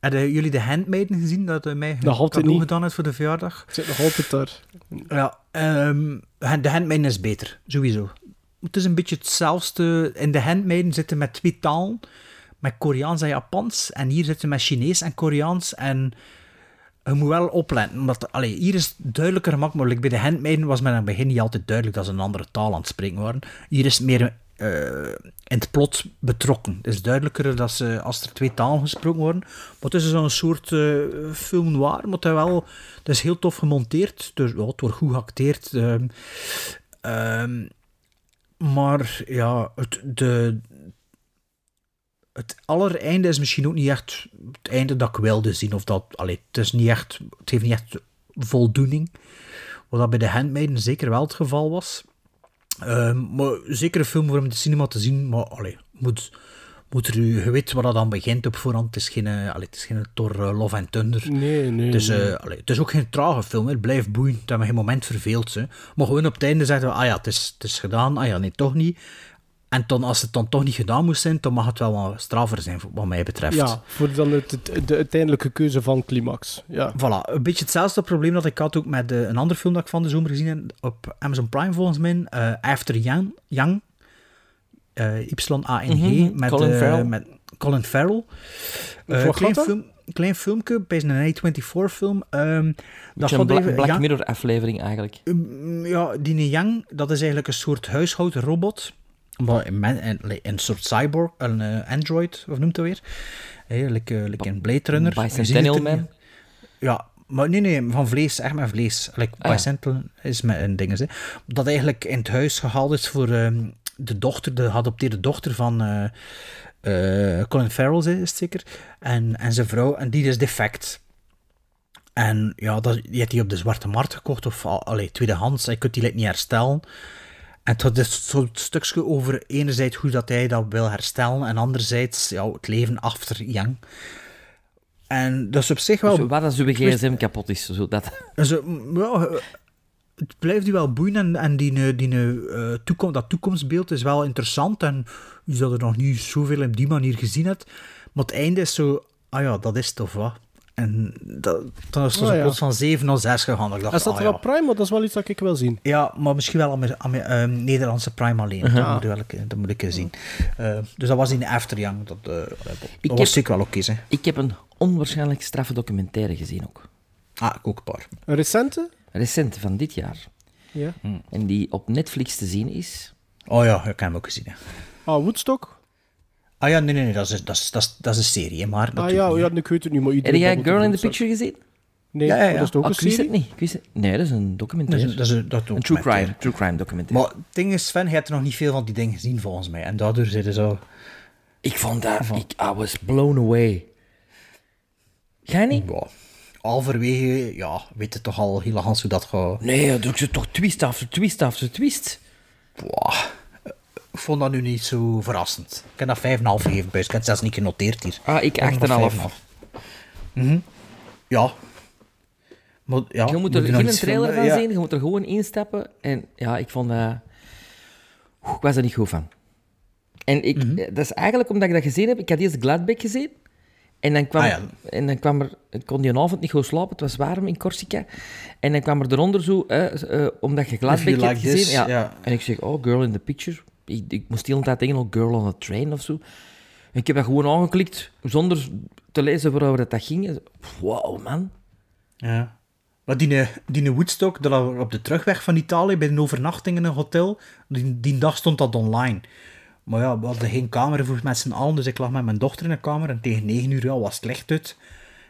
hadden jullie de Handmaiden gezien? Dat eh, mij
Nog altijd
cadeau
niet.
gedaan heeft voor de verjaardag?
Ik zit nog altijd daar.
Ja, ehm, de Handmaiden is beter, sowieso. Het is een beetje hetzelfde. In de Handmaiden zitten met twee talen, met Koreaans en Japans. En hier zitten met Chinees en Koreaans. En je moet wel opletten, omdat allee, hier is het duidelijker gemakkelijk. Bij de Handmaiden was men aan het begin niet altijd duidelijk dat ze een andere taal aan het spreken waren. Hier is het meer eh, in het plot betrokken. Het is duidelijker dat ze, als er twee talen gesproken worden. Maar het is zo'n soort eh, film noir, maar het is wel... Het is heel tof gemonteerd. Dus, ja, het wordt goed geacteerd. ehm, ehm, maar ja, het, de, het allereinde is misschien ook niet echt het einde dat ik wilde zien. Of dat, allee, het, is niet echt, het heeft niet echt voldoening. Wat dat bij de Handmaiden zeker wel het geval was. Ehm, maar zeker een film voor hem in de cinema te zien. Maar allee, moet, moet er, u- je weet waar dat aan begint op voorhand. Het is geen, eh, allee, het is geen Thor eh, Love and Thunder.
Nee, nee.
Hmm.
Het is,
nee.
eh, allee, het is ook geen trage film, hè. het blijft boeiend, dat me geen moment verveelt. Hè. Maar gewoon op het einde zeggen we, ah ja, het is, het is gedaan, ah ja, nee, toch niet. En dan, als het dan toch niet gedaan moest zijn, dan mag het wel wat straffer zijn, wat mij betreft.
Ja, voor dan het, het- de uiteindelijke keuze van Climax. Ja.
Voilà, een beetje hetzelfde probleem dat ik had ook met eh, een andere film dat ik van de zomer gezien heb, op Amazon Prime volgens mij, eh, After Yang, Yang eh, Y-A-N-G,
Mhm,
met,
Colin
eh,
Farrell.
met Colin Farrell. Eh, klein,
Voor gaat dat?
film, klein filmpje, bij een A24-film. ehm, dat
Beetje
gaat
een Bla-
even-
Black
Yang-
Mirror aflevering eigenlijk.
Oh.
Mm, Ja, die Niang, dat is eigenlijk een soort huishoudrobot. Maar een, men- een, een soort cyborg, een eh, android, of noemt dat weer? Eigenlijk eh, like een Blade Runner. Je ziet
Bicentennial
het er
Man.
niet- Ja, maar nee, nee, van vlees, echt maar vlees. Like,
Ah, ja.
Bicentennial is met een ding. Hè. Dat eigenlijk in het huis gehaald is voor ehm, de dochter, de geadopteerde dochter van eh, eh, Colin Farrell, hè, is het zeker. En, en zijn vrouw, en die is defect. En ja, dat, je hebt die op de zwarte markt gekocht, of al- allee, tweedehands, en je kunt die like, niet herstellen. En dat is zo'n stukje over enerzijds hoe dat hij dat wil herstellen, en anderzijds ja, het leven after Yang. En dat is op zich wel...
Zo, wat als uw gsm kapot is. Zo, dat.
Zo, m- ja, eh, het blijft u wel boeien en, en die, eh, die, eh, toekom- dat toekomstbeeld is wel interessant. En u zou er nog niet zoveel op die manier gezien hebben. Maar het einde is zo, ah ja, dat is tof, wat. En dat, dan is het
Ah,
zo
ja.
plots van 7 naar 6 gegaan. Ik dacht,
Hij staat
ah,
er
ja.
wel prime, maar dat is wel iets dat ik wil zien.
Ja, maar misschien wel aan, aan ehm, Nederlandse Prime alleen.
Uh-huh.
dat, moet ik wel, een- dat moet ik eens zien. Eh, dus dat was in After Young. Dat, eh, dat was
heb-
zeker wel oké. hè.
Ik heb een onwaarschijnlijk straffe documentaire gezien ook.
Ah, ik ook een paar.
Een recente?
Recent van dit jaar.
Ja.
En die op Netflix te zien is.
Oh ja, ik heb hem ook gezien. Hè.
Ah, Woodstock?
Ah ja, nee, nee, nee, dat is, dat is, dat is, dat is een serie, hè, maar... Dat
Ah
doet
ja,
niet,
ja,
hè.
ik weet het nu, maar
Heb
iedereen...
jij
babbelt
Girl in
over
the Picture gezien?
Nee,
Ja, ja, ja.
dat is toch
Ah,
een
ik wist het
serie?
niet. Ik wist het- Nee, dat is een documentaire.
Dat is- dat is een- dat eh,
een true
documentaire.
crime, true crime documentaire.
Maar het ding is, Sven, je hebt er nog niet veel van die dingen gezien, volgens mij. En daardoor zitten zo...
ik vond dat... Ik, I was blown away. Jij niet?
Ja, halverwege, ja, weet je toch al heel hans hoe dat gaat.
Nee, dat doe ik ze toch twist after twist after twist.
Boah. Ik vond dat nu niet zo verrassend. Ik heb dat 5,5 gegeven, buis. Ik heb het zelfs niet genoteerd hier.
Ah, ik 8,5.
half. Mhm. Ja. Maar, ja.
Je moet
er
er
nog
geen
iets
trailer van
filmen? Ja.
zien, je moet er gewoon instappen. En ja, ik vond dat... Oeh, ik was er niet goed van. En ik,
Mhm.
eh, dat is eigenlijk omdat ik dat gezien heb. Ik had eerst Gladbeck gezien. En dan kwam,
Ah, ja.
en dan kwam er... Ik kon die avond niet goed slapen, het was warm in Corsica. En dan kwam er eronder zo, eh, eh, omdat je Gladbeck
If you
hebt
like
gezien.
this,
ja.
ja.
En ik zeg, oh, Girl in the Picture. Ik, ik moest de hele tijd denken, oh, Girl on a Train of zo. En ik heb dat gewoon aangeklikt, zonder te lezen waarover dat, dat ging. Wow, man.
Ja. Maar die, eh, die Woodstock, dat we op de terugweg van Italië, bij een overnachting in een hotel, die, die dag stond dat online. Maar ja, we hadden geen kamer voor met z'n allen, dus ik lag met mijn dochter in een kamer en tegen 9 uur ja, was het licht uit.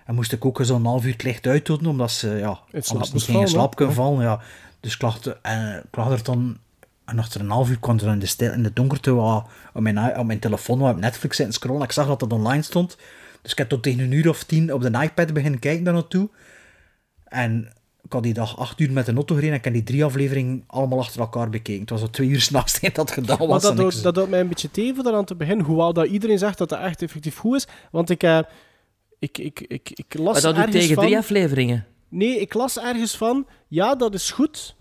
En moest ik ook zo'n half uur het licht uitdoen, omdat ze ja,
slaap
anders niet
moest
ging in
vallen,
slaap kunnen vallen. Ja. Dus ik lag, te- en, ik lag er dan... En achter een half uur kwam er in de, stil, in de donkerte wat ah, op, mijn, i- op mijn telefoon wat op Netflix zitten scrollen. Ik zag dat dat online stond. Dus ik heb tot tegen een uur of tien op de iPad beginnen kijken daar naartoe. En ik had die dag acht uur met de auto gereden en ik heb die drie afleveringen allemaal achter elkaar bekeken. Het was al twee uur s'nachts dat het gedaan
Maar
was.
dat,
en ik
doet,
zo-
dat doet mij een beetje teven daar aan te beginnen. Hoewel dat iedereen zegt dat dat echt effectief goed is. Want ik, eh, ik, ik, ik, ik las
Maar dat doe ik
ergens
tegen
van...
drie afleveringen.
Nee, ik las ergens van, ja, dat is goed.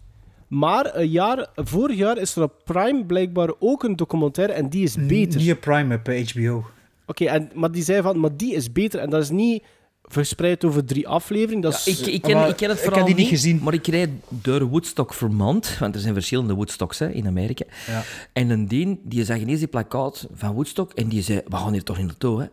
Maar een jaar, vorig jaar is er op Prime blijkbaar ook een documentaire en die is beter.
Niet op Prime, op eh, HBO.
Oké, en maar die zei van, maar die is beter. En dat is niet verspreid over drie afleveringen. Dat is,
Ik, ik, ken,
Maar
ik ken het
ik heb
vooral
die niet gezien.
maar ik rijd door Woodstock Vermont, want er zijn verschillende Woodstocks hè, in Amerika. En een dien, die zag ineens die plakkaat van Woodstock en die zei, we gaan hier toch niet naartoe, hè?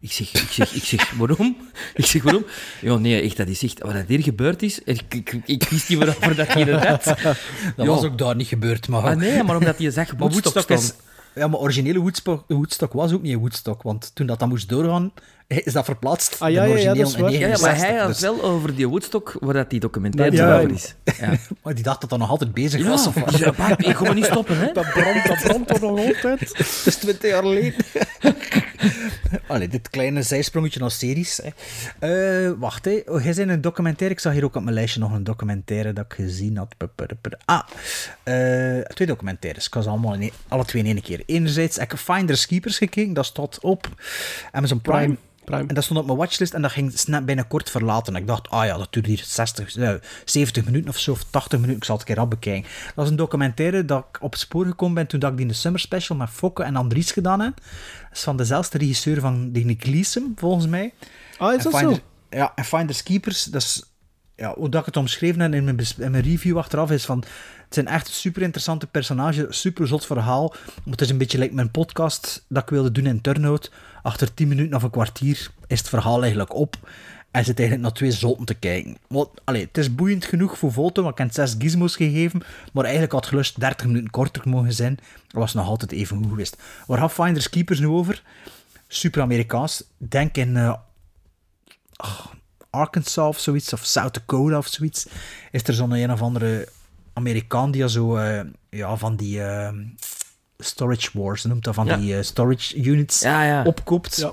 Ik zeg, ik zeg, ik zeg, waarom? Ik zeg, waarom? Ja, nee, echt, dat is echt, wat dat hier gebeurd is, ik, ik, ik, ik wist niet waarover dat hier net.
Dat was ook daar niet gebeurd, maar...
Ah, nee, maar omdat je zag
Maar
Woodstock,
Woodstock
staan.
is... Ja, maar originele Woodstock, Woodstock was ook niet in Woodstock, want toen dat dan moest doorgaan, is dat verplaatst.
Ah, ja,
de
ja, ja, dat is
origineel in
waar.
Ja, ja, maar hij
69,
had
dus-
wel over die Woodstock, waar dat die documentaire
Ja.
over is. Ja,
Dus, Maar die dacht dat dat nog altijd bezig
ja.
was. Of wat?
die zei, "Bart, ik ga maar niet stoppen, hè?
Dat brandt, dat brandt toch nog altijd?
Het is 20 jaar geleden. Allee, dit kleine zijsprongetje naar series. Hè. Eh, wacht, hè. Oh, jij zei een documentaire. Ik zag hier ook op mijn lijstje nog een documentaire dat ik gezien had. Pu- pu- pu- Ah, eh, twee documentaires. Ik had ze allemaal in, één- alle twee in één keer. Enerzijds heb ik Finders Keepers gekeken. Dat staat op Amazon Prime.
Prime, Prime.
En dat stond op mijn watchlist en dat ging snap binnenkort verlaten. Ik dacht, ah ja, dat duurt hier 60, eh, 70 minuten of zo, of 80 minuten. Ik zal het een keer al bekijken. Dat is een documentaire dat ik op het spoor gekomen ben toen dat ik die in de Summer Special met Fokke en Andries gedaan heb. Dat is van dezelfde regisseur van Digne Gleeson, volgens mij.
Ah, is
En
dat zo?
Finders- Ja, en Finders Keepers, dat is... Ja, hoe dat ik het omschreven heb in mijn, bes- in mijn review achteraf, is van... Het zijn echt super interessante personages, super zot verhaal. Maar het is een beetje like mijn podcast dat ik wilde doen in Turnout. Achter 10 minuten of een kwartier is het verhaal eigenlijk op. En zit eigenlijk naar twee zotten te kijken. Want, allee, het is boeiend genoeg voor foto, want ik heb zes gizmos gegeven. Maar eigenlijk had gelust 30 minuten korter mogen zijn. Dat was nog altijd even goed geweest. Waar gaat Finders Keepers nu over? Super Amerikaans. Denk in... eh, Arkansas of zoiets, of South Dakota of zoiets, is er zo'n een of andere Amerikaan die al zo eh, ja, van die eh, storage wars noemt dat, van
Ja.
die eh, storage units
Ja, ja.
opkoopt.
Ja.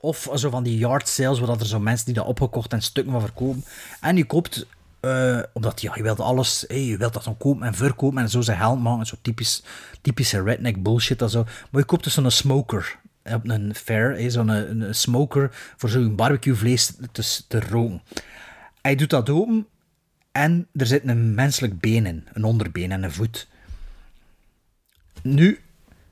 Of zo van die yard sales, waar dat er zo mensen die dat opgekocht en stukken van verkopen. En je koopt, eh, omdat ja, je wilt alles, hey, je wilt dat dan kopen en verkopen en zo zijn geld maken. Zo typisch, typische redneck bullshit en zo. Maar je koopt dus zo'n smoker eh, op een fair, hey, zo'n een, een smoker voor zo'n barbecuevlees te, te roken. Hij doet dat open en er zit een menselijk been in, een onderbeen en een voet. Nu,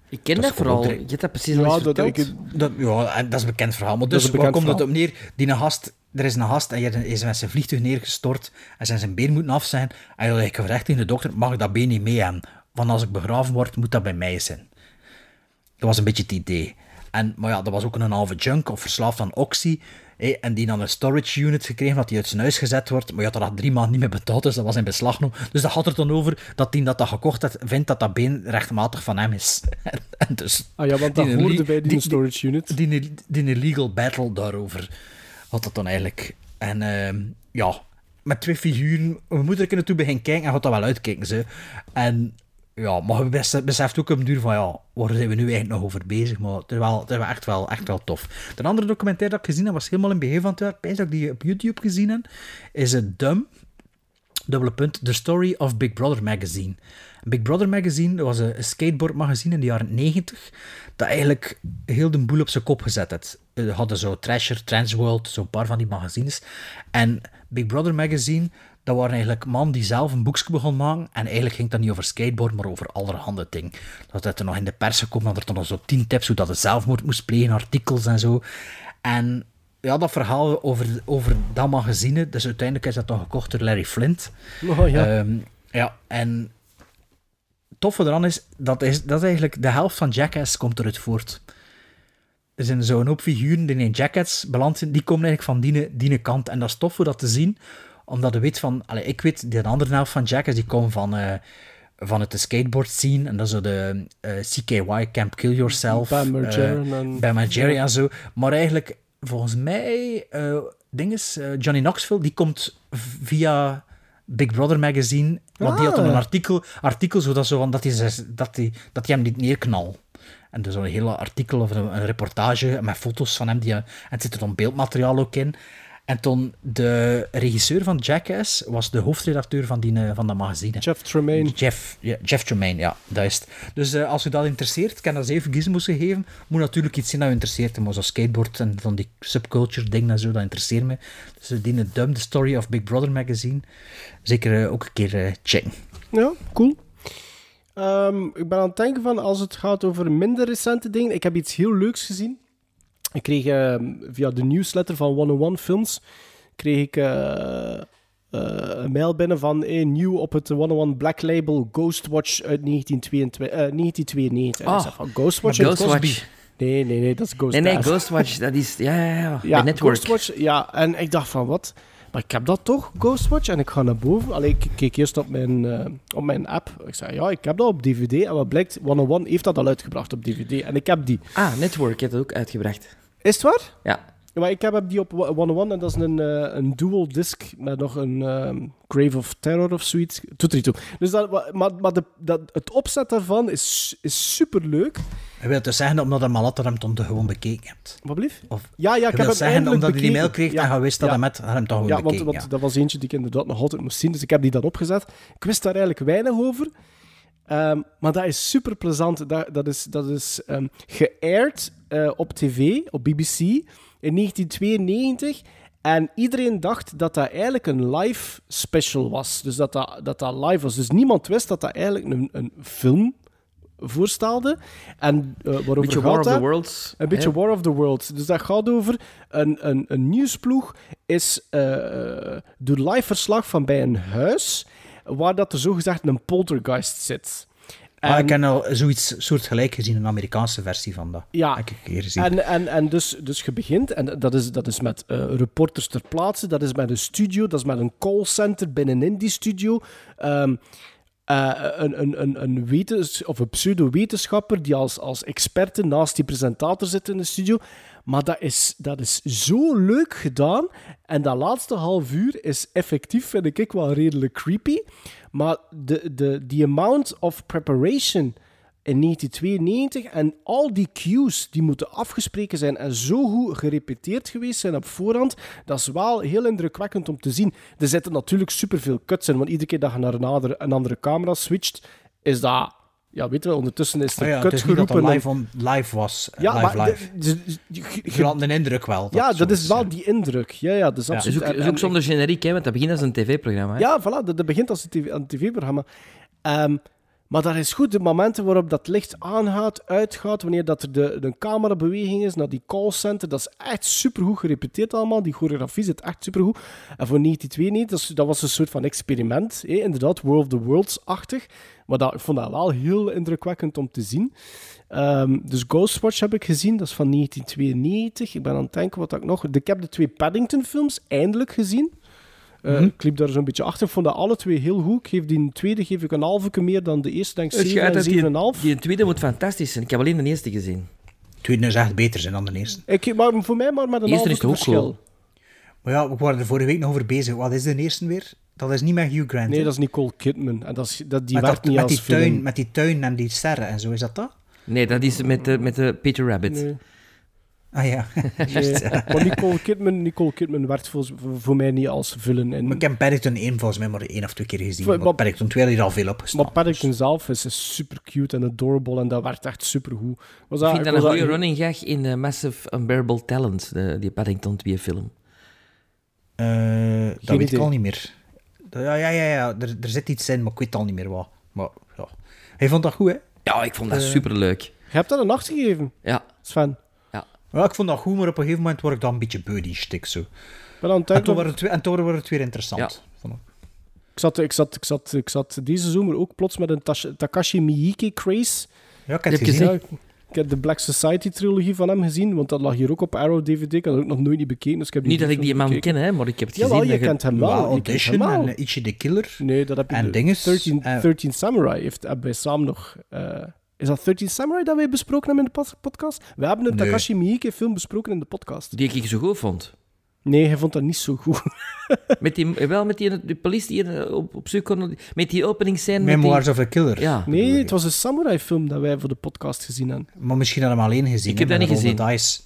Ik ken dat,
is gewoon
vooral. Je
direct.
hebt dat precies al
Ja,
eens
dat,
verteld.
ik,
dat, ja, en dat is een bekend verhaal. Maar
Dat
dus,
is een
waar komt
bekend
het op neer? Die een gast, er is een gast en hij is met zijn vliegtuig neergestort en zijn zijn been moeten af zijn. En hij heeft gevraagd tegen de dokter, mag ik dat been niet mee hebben? Want als ik begraven word, moet dat bij mij zijn. Dat was een beetje het idee. En, maar ja, dat was ook een halve junk of verslaafd aan oxy. Hé, en die dan een storage unit gekregen, dat die uit zijn huis gezet wordt. Maar ja, dat had drie maanden niet meer betaald, dus dat was in beslag genomen. Dus dat had er dan over dat die dat, dat gekocht heeft, vindt dat dat been rechtmatig van hem is. en, en dus,
Ah ja, want dat
die-
hoorde bij die,
die-
storage unit.
die, die, die legal battle daarover had dat dan eigenlijk. En ehm, ja, met twee figuren. We moeten er kunnen toe beginnen kijken en gaat dat wel uitkijken. Ze. En ja, maar je bes- beseft ook op een duur van ja, waar zijn we nu eigenlijk nog over bezig? Maar het is wel, het is wel echt, wel echt wel tof. De andere documentaire dat ik gezien heb, was helemaal in het begin van het jaar. Ik denk dat ik die op YouTube gezien heb. Is het Dumb dubbele punt, The Story of Big Brother Magazine. Big Brother Magazine dat was een een skateboardmagazine in de jaren 90, dat eigenlijk heel de boel op zijn kop gezet had. Ze hadden zo Trasher, Transworld, zo'n paar van die magazines. En Big Brother Magazine, dat waren eigenlijk man die zelf een boekje begon maken. En eigenlijk ging dat niet over skateboard, maar over allerhande dingen. Dat had er nog in de pers gekomen, dat er toen nog zo tien tips hoe dat het zelfmoord moest plegen, artikels en zo. En ja, dat verhaal over, over dat magazine, dus uiteindelijk is dat dan gekocht door Larry Flint.
Oh ja.
Ehm, ja, en het toffe eraan is dat, is, dat is eigenlijk de helft van Jackass komt eruit voort. Er zijn zo'n hoop figuren die in Jackass beland zijn, die komen eigenlijk van die, die kant. En dat is tof om dat te zien, omdat je weet van... Allee, ik weet, de andere helft van Jackass, die komen van, eh, van het skateboard scene. En dat is zo de eh, CKY, Camp Kill Yourself.
Bam Margera
eh,
en-
Bam Margera en zo. Maar eigenlijk, volgens mij... eh ding is, eh, Johnny Knoxville, die komt v- via... Big Brother magazine, want die had dan een
Ah.
artikel, artikel zodat zo van, dat, hij, zes- dat, hij, dat hij hem niet neerknal. En dus een hele artikel of een, een reportage met foto's van hem. Die, eh, en het zit er dan beeldmateriaal ook in. En toen, de regisseur van Jackass was de hoofdredacteur van, die, eh, van dat magazine.
Jeff Tremaine.
Jeff, ja, Jeff Tremaine, ja, dat is het. Dus eh, als u dat interesseert, ik kan dat eens even gizmos gegeven. Moet natuurlijk iets zijn dat u interesseert. Maar zo'n skateboard en van die subculture dingen en zo, dat interesseert me. Dus eh, die een Dumb The Story of Big Brother magazine. Zeker eh, ook een keer eh, checken.
Ja, cool. Ehm, ik ben aan het denken van als het gaat over minder recente dingen. Ik heb iets heel leuks gezien. Ik kreeg ehm, via de newsletter van 101 Films kreeg ik, eh, eh, een mail binnen van eh, nieuw op het 101 Black Label Ghostwatch uit 1922, eh, 1992. En ik
Ah,
zei van Ghostwatch? uit Cosby?
Ghostwatch.
Nee, nee, nee, dat is Ghost
Nee, nee,
Dad.
Ghostwatch, dat is... Ja, ja, ja.
Ja,
bij Network.
Ghostwatch. Ja, en ik dacht van wat? Maar ik heb dat toch, Ghostwatch? En ik ga naar boven. Allee, ik keek eerst op mijn, eh, op mijn app. Ik zei, ja, ik heb dat op DVD. En wat blijkt, 101 heeft dat al uitgebracht op DVD. En ik heb die.
Ah, Network heeft dat ook uitgebracht.
Is het waar?
Ja.
Ja, Maar ik heb die op 101 en dat is een, eh, een dual disc met nog een ehm, Grave of Terror of zoiets. Toet er niet toe. Dus dat, wa- maar maar de, dat, het opzet daarvan is, is super leuk.
Je wilt dus zeggen, omdat je Malatter hem toen gewoon bekeken hebt.
Wat blieft?
Of,
Ja, ja, ik
je
heb
wilt
hem
zeggen,
eindelijk
omdat je die
bekeken.
mail kreeg
Ja,
en je wist dat
ja.
hij met hem toch gewoon
Ja, want,
bekeken.
want
ja.
dat was eentje die ik inderdaad nog altijd moest zien. Dus ik heb die dan opgezet. Ik wist daar eigenlijk weinig over. Ehm, maar dat is super plezant. Dat, dat is, dat is ehm geaired eh, op tv, op BBC, in 1992. En iedereen dacht dat dat eigenlijk een live special was. Dus dat dat, dat, dat live was. Dus niemand wist dat dat eigenlijk een, een film voorstelde. En eh waarover
Beetje
gaat
War of
dat?
the Worlds.
Een beetje
hè.
War of the Worlds. Dus dat gaat over een, een, een nieuwsploeg is, eh, doet live verslag van bij een huis waar dat er zogezegd een poltergeist zit.
Maar
En-
ik heb al zoiets soort gelijk gezien, een Amerikaanse versie van dat.
Ja.
Heb ik een keer gezien.
En, en, en dus, dus je begint, en dat is, dat is met eh, reporters ter plaatse, dat is met een studio, dat is met een callcenter binnenin die studio. Ehm, eh, een, een, een, een, wetens, of een pseudo-wetenschapper die als, als experte naast die presentator zit in de studio. Maar dat is, dat is zo leuk gedaan. En dat laatste half uur is effectief, vind ik, ik wel redelijk creepy. Maar de, de, die amount of preparation in 1992 en al die cues die moeten afgespreken zijn en zo goed gerepeteerd geweest zijn op voorhand, dat is wel heel indrukwekkend om te zien. Er zitten natuurlijk superveel cuts in, want iedere keer dat je naar een andere, een andere camera switcht, is dat... Ja, weet je wel, ondertussen is er
Ah ja, het
cut
is niet dat dat
geroepen. en-
live, on, live was. eh,
ja,
live,
maar
live.
de- de- je- je-
Je had een indruk wel.
ja,
het zo
dat is
ja.
wel die indruk. Ja, ja, dat is
Dat is
absoluut.
ook,
en-
is
en-
ook zonder generiek, hè, want dat begint als een tv-programma. hè.
ja, voilà, dat, dat begint als een tv, aan een tv-programma. Ehm, Maar dat is goed, de momenten waarop dat licht aangaat, uitgaat, wanneer dat er de, de camerabeweging is naar die callcenter, dat is echt supergoed gerepeteerd allemaal. Die choreografie zit echt supergoed. En voor 1902 niet, dat, is- dat was een soort van experiment, hè? inderdaad, World of the Worlds-achtig. Maar dat, ik vond dat wel heel indrukwekkend om te zien. Ehm, dus Ghostwatch heb ik gezien, dat is van 1992. Ik ben aan het denken wat dat ik nog... Ik heb de twee Paddington-films eindelijk gezien. Eh,
Mhm.
Ik liep daar zo'n beetje achter. Ik vond dat alle twee heel goed. Ik geef die tweede geef ik een halve meer dan de eerste. Denk ik
Het gaat
7
dat Dus die,
en 7,5.
die tweede moet fantastisch zijn. Ik heb alleen de eerste gezien.
Tweede is echt beter zijn dan de eerste.
Ik, maar voor mij maar met een
Eerste
halve
is het ook
verschil.
cool.
Maar ja, we waren er vorige week nog over bezig. Wat is de eerste weer? Dat is niet met Hugh Grant.
Nee,
hè?
dat is Nicole Kidman. En dat is, dat, die
Ah,
met, dat-
werkt niet
met,
als
die tuin,
film.
met die tuin en die sterren en zo, is dat dat?
Nee, dat is met, de, met de Peter Rabbit.
Nee.
Ah ja.
Nee, maar Nicole Kidman, Nicole Kidman werkt voor, voor mij niet als villain. En,
maar ik heb Paddington 1 volgens mij maar één of twee keer gezien.
Maar-
Maar,
maar-
Paddington 2 had hier al veel op gestaan.
maar Paddington zelf is, is super cute en adorable en dat werkt echt super goed. Was
Ik
dat,
vind dat een
Ah, was
goede
dat-
running gag in eh, Massive Unbearable Talent, de, die Paddington 2 film.
Eh, dat
Geen
weet ik
idee.
al niet meer. Dat- Ja, ja, ja, ja. Er, er zit iets in, maar ik weet al niet meer wat. Maar ja. Hij vond dat goed, hè?
Ja, ik
Eh.
vond dat superleuk.
Je hebt dat een acht gegeven,
Ja.
Sven.
Ja, ik vond dat goed, maar op een gegeven moment word ik dan een beetje beu die shtick, zo.
Ik Ben aan het
En
denken
toen
of-
werd het, weer- en toen werd het weer interessant. Vond ik.
Ik zat, ik, zat, ik, zat, ik zat deze zomer ook plots met een Tas- Takashi Miike craze.
Ja, ik heb
Heb
het
je
gezien.
Ja, ik ik heb de Black Society trilogie van hem gezien, want dat lag hier ook op Arrow DVD. Ik had het ook nog nooit niet bekeken, dus ik heb die
Niet dat ik die
film
man
bekeken.
ken, hè, maar ik heb het gezien.
Jawel, je
dat
kent hem wel.
Ja,
je kent
Audition
hem wel.
en eh, Ichi the Killer.
Nee, dat heb je
En
de-
dinges,
13,
eh,
13 Samurai heeft hebben wij samen nog... eh, is dat 13 Samurai dat wij besproken hebben in de pod- podcast? We hebben een
Nee.
Takashi Miike film besproken in de podcast.
Die ik zo goed vond.
Nee, hij vond dat niet zo goed.
Met die, eh, wel met die de police die eh, op, op zoek kon- Met die openingsscène. met die-
Memoirs of a Killer.
Ja.
Nee, het was een samurai film dat wij voor de podcast gezien hebben.
Maar misschien had hem alleen gezien.
Ik heb
hè,
dat
met
niet
Roll the Dice.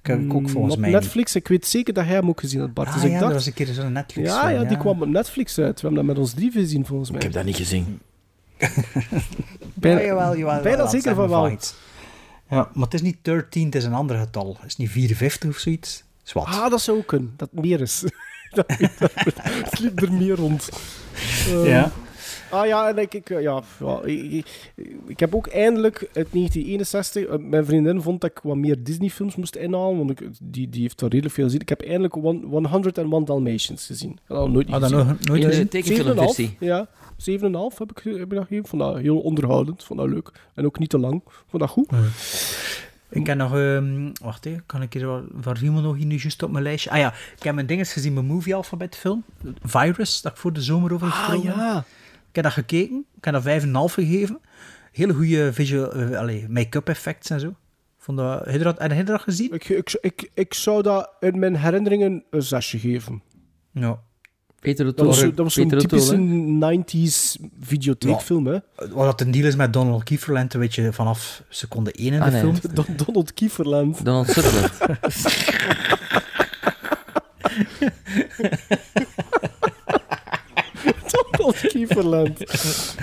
Ik heb ik ook volgens
Mm, op
mij niet.
Netflix, ik weet zeker dat jij hem ook gezien had, Bart. dus
Ah
ik
ja,
dacht,
dat was een keer zo'n Netflix
Ja,
film,
ja, die kwam op Netflix uit. We hebben dat met ons drie gezien, volgens mij.
Ik heb dat niet gezien.
Bijna-
Ja, jawel, jawel,
bijna
jawel,
zeker
dat
van wel.
fight. Ja, maar het is niet 13, het is een ander getal. Het is niet 54 of zoiets. Zwat.
Ah, dat zou ook kunnen. Dat het meer is. dat, dat, het liep er meer rond. Ehm,
ja.
Ah ja, en ik, ik, ja, ja, ik, ik- ik heb ook eindelijk uit 1961... eh, Mijn vriendin vond dat ik wat meer Disney-films moest inhalen, want ik, die, die heeft er redelijk veel gezien. Ik heb eindelijk one- 101 Dalmatians gezien. Ik had dat nooit
Ah, dat
gezien.
nog, nooit
Ja,
gezien.
de tekenfilmversie.
7,5, Ja, 7,5 heb ik, heb ik dat gegeven. Vond dat heel onderhoudend, vond dat leuk. En ook niet te lang. Vond dat goed.
Ik heb nog... ehm, wacht even, kan ik hier wel- van Riemen nog hier nu juist op mijn lijstje? Ah ja, ik heb mijn ding eens gezien, mijn movie alfabet film. Virus, dat ik voor de zomer over
Ah
gesproken heb.
ja.
Ik heb dat gekeken. Ik heb dat 5,5 gegeven. Hele goede visual... eh, allee, make-up effects en zo. Vond dat... Heb je dat, heb je dat gezien?
Ik, ik, ik, ik zou dat in mijn herinneringen een zesje geven.
Ja.
Peter de
Dat was,
Toren,
zo- dat was zo'n
Peter de
typische
Toren.
90s videotheekfilm, hè?
Wat dat een deal is met Donald Kieferland, weet je vanaf seconde 1 in de
Ah, nee.
film.
Don- Donald Kieferland.
Donald Sutherland.
Donald Kieferland.
Ik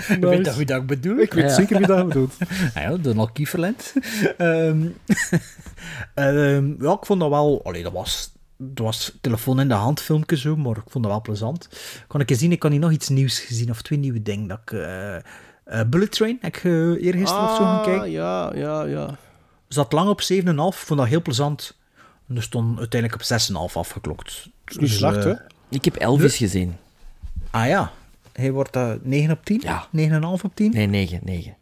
weet
Nice.
dat goed dat ik bedoel.
Ik weet
Ja.
zeker wie dat bedoelt.
Ah ja, Donald Kieferland. Ehm, ehm, ja, ik vond dat wel... Allee, dat was... Het was telefoon in de hand filmpje zo, maar ik vond dat wel plezant. Kon ik eens zien, ik kan hier nog iets nieuws gezien, of twee nieuwe dingen. Dat ik, eh, eh, Bullet Train, heb ik eh, eergisteren of zo gaan kijken.
Ah, ja, ja, ja.
Zat lang op 7,5, vond dat heel plezant. En er stond uiteindelijk op 6,5 afgeklokt.
Is niet slecht,
eh,
hè?
ik heb Elvis gezien.
Ah ja, hij wordt eh, 9 op 10?
Ja.
9,5 op 10?
Nee, 9, 9.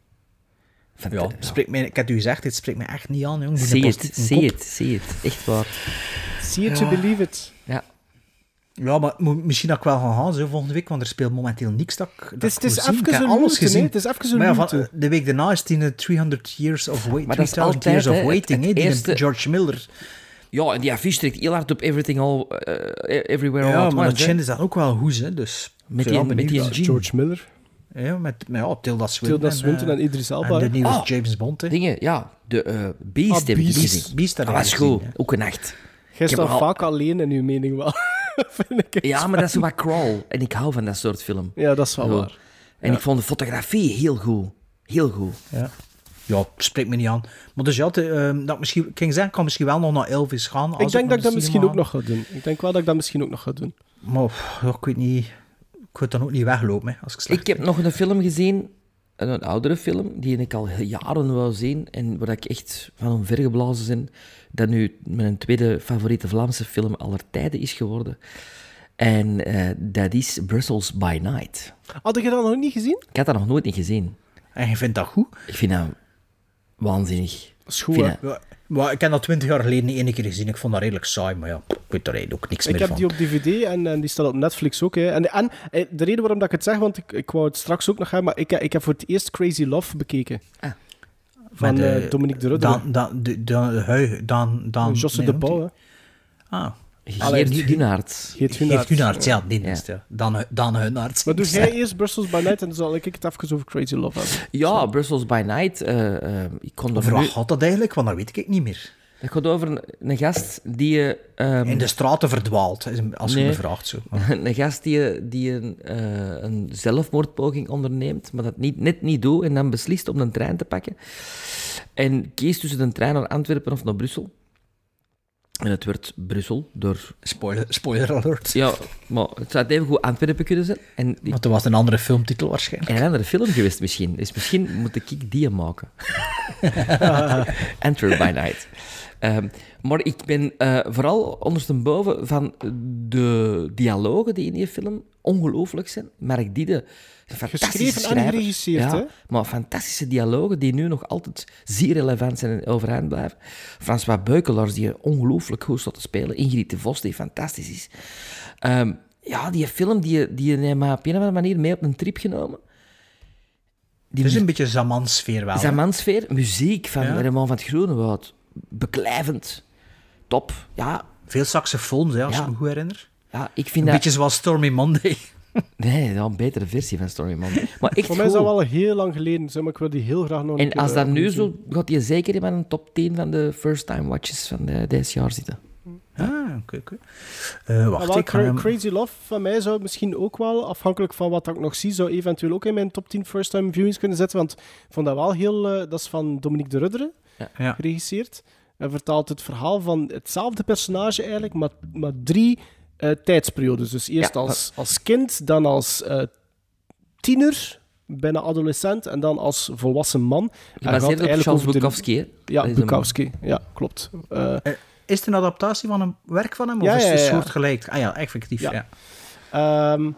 Ja, het spreekt mij, ik had u gezegd, dit spreekt me echt niet aan, jongen.
Zie het, zie het, zie het. Echt waar.
See it to believe it.
Ja.
Ja, maar mo- misschien dat ik wel ga gaan zo, volgende week, want er speelt momenteel niks dat ik dat
Het is,
ik
het is
moet zien. Ik
even
heb
een
alles
route, hè?
gezien.
Het is even een
maar ja, van- eh,
route.
de week daarna is het in de 300 Years of Wait,
Maar dat is
3000
altijd,
Years of
hè, het-
Waiting, hè,
het
die
eerste-
George Miller.
ja, en die affiche trekt heel hard op Everything All, eh, Everywhere All
Ja,
at
maar dat
Once, hè.
Chin is dat ook wel hoes, hè, dus...
Met
ja,
die-
benieuwd.
met die-
Ja, George Miller,
Ja, met, met ja, Tilda Swinton.
Tilda Swinton
eh,
en Idris Elba.
En de
hè?
nieuwe
Ah.
James Bond, hè.
Dingen, ja. De eh Beast
Ah,
heb ik
Beast.
gezien.
Beast heb
dat
ik
was
gezien,
goed.
ja.
Ook een nacht.
Jij
heb
staat
al-
vaak alleen in uw mening wel. Vind ik echt.
Ja, maar dat is wat crawl. En ik hou van dat soort film.
Ja, dat is wel
Zo.
waar.
En ik vond de fotografie heel goed. Heel goed.
Ja. Ja, spreekt me niet aan. Maar dus ja, het, eh, dat misschien, ik ging zeggen, ik kan misschien wel nog naar Elvis gaan. als
Ik denk dat
naar
ik
de
dat misschien
cinema
ook nog ga doen. Ik denk wel dat ik dat misschien ook nog ga doen.
ga. Maar pff, ja, ik weet niet... Ik wil dan ook niet weglopen, hè, als ik slecht
Ik heb nog een film gezien een, een oudere film die ik al jaren wou zien en waar ik echt van omvergeblazen ben, dat nu mijn tweede favoriete Vlaamse film aller tijden is geworden. En eh, dat is Brussels by Night.
Had je dat nog niet gezien?
Ik had dat nog nooit niet gezien.
En je vindt dat goed?
Ik vind dat waanzinnig.
Dat is goed,
Vind
hè?
dat-
Ja, maar ik heb dat twintig jaar geleden niet één keer gezien. Ik vond dat redelijk saai, maar ja, ik weet er eigenlijk ook niks
Ik
meer
heb
van.
die op DVD en, en die staat op Netflix ook. Hè. En, en eh, de reden waarom dat ik het zeg, want ik, ik wou het straks ook nog hebben, maar ik, heb- ik heb voor het eerst Crazy Love bekeken. Van
Met,
eh,
eh,
Dominique de Rudder.
Dan, dan, de, dan, hui- dan, dan,
Josse
nee,
de
noemt
Pauw,
die?
hè.
Ah, Allee,
Geert
die- die-
Dunaert.
Geert
Geert
Hunaert.
Hunaert, ja, die
Ja.
is het, ja. Dan, dan Hunaert.
Maar dus- doe jij eerst Brussels by Night en dan zal ik het even over Crazy Love hebben.
Ja, Brussels by Night. eh, eh, ik kon er
Over wat
nu...
gaat dat eigenlijk? Want dat weet ik niet meer.
Dat gaat over een, een gast die... eh, ehm,
In
Hmm.
de straten verdwaald, hè, als je
Nee.
me vraagt zo. Maar-
Een gast die, die een, eh, een zelfmoordpoging onderneemt, maar dat niet, net niet doet en dan beslist om een trein te pakken. En kiest tussen een trein naar Antwerpen of naar Brussel. En het werd Brussel door...
Spoiler, spoiler alert.
Ja, maar het zou even goed Antwerpen kunnen zijn. En,
Want er was een andere filmtitel waarschijnlijk.
en een andere film geweest misschien. Dus misschien moet ik die maken. Enter by Night. Ehm, maar ik ben eh, vooral ondersteboven van de dialogen die in die film ongelooflijk zijn. Mark Diede, een fantastische
Geschreven en
schrijver.
geregisseerd,
ja,
hè?
Maar fantastische dialogen die nu nog altijd zeer relevant zijn en overeind blijven. François Beukelaars, die ongelooflijk goed staat te spelen. Ingrid de Vos, die fantastisch is. Ehm, ja, die film die, die heeft mij op een of andere manier mee op een trip genomen. Die
Het is een beetje Zaman-sfeer wel. hè.
Zamansfeer, muziek van
Ja.
Raymond van het Groenewoud. Beklijvend. Top. Ja,
Veel saxofoons, hè, als
Ja.
ik me goed herinner.
ja ik vind
Een
dat...
beetje zoals Stormy Monday.
Nee, dat een betere versie van Storyman. Maar echt
Voor mij is dat
goed.
wel heel lang geleden, zeg, maar ik wil die heel graag nog een
En
keer,
als dat
eh,
nu
zien.
zo... Gaat je zeker in mijn top 10 van de first-time watches van de, deze jaar zitten.
Ah, oké, oké. Eh,
Maar
wacht,
wel,
ik ga
Cra-
hem-
Crazy Love van mij zou misschien ook wel, afhankelijk van wat ik nog zie, zou eventueel ook in mijn top 10 first-time viewings kunnen zetten. Want ik vond dat wel heel... eh, dat is van Dominique de Rudderen,
Ja.
geregisseerd. En vertaalt het verhaal van hetzelfde personage eigenlijk, maar, maar drie eh, tijdsperiodes. Dus eerst
Ja,
als, als kind, dan als eh, tiener, bijna adolescent, en dan als volwassen man. En gaat
Gebaseerd op
eigenlijk
Charles
over de-
Bukowski, hè? Dat
Ja,
is een-
Bukowski. Ja, klopt. Eh,
Is het een adaptatie van een werk van hem? Of
Ja,
is
ja,
het
ja.
soortgelijk? Ah ja, effectief.
Ja.
Ja.
Ehm,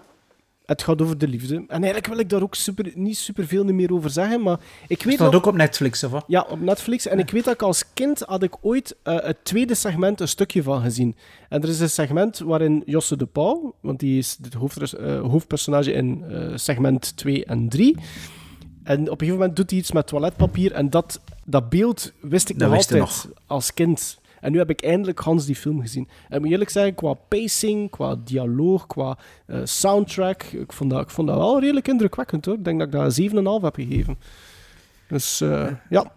het gaat over de liefde. En eigenlijk wil ik daar ook super, niet superveel meer over zeggen, maar ik weet
Staat
nog-
ook op Netflix, of wat?
Ja, op Netflix. En ik weet dat ik als kind had ik ooit eh, het tweede segment een stukje van gezien. En er is een segment waarin Josse de Pauw, want die is het hoofdres- eh, hoofdpersonage in eh, segment 2 en 3. En op een gegeven moment doet hij iets met toiletpapier. En dat, dat beeld wist ik
Dat
nog
wist je
altijd
nog.
als kind. En nu heb ik eindelijk Hans die film gezien. En ik moet eerlijk zeggen, qua pacing, qua dialoog, qua eh, soundtrack, ik vond, dat, ik vond dat wel redelijk indrukwekkend hoor. Ik denk dat ik daar een 7,5 heb gegeven. Dus eh, ja,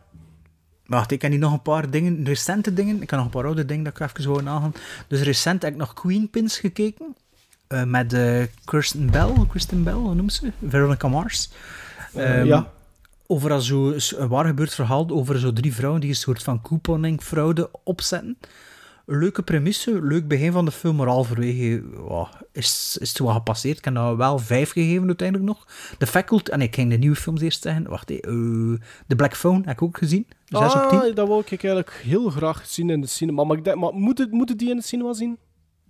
Wacht, ik heb hier nog een paar dingen, recente dingen. Ik heb nog een paar oude dingen dat ik even gewoon nagaan. Dus recent heb ik nog Queen Pins gekeken. eh, met eh, Kirsten Bell, Kirsten Bell, hoe noemt ze? Veronica Mars. Ehm,
ja.
Overal zo is een waar gebeurd verhaal over zo drie vrouwen die een soort van couponingfraude opzetten. Leuke premisse, leuk begin van de film, maar halverwege ja, is, is het wel gepasseerd. Ik heb nou wel vijf gegeven uiteindelijk nog. The Faculty, en ik ging de nieuwe films eerst zeggen. Wacht, hey, eh, The Black Phone heb ik ook gezien. Zes op tien.
Ah, dat wil ik eigenlijk heel graag zien in de cinema. Maar, ik denk, maar moet, het, moet het die in de cinema zien?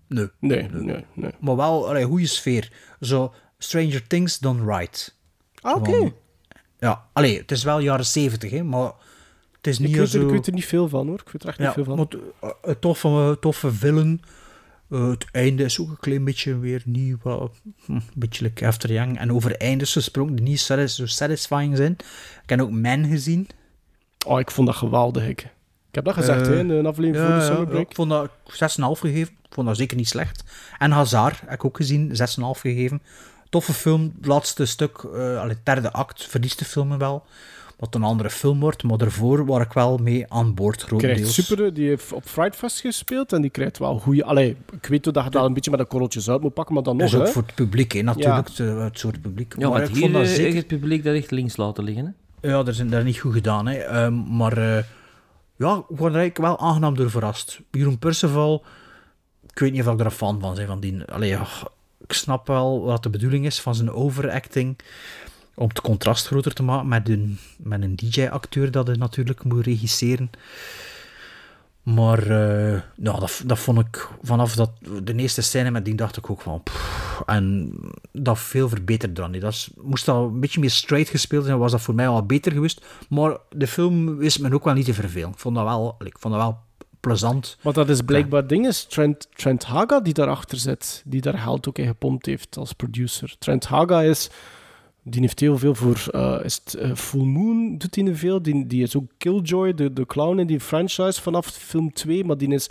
Nee.
Nee, nee, nee.
Maar wel een goede sfeer. Zo Stranger Things done right.
Ah, oké.
Gewoon- Ja, allee, het is wel jaren zeventig, hè, maar het is niet
Ik, weet er-
zo...
ik weet er niet veel van, hoor. Ik weet er echt
ja,
niet veel van.
maar het- eh, een toffe, toffe villain. Eh, het einde is ook een klein beetje weer nieuw. wel, hm, Een beetje like After Young. En over eindes gesprongen die niet satis- zo satisfying zijn. Ik heb ook Man gezien.
Oh, ik vond dat geweldig. Ik, ik heb dat gezegd,
Eh,
hè, in een aflevering voor de summerbreak.
ik vond dat 6,5 gegeven. Ik vond dat zeker niet slecht. En Hazard heb ik ook gezien, 6,5 gegeven. Toffe film, laatste stuk, eh allee, derde act, verliest de film me wel. Wat een andere film wordt, maar daarvoor was ik wel mee aan boord,
krijgt
grotendeels.
super, die heeft op Frightfest gespeeld en die krijgt wel goede. Allee, ik weet dat je daar een beetje met een korreltjes uit moet pakken, maar dan
Dat
nog.
is ook
hè.
voor het publiek, hè, natuurlijk,
Ja.
het, eh, het soort publiek. maar
Ja, want
ik
hier
vond dat
eh,
zeker...
echt het publiek dat echt links laten liggen, hè?
Ja, dat is dat is niet goed gedaan. Hè. Ehm, maar eh, ja, ik word er eigenlijk wel aangenaam door verrast. Jeroen Perceval, ik weet niet of ik er een fan van ben. Van die, allee, ja, ik snap wel wat de bedoeling is van zijn overacting. Om het contrast groter te maken met een, met een DJ-acteur dat hij natuurlijk moet regisseren. Maar eh, nou, dat, dat vond ik vanaf dat, de eerste scène met die dacht ik ook van. pff, en dat veel verbeterd dan. niet. Dat is, moest dat een beetje meer straight gespeeld zijn, was dat voor mij al beter geweest. Maar de film wist me ook wel niet te vervelen. Ik vond dat wel, ik vond dat wel plezant.
Want dat is blijkbaar ding is Trent, Trent Haga die daarachter zit, die daar geld ook in gepompt heeft als producer. Trent Haga is, die heeft heel veel voor, eh, is het, eh, Full Moon doet hij er veel, die, die is ook Killjoy, de, de clown in die franchise vanaf film 2, maar die is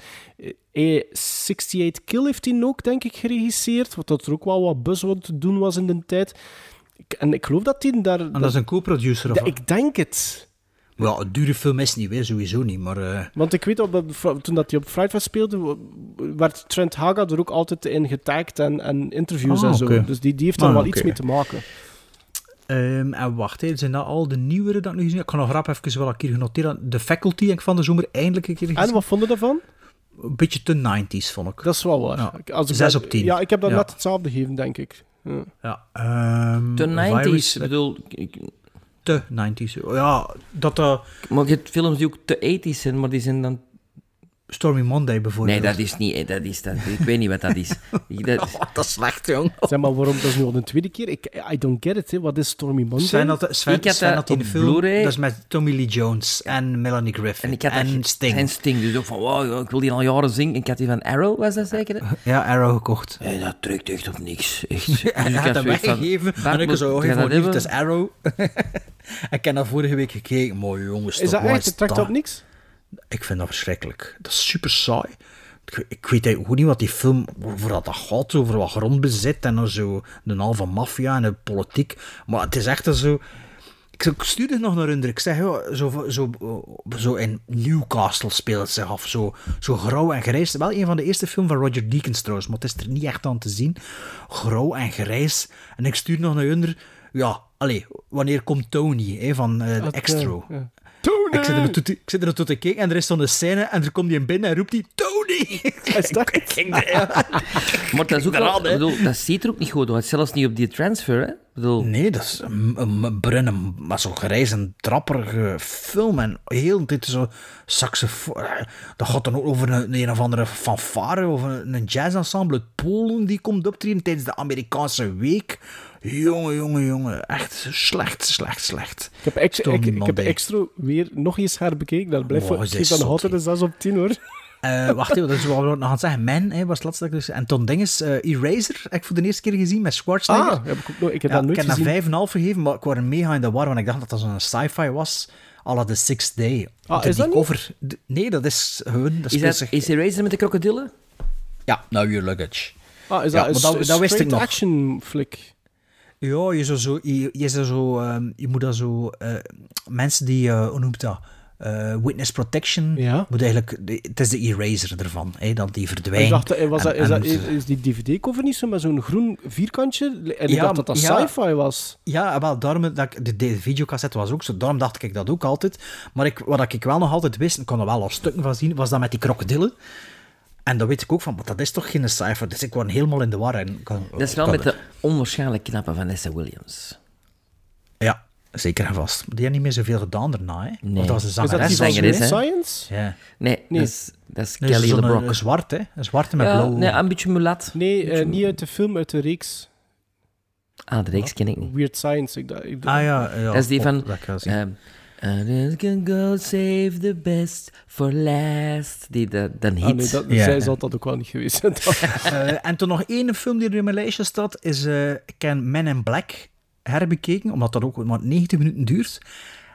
eh, eh, 68 Kill heeft hij ook denk ik geregisseerd, wat dat er ook wel wat buzz wat te doen was in de tijd. Ik- En ik geloof dat hij daar...
En dat is een co-producer. of
dat- ik denk het.
Ja, een dure film is het niet weer, sowieso niet. Maar eh,
Want ik weet, op, op- toen dat hij op Fright was speelde, w- werd Trent Haga er ook altijd in getagd en, en interviews
Ah,
en zo.
oké.
Dus die, die heeft daar
Ah,
wel
oké.
iets mee te maken.
Ehm, en wacht, hè, zijn dat al de nieuwere dat ik nu gezien heb? Ik kan nog rap even wel een keer genoteerd. De Faculty heb ik van de zomer eindelijk een keer gezien.
En wat vonden daarvan?
Een beetje te 90s, vond ik.
Dat is wel waar.
Ja.
Ik- Als ik
Zes
dat-
op tien.
Ja, ik heb dat
Ja.
net hetzelfde gegeven, denk ik. Ja.
Ja, ehm,
De 90s,
Virus,
ik bedoel... Ik,
te 90s. Ja, dat eh,
maar je hebt films die ook te 80s zijn, maar die zijn dan...
Stormy Monday bijvoorbeeld.
Nee, dat is niet... Dat is, dat, ik weet niet wat dat is. Ik- Dat,
dat is slecht, jong.
Zeg maar, waarom? Dat is nu al de tweede keer. Ik, I don't get it, hè. Wat is Stormy Monday?
Sven had, Sven,
Ik had
Sven
dat
had die
op
film,
Blu-ray.
dat is met Tommy Lee Jones en Melanie Griffith
en
en,
ik had dat ge-
Sting.
En Sting. Dus ook van, wow, ik wil die al jaren zingen. Ik had die van Arrow, was dat zeker? hè?
Ja, Arrow gekocht.
Nee, dat trekt echt op niks. Echt. Dus ik
En hij had dat
zoiets van,
weggegeven.
Bart,
En ik
moet-
zo, oh,
ga je dat
even lief, het is
hebben?
Arrow. ik heb dat vorige week gekeken. Mooi jongens, toch,
is dat
waar
echt? Het trekt
dat?
op niks?
Ik vind dat verschrikkelijk. Dat is super saai. Ik, ik weet eigenlijk ook niet wat die film, over dat dat gaat, over wat grondbezit en dan zo de halve maffia en de politiek. Maar het is echt zo... Ik, ik stuurde nog naar onder. Ik zeg, ja, zo, zo, eh, zo in Newcastle speelt het zich af. Zo, zo grauw en grijs. Wel een van de eerste film van Roger Deakins trouwens, maar het is er niet echt aan te zien. Grauw en grijs. En ik stuurde nog naar onder. Ja, allee, wanneer komt Tony hè, van eh, de Extro? Ik zit, er naartoe te, ik zit er naartoe te kijken en er is zo'n scène en er komt hij binnen en roept hij Tony!
Is dat
Ik ging er- ja.
Maar dat, is ook wel,
Inderdaad, hè.
ik bedoel, dat ziet er ook niet goed uit. Zelfs niet op die transfer, hè? Ik bedoel,
Nee, dat is een, een, een bruine, maar zo'n grijs en trapperige film. En heel dit zo saxofoon. eh, Dat gaat dan ook over een, een of andere fanfare, over een, een jazzensemble uit Polen die komt optreden tijdens de Amerikaanse week. Jongen, jongen, jongen. Echt slecht, slecht, slecht.
Ik heb, ex-
Stormy
ik, ik heb
Monday.
extra weer nog eens herbekeken. Dat blijft
Oh,
voor.
dat
Ik
is
geef dan nog
zot,
altijd een 6 op 10, hoor.
Eh, wacht even, dat is wat we nog aan het zeggen. Man hè, was het laatste dat ik dus... En Ton Dinges, eh, Eraser, heb ik voor de eerste keer gezien met Schwarzenegger.
Ah, heb ik, ook nog, ik heb
Ja,
dat nooit
ik heb
gezien.
dat 5,5 gegeven, maar ik was er mega in de war, want ik dacht dat dat zo'n sci-fi was. à la The Sixth Day. Want
Ah, is
die
dat niet?
cover, d- Nee, dat is hun. Dat
is, Oh,
is
dat, is Eraser met de krokodillen?
Ja, nou, your luggage.
Ah, is
Ja,
dat, een
maar dat-
s-
dat wist ik
straight
nog.
action flick?
Ja, je, zou zo, je, je, zou zo, ehm, je moet dat zo... eh, mensen die, eh, hoe noemt dat? Eh, witness protection.
Ja.
Moet eigenlijk, de- het is de eraser ervan, hè, dat die verdwijnt.
Ik dacht, eh,
en-
was dat, is,
en
dat,
moeten
is,
ze-
is die DVD-cover niet zo met zo'n groen vierkantje? En ik
Ja,
dacht dat dat
ja.
sci-fi was.
Ja, wel, daarom dat ik, de, de videocassette was ook zo, daarom dacht ik dat ook altijd. Maar ik, wat ik wel nog altijd wist, en ik kon er wel al stukken van zien, was dat met die krokodillen. En dat weet ik ook van, maar dat is toch geen cijfer, dus ik word helemaal in de war. En, kan,
Dat is wel met de onwaarschijnlijk knappe Vanessa Williams.
Ja, zeker en vast. Die heeft niet meer zoveel gedaan daarna, hè.
Nee.
Of dat was een
Is dat
zangeres.
die van
zanger is,
Sweet
hè?
Science?
Ja.
Nee, dat is, dat is
Nee,
Kelly
zo'n,
LeBrock.
eh, zwart, hè. Een zwarte met
ja,
blauw...
nee, ah, een beetje mulat.
Nee, eh, niet uit de film, uit de reeks
Ah, de reeks ken ik niet.
Weird Science. Ik, dacht- ik,
Ah ja, ja.
Dat is die
op-
van...
dat kan ik zien.
ehm, Others can go save the best for last. Die, de, de hit.
Ah, nee, dat,
Ja.
zij zal dat ook wel niet geweest zijn. dan.
Eh, en toen nog één film die er in mijn lijstje staat, is eh, ik ken Men in Black herbekeken, omdat dat ook maar 90 minuten duurt.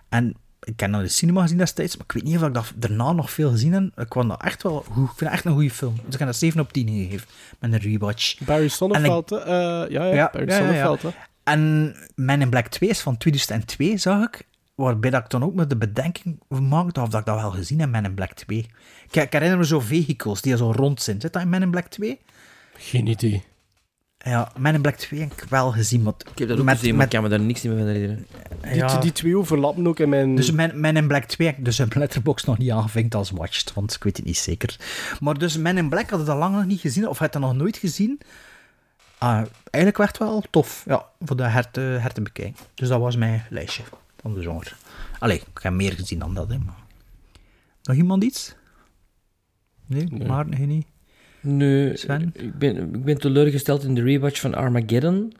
En ik ken dat in de cinema gezien destijds, maar ik weet niet of ik dat daarna nog veel gezien heb. Ik, vond dat echt wel goed. ik vind het echt een goede film. Dus ik heb dat 7 op 10 gegeven, met een rewatch.
Barry Sonneveld, hè? Eh, ja, ja, Barry Sonneveld, hè.
En Men in Black 2 is van 2002, zag ik. Waarbij dat ik dan ook met de bedenking maakte of dat ik dat wel gezien heb, Men in Black 2. Ik, ik herinner me zo vehicles die zo rond zijn. Zit dat in Men in Black 2?
Geen idee.
Ja, Men in Black 2 heb ik wel gezien, want...
Ik heb dat ook gezien, maar ik kan me daar niks meer van herinneren.
Die,
ja.
die twee overlappen ook in mijn...
Dus Men, Men in Black 2 heb ik dus een letterbox nog niet aangevinkt als watched, want ik weet het niet zeker. Maar dus Men in Black had ik dat lang nog niet gezien, of had dat nog nooit gezien. Ah, eigenlijk werd het wel tof, ja, voor de her te, her te bekijken. Dus dat was mijn lijstje van de zomer. Allee, ik heb meer gezien dan dat, hè. maar- Nog iemand iets? Nee, maar nee, niet.
Nee,
Sven?
Ik, ben, ik ben teleurgesteld in de rewatch van Armageddon.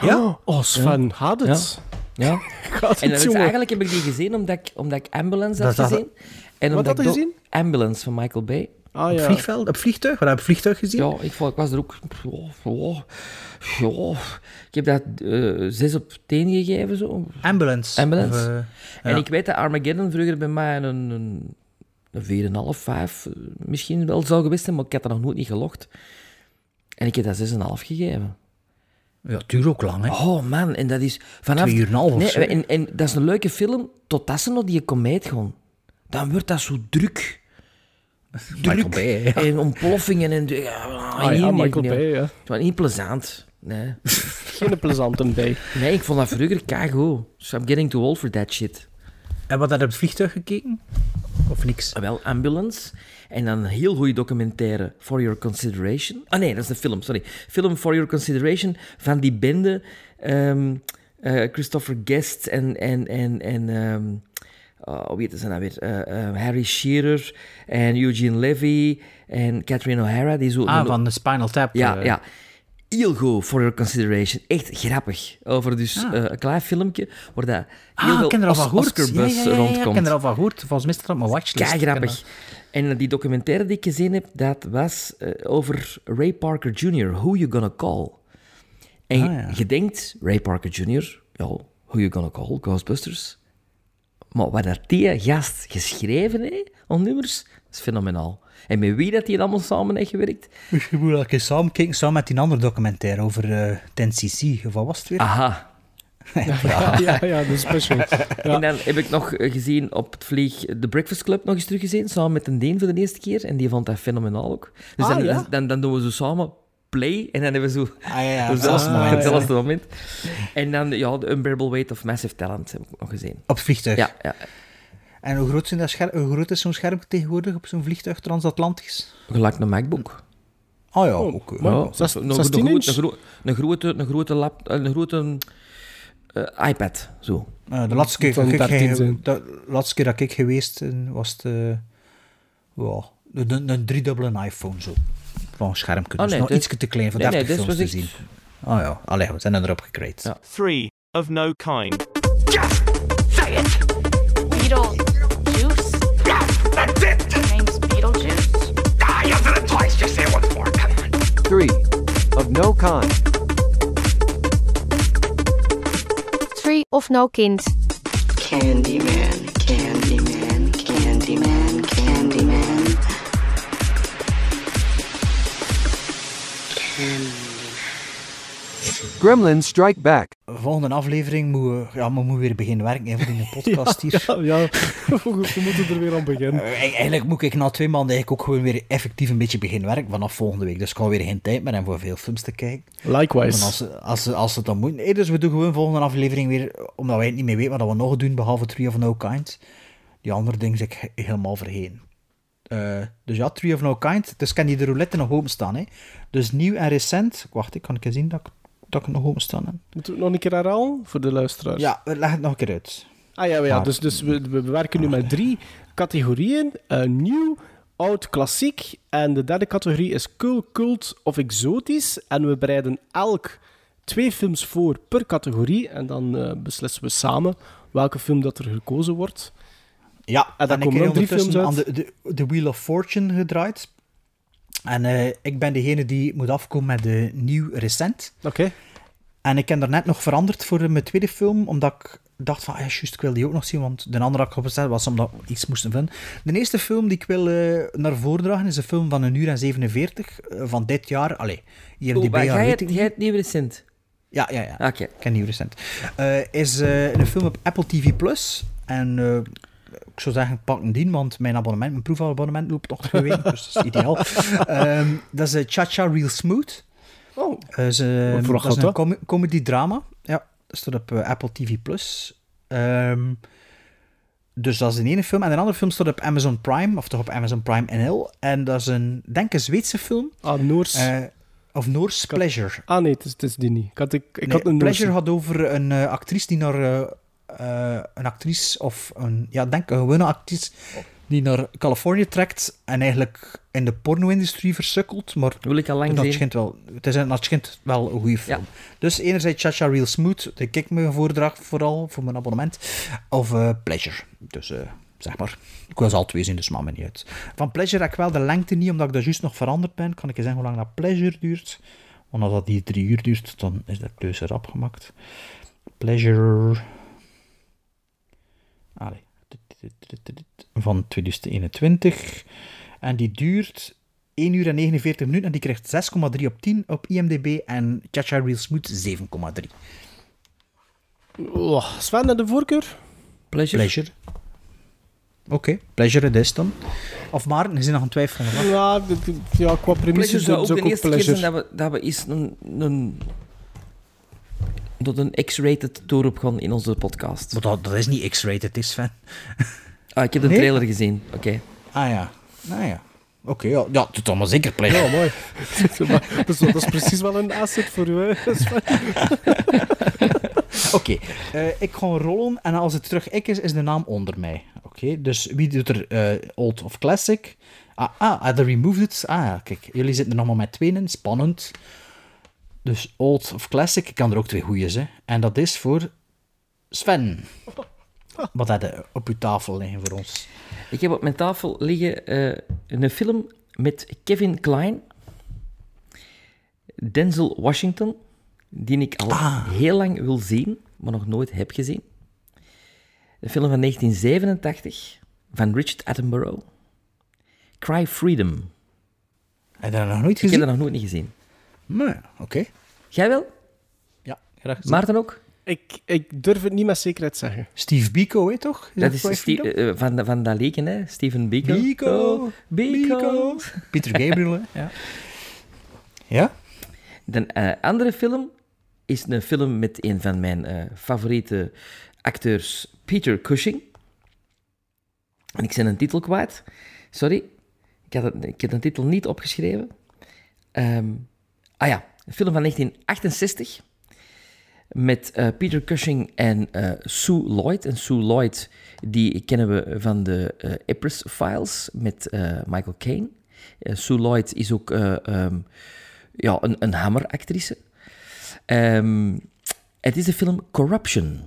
Ja?
Oh, Sven, had het.
Ja.
Gaat
En
het,
dat is,
jongen.
eigenlijk heb ik die gezien omdat ik, omdat ik Ambulance
Dat
had
is dat-
gezien. En
Wat
omdat
had
ik
je
do-
gezien?
Ambulance van Michael Bay.
Ah
Op
ja.
vliegveld? Op vliegtuig? Wat heb je vliegtuig gezien?
Ja, ik, vond- ik was er ook... Ja, ja, ja. oh. Ik heb dat eh, zes op 10 gegeven, zo.
Ambulance.
Ambulance.
Of, eh,
En ik weet dat Armageddon vroeger bij mij een, een, een 4,5, 5 eh, misschien wel zou geweest zijn, maar ik had dat nog nooit niet gelogd. En ik heb dat 6,5 gegeven.
ja, duurt ook lang, hè.
Oh man, en dat is vanaf...
Twee uur en een half of
nee,
zo.
en, en dat is een leuke film, totdat ze nog die komeet gewoon. Dan wordt dat zo druk.
Michael
Druk.
Bay, hè, ja.
En ontploffingen en... Ja,
Ah, ja, Michael
nee.
Bay, ja.
Het was niet plezant. Nee.
Geen plezante bij.
nee, ik vond dat vroeger keigoed. So I'm getting too old for that shit.
En wat had je op het vliegtuig gekeken? Of niks?
Ah, Wel, Ambulance. En dan een heel goede documentaire, For Your Consideration. Ah nee, dat is de film, sorry. Film For Your Consideration van die bende. ehm, eh, Christopher Guest en... en, en, en ehm, oh, wie heet ze nou weer? Eh, eh, Harry Shearer en Eugene Levy en Catherine O'Hara. Die zo
Ah,
een-
van de Spinal Tap.
ja,
eh.
ja. Heel goed for your consideration. Echt grappig. Over dus eh, een klein filmpje waar dat heel
Ah, ik
veel
ken er al van
Os-
gehoord.
Oscarbus
Ik ken er
rondkomt.
al van gehoord. Volgens mij staat dat op mijn watchlist.
Kei
Ik
grappig.
ken
En die documentaire die ik gezien heb, dat was eh, over Ray Parker Jr., Who You Gonna Call. En
Ah, ja.
je denkt, Ray Parker Jr., ja, Who You Gonna Call, Ghostbusters. Maar wat dat die gast geschreven heeft, aan nummers, is fenomenaal. En met wie dat hij allemaal samen heeft gewerkt,
dat. Misschien moet ik dat eens samen kijken, samen met die andere documentaire over eh TNCC. Of wat was het weer?
aha,
Ja, ja, ja, de special. Ja.
En dan heb ik nog eh, gezien op het vlieg eh, The Breakfast Club nog eens teruggezien, samen met een Deen voor de eerste keer. En die vond dat fenomenaal ook. Dus
Ah,
dan,
ja?
dan, dan doen we zo samen play en dan hebben we zo
ja, ja,
hetzelfde
ah,
moment,
ja.
hetzelfde moment. En dan ja, The Unbearable Weight of Massive Talent heb ik nog gezien.
Op het vliegtuig.
Ja, ja.
En hoe groot, zijn dat scher- hoe groot is zo'n scherm tegenwoordig op zo'n vliegtuig transatlantisch?
Gelijk een MacBook.
Oh ja, ook. eh,
maar-
ja.
Ja,
zes-
een, een,
16 inch?
groot- een, gro- een grote, een grote, lap, een grote eh, iPad, zo.
Eh, de laatste keer,
Het zal
dat ik,
13
ge-
zijn.
de laatste keer dat ik geweest ben, was het... eh, ja, de- de- een driedubbele iPhone zo. Van een scherm.
Ah,
dus
nee,
nog
dit-
iets te klein voor
Nee,
30
nee, dit
films
was
te
echt...
zien. Oh ja, allee, we zijn erop gekreed.
Ja.
Three of no kind.
Beetle juice?
That's it!
Name's Beetlejuice.
Ah, you've done it twice. Just say it once more. Come on.
Three of no kind.
Three of no kind.
Candyman, Candyman, Candyman, Candyman.
Gremlins strike back.
Volgende aflevering moeten we, ja, we moeten weer beginnen werken hè, voor in de podcast hier.
Ja, ja. we we moeten er weer aan beginnen.
Eh, Eigenlijk moet ik na twee maanden eigenlijk ook gewoon weer effectief een beetje beginnen werken vanaf volgende week. Dus ik ga weer geen tijd meer hebben voor veel films te kijken.
Likewise.
Maar als, ze- als, ze- als het dan moet. Nee, dus we doen gewoon volgende aflevering weer, omdat wij het niet meer weten wat we nog doen, behalve Three of No Kind. Die andere dingen zijn ik he- helemaal vergeten. Eh, dus ja, Three of No Kind. Dus kan die de roulette nog openstaan. Hè? Dus nieuw en recent. Wacht, ik kan ik eens zien dat ik, dat ik het nog openstaan heb. Dus-
Moeten we het nog een keer herhalen voor de luisteraars?
Ja, leg het nog een keer uit.
Ah ja, maar ja
Maar-
dus, dus we, we werken nu met drie categorieën. Eh, nieuw, oud, klassiek. En de derde categorie is cool, cult of exotisch. En we bereiden elk twee films voor per categorie. En dan eh, beslissen we samen welke film dat er gekozen wordt.
Ja,
daar
en ik
komen
heb
ook drie
ondertussen
films
aan
uit.
de, de, de Wheel of Fortune gedraaid. En eh, ik ben degene die moet afkomen met de nieuw recent.
Oké.
En ik heb er net nog veranderd voor mijn tweede film, omdat ik dacht van, ah ja, juist, ik wil die ook nog zien, want de andere had ik opgesteld was omdat we iets moesten vinden. De eerste film die ik wil eh, naar voren dragen is een film van een uur en 47 eh, van dit jaar. Allee,
Oeh,
IMDb
Oh, maar
jaar
jij
weet
hebt
ik
jij
niet.
hebt nieuw recent. Ah,
Ja, ja, ja.
Oké.
Ik ken die recent. Eh, is eh, een film op Apple TV+. Plus. En eh, ik zou zeggen, pak een dien, want mijn abonnement, mijn proefabonnement loopt nog twee weken, dus dat is ideaal. Ehm, dat is eh, Cha Cha Real Smooth.
Oh,
Eh, ze-
Wat voor
dat
gaat
is een
dat?
com- comedy-drama. Ja, dat staat op eh, Apple TV+. Plus. Ehm, dus dat is de ene film. En de andere film staat op Amazon Prime, of toch op Amazon Prime NL. En dat is een, denk ik, een Zweedse film.
ah, Noors.
Eh, Of Noorse Pleasure.
Ah nee, het is, het is die niet. Ik had, ik, ik
Nee,
had een
Pleasure
Noorse-
had over een eh, actrice die naar... eh, eh, een actrice of een... Ja, denk een gewone actrice die naar Californië trekt en eigenlijk in de porno-industrie versukkelt, maar...
Wil ik al lang
dat
zien.
schijnt wel, het is een, dat schijnt wel een goede film. Dus enerzijds Chacha Real Smooth, de kijk me voordracht vooral, voor mijn abonnement. Of eh, Pleasure, dus eh, zeg maar. Ik was al twee zien, dus maakt me niet uit. Van Pleasure heb ik wel de lengte niet, omdat ik daar juist nog veranderd ben. Kan ik je zeggen hoe lang dat Pleasure duurt? Want als dat die drie uur duurt, dan is dat keuze rap gemaakt. Pleasure. Allee. Van 2021. En die duurt 1 uur en 49 minuten. En die krijgt 6,3 op 10 op IMDb. En Chacha Real Smooth 7,3.
Oh, Sven had de voorkeur.
Pleasure.
Pleasure. Oké, pleasure het is dan. Of maar, er zijn nog een twijfel.
Ja, dit- dit- ja qua premisse
Pleasure
is
zou dus
dus
ook,
ook de
ook
eerste keer zijn
pleasure.
dat we, dat we eens een, een, tot een X-rated tour gaan in onze podcast.
Maar dat, dat is niet X-rated, is fan.
Ah, ik heb de
Nee?
trailer gezien. Oké.
Ah ja, nou ja. Oké, ja, ja, het is allemaal zeker pleasure.
Ja, mooi. dat, is, dat is precies wel een asset voor u, hè, Sven.
Oké, eh, ik ga rollen en als het terug ik is, is de naam onder mij. Oké, dus wie doet er eh, old of classic? Ah, ah, ah, de removed it. Ah, ja, kijk, jullie zitten er nog maar met tweeën in. Spannend. Dus old of classic, ik kan er ook twee goeie hè. En dat is voor Sven. Wat had je op uw tafel liggen voor ons?
Ik heb op mijn tafel liggen eh, een film met Kevin Klein, Denzel Washington, die ik al heel lang wil zien, maar nog nooit heb gezien. Een film van 1987 van Richard Attenborough. Cry Freedom.
Heb je dat nog nooit
Ik heb
gezien?
dat nog nooit niet gezien.
Nee, oké.
Jij wel?
Ja, graag gezien.
Maarten ook?
Ik, ik durf het niet met zekerheid zeggen.
Steve Biko, hè, toch?
Dat is
Steve
Steve- eh, van, van dat leken, hè? Steven Oh, Biko.
Biko,
Biko.
Biko. Peter Gabriel, hè. Ja. ja?
De eh, andere film is een film met een van mijn eh, favoriete acteurs, Peter Cushing. En ik zijn een titel kwijt. Sorry, ik had, het- ik had een titel niet opgeschreven. Ehm, ah ja, een film van 1968 met eh, Peter Cushing en eh, Sue Lloyd. En Sue Lloyd, die kennen we van de eh Ypres Files met eh, Michael Caine. Eh, Sue Lloyd is ook eh, ehm, ja, een, een hammeractrice. Ehm, het is de film Corruption.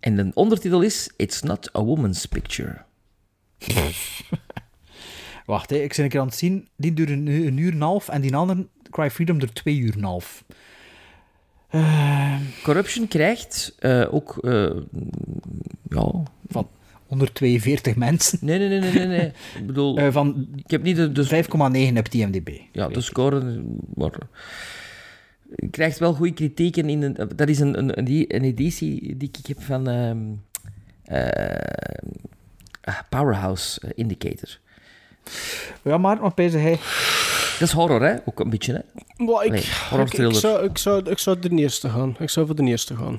En de ondertitel is It's Not a Woman's Picture.
Wacht, hè, ik zit een keer aan het zien. Die duurt een, u- een uur en een half en die andere, Cry Freedom, duurt twee uur en een half.
Corruption krijgt eh, ook... eh, ja...
Van 142 mensen.
Nee, nee, nee, nee, nee. nee. Ik bedoel,
Eh, van
ik heb niet de, de
5,9 op die MDB.
Ja, de score maar, krijgt wel goede kritieken. In een, dat is een, een, een een editie die ik heb van ehm, eh, ah, Powerhouse Indicator.
Ja, maar wat bezig hij?
Dat is horror, hè? Ook een beetje, hè?
Maar ik,
Nee, horror
ik, ik,
thriller.
zou, ik, zou, ik zou de eerste gaan. Ik zou voor de eerste gaan.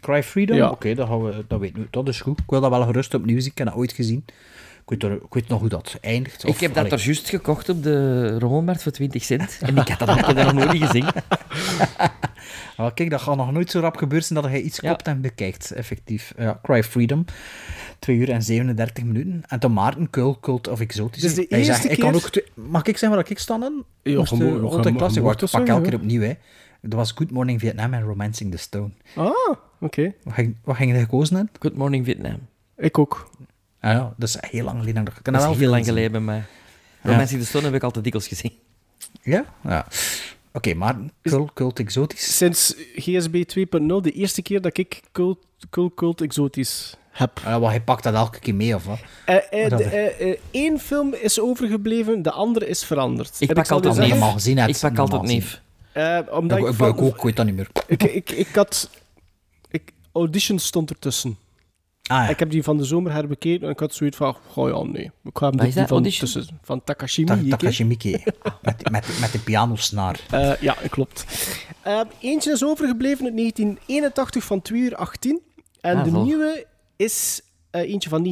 Cry Freedom?
Ja.
Oké, dat, gaan we- dat weet nu. Dat is goed. Ik wil dat wel gerust opnieuw zien. Ik heb dat ooit gezien. Ik weet, er- ik weet nog hoe dat eindigt.
Ik heb dat er juist gekocht op de rommelmarkt voor 20 cent. En ik had dat ik had dat nog nooit niet gezien.
Wel, kijk, dat gaat nog nooit zo rap gebeuren zijn dat hij iets
Ja.
kopt en bekijkt, effectief. Ja, Cry Freedom, 2 uur en 37 minuten. En dan Maarten, Kul, Cult of Exotisch.
Dus de
Hij zegt,
eerste
Ik kan
keer-
ook twee- Mag ik zeggen waar ik sta dan?
Ja,
Moest,
je
eh,
mo- je
rond
mag-
de
je
klas-
mag
Wacht,
dat
pak
zeggen,
elke keer
ja.
opnieuw, hè. Dat was Good Morning Vietnam en Romancing the Stone.
Ah, oké.
Wat ging, wat ging jij gekozen hebben?
Good Morning Vietnam.
Ik ook.
Ah ja, dat is heel lang geleden. dat ik dat
Dat
wel
is heel lang
gezien.
geleden bij mij. Romance in de Stone heb ik altijd dikwijls gezien.
Ja? Ja. Oké, Maarten, Kul, Cult, Exotisch.
Sinds GSB 2.0, de eerste keer dat ik cult, cult, cult exotisch heb.
Ah, ja, maar hij pakt dat elke keer mee, of wat?
Eh, eh,
dat
de-
is-
eh, eh, één film is overgebleven, de andere is veranderd.
Ik
En
pak
zal
altijd
Dat
dus
neef.
je
zeggen,
maar gezien hebt.
Ik pak
normaal
altijd neef.
eh,
gezien.
omdat ik,
Ik, ik,
van-
ik ook, ik weet dat niet meer. Ah,
ik, ik, ik had... Ik, audition stond ertussen.
Ah ja.
Ik heb die van de zomer herbekeken en ik had zoiets van... Goh ja, nee. Ik ga hem
Waar
dit
is
die
dat,
van,
Audition?
tussen, van Takashi
Ta-
Miike.
Takashi Miike. Met, met, met de pianosnaar.
Eh, ja, klopt. Ehm, eentje is overgebleven uit 1981 van 2 uur 18. En
Ah,
de
volg.
nieuwe is eh, eentje van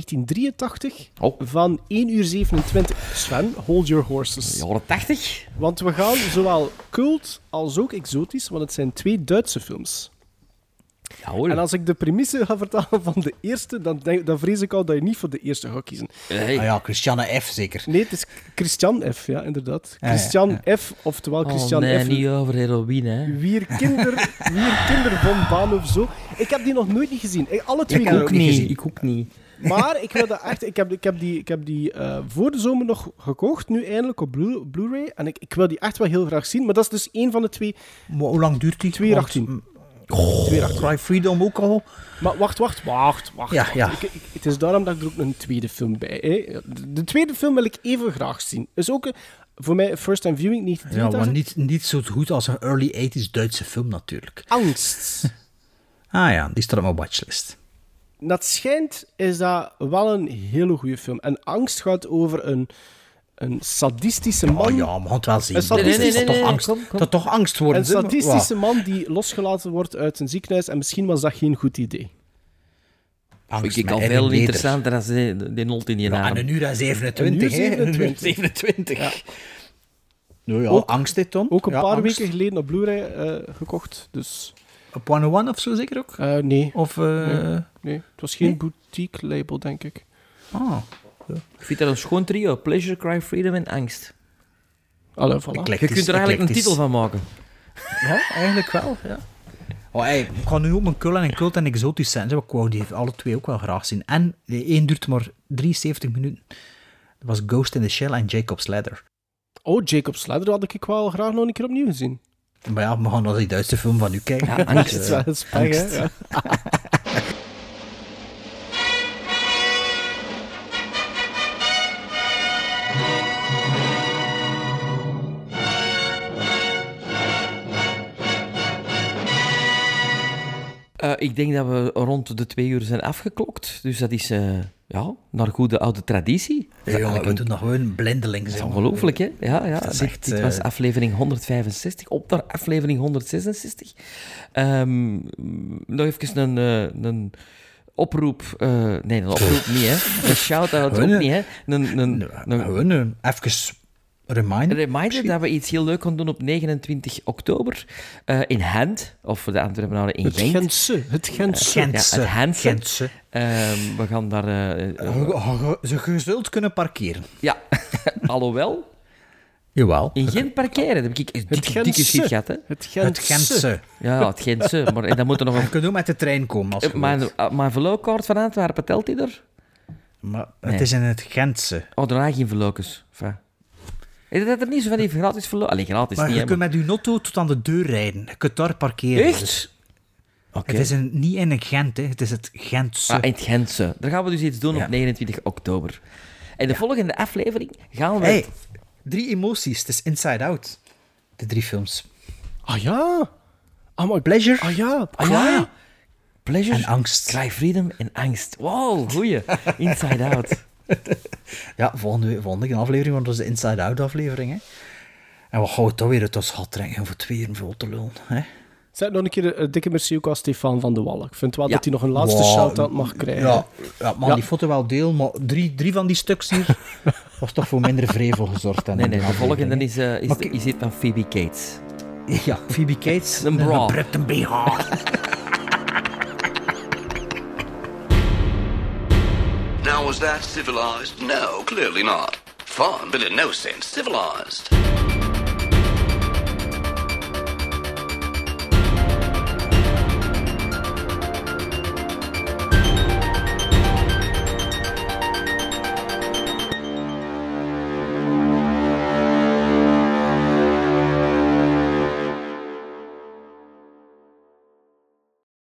1983
Oh.
van 1 uur 27. Sven, hold your horses.
Jaren 80?
Want we gaan zowel cult als ook exotisch, want het zijn twee Duitse films.
Ja hoor.
En als ik de premisse ga vertalen van de eerste, dan, denk, dan vrees ik al dat je niet voor de eerste gaat kiezen.
Ah ja, Christiane F. zeker.
Nee, het is Christian F., ja, inderdaad.
ja,
Christian F., oftewel Christian
oh, nee,
F.
niet over heroïne, hè.
Wier kinder, wier kinder van baan of zo. Ik heb die nog nooit niet gezien. Ik- Alle twee
Ik
niet.
ook niet. Ik ook niet.
Maar ik, wilde echt, ik heb, ik heb die, ik heb die eh, voor de zomer nog gekocht, nu eindelijk op Blu- Blu-ray. en ik, ik wil die echt wel heel graag zien, maar dat is dus één van de twee.
Maar hoe lang duurt die? mm,
2 uur 18.
Oh. Cry Freedom ook al.
Maar wacht, wacht, wacht, wacht.
Ja,
wacht.
ja.
Ik, ik- het is daarom dat ik er ook een tweede film bij... Hè. De, de tweede film wil ik even graag zien. Is ook eh, voor mij first time viewing, niet
Ja, maar niet, niet zo goed als een early 80s Duitse film natuurlijk.
Angst.
Ah ja, die staat op mijn watchlist.
dat schijnt is dat wel een hele goede film. En Angst gaat over een, een sadistische man.
Oh ja, maar het wel zien.
Een
Dat
sadistische-
is
Nee, nee,
toch
nee,
angst.
kom, kom.
Dat toch angst worden.
Een
hè?
sadistische
Wa-
man die losgelaten wordt uit zijn ziekenhuis. En misschien was dat geen goed idee.
Angst
Vind ik
met
al
Erin
veel
Vedder.
interessanter dan die, die nolt in je naam.
En een uur en 27,
Een uur
hè? Een uur
27.
27. Nou ja,
Ook-
angst dit dan.
Ook een
Ja,
paar
angst.
weken geleden op Blu-ray eh, gekocht. Dus
Op 101 of zo zeker ook?
eh, nee.
Of... eh,
Nee. nee, het was geen
nee?
boutique label, denk ik.
Ah,
Ik vind dat een schoon trio. Pleasure, Cry, Freedom en Angst.
Allee, voilà.
Je
eclectisch,
kunt er eigenlijk een
eclectisch.
titel van maken.
Ja, eigenlijk wel, ja. Oh, ey, ik ga nu ook mijn cult en een cult en exotisch zijn. zeg, Ik wou die alle twee ook wel graag zien. En de één duurt maar 73 minuten. Dat was Ghost in the Shell en Jacob's Ladder.
Oh, Jacob Sledder had ik wel graag nog een keer opnieuw gezien.
Maar ja, we gaan naar die Duitse film van u kijken. Eh,
Ja, Angst.
Dat is wel een spang, hè? Ja.
Eh, ik denk dat we rond de twee uur zijn afgeklokt. Dus dat is, eh, ja, naar goede oude traditie. Dat is
Ja, jongen,
eigenlijk
we
een-
doen nog gewoon blindelings.
dat is
jongen.
ongelooflijk, hè? Ja, ja.
Dat is
Dit-
echt,
dit
eh,
was aflevering 165, op naar aflevering 166. Ehm, mm, nog even een, eh, een oproep. eh, nee, een oproep niet, hè? Een shout-out ook
Gewoon, eh,
niet, hè? Een, een,
Nou,
een-
Gewoon eh, even remind.
Reminder dat we iets heel leuk gaan doen op 29 oktober eh, in Gent, of voor de Antwerpenaren in
Het
Genk.
Gentse. Het Gentse.
Gentse.
Ja, het Gentse.
Gentse.
Ehm, we gaan daar... eh, eh,
Je- je- Ze gezult kunnen parkeren.
ja, alhoewel,
Jawel.
in Gent parkeren. Dat heb ik echt dikke, dikke shit gehad, hè.
Het
Het
Gentse.
Gentse.
Ja, ja, het Gentse. Maar en dan moet er nog
Je
een...
kunt ook met de trein komen als je
Mijn,
wilt.
eh, mijn verloopkaart van Antwerpen, telt die er?
Maar
Nee.
het is in het Gentse.
Oh, daarna geen verlokers. Enfin. Is dat er niet zo van die gratis verlokers? Allee, gratis
Maar
niet,
je
hè,
kunt
maar-
met je notto tot aan de deur rijden. Je kunt daar parkeren. Dus
Echt? Oké.
Het is een, niet in een Gent, hè. het is het Gentse.
Ah, in het Gentse. Daar gaan we dus iets doen
Ja.
op 29 oktober. En de volgende aflevering gaan we...
hey, drie emoties. Het is Inside Out. De drie films.
Ah ja. Ah, maar...
Pleasure.
Ah ja.
Ah, ja. Pleasure.
En angst.
Cry Freedom en angst. Wow, goeie. Inside Out.
Ja, volgende, volgende aflevering, want dat is de Inside Out aflevering. Hè. En wat gaan we toch weer uit ons gat trekken om voor twee uur vol te lullen. Hè.
Zeg nog een keer een dikke merci ook aan Stefan van de Wallen. Ik vind wel
Ja.
dat hij nog een laatste
Wow.
shout-out mag krijgen.
Ja, ja man,
Ja.
die foto wel deel, maar drie, drie van die stuks hier was toch voor minder vrevel gezorgd. dan
Nee,
die
nee, de
aflevering,
volgende
hè.
is, eh is,
Maar kijk-
is dit van Phoebe Cates.
Ja, Phoebe Cates.
Een bra.
Een een BH.
Now, was that civilized? No, clearly not. Fun, but in no sense civilized.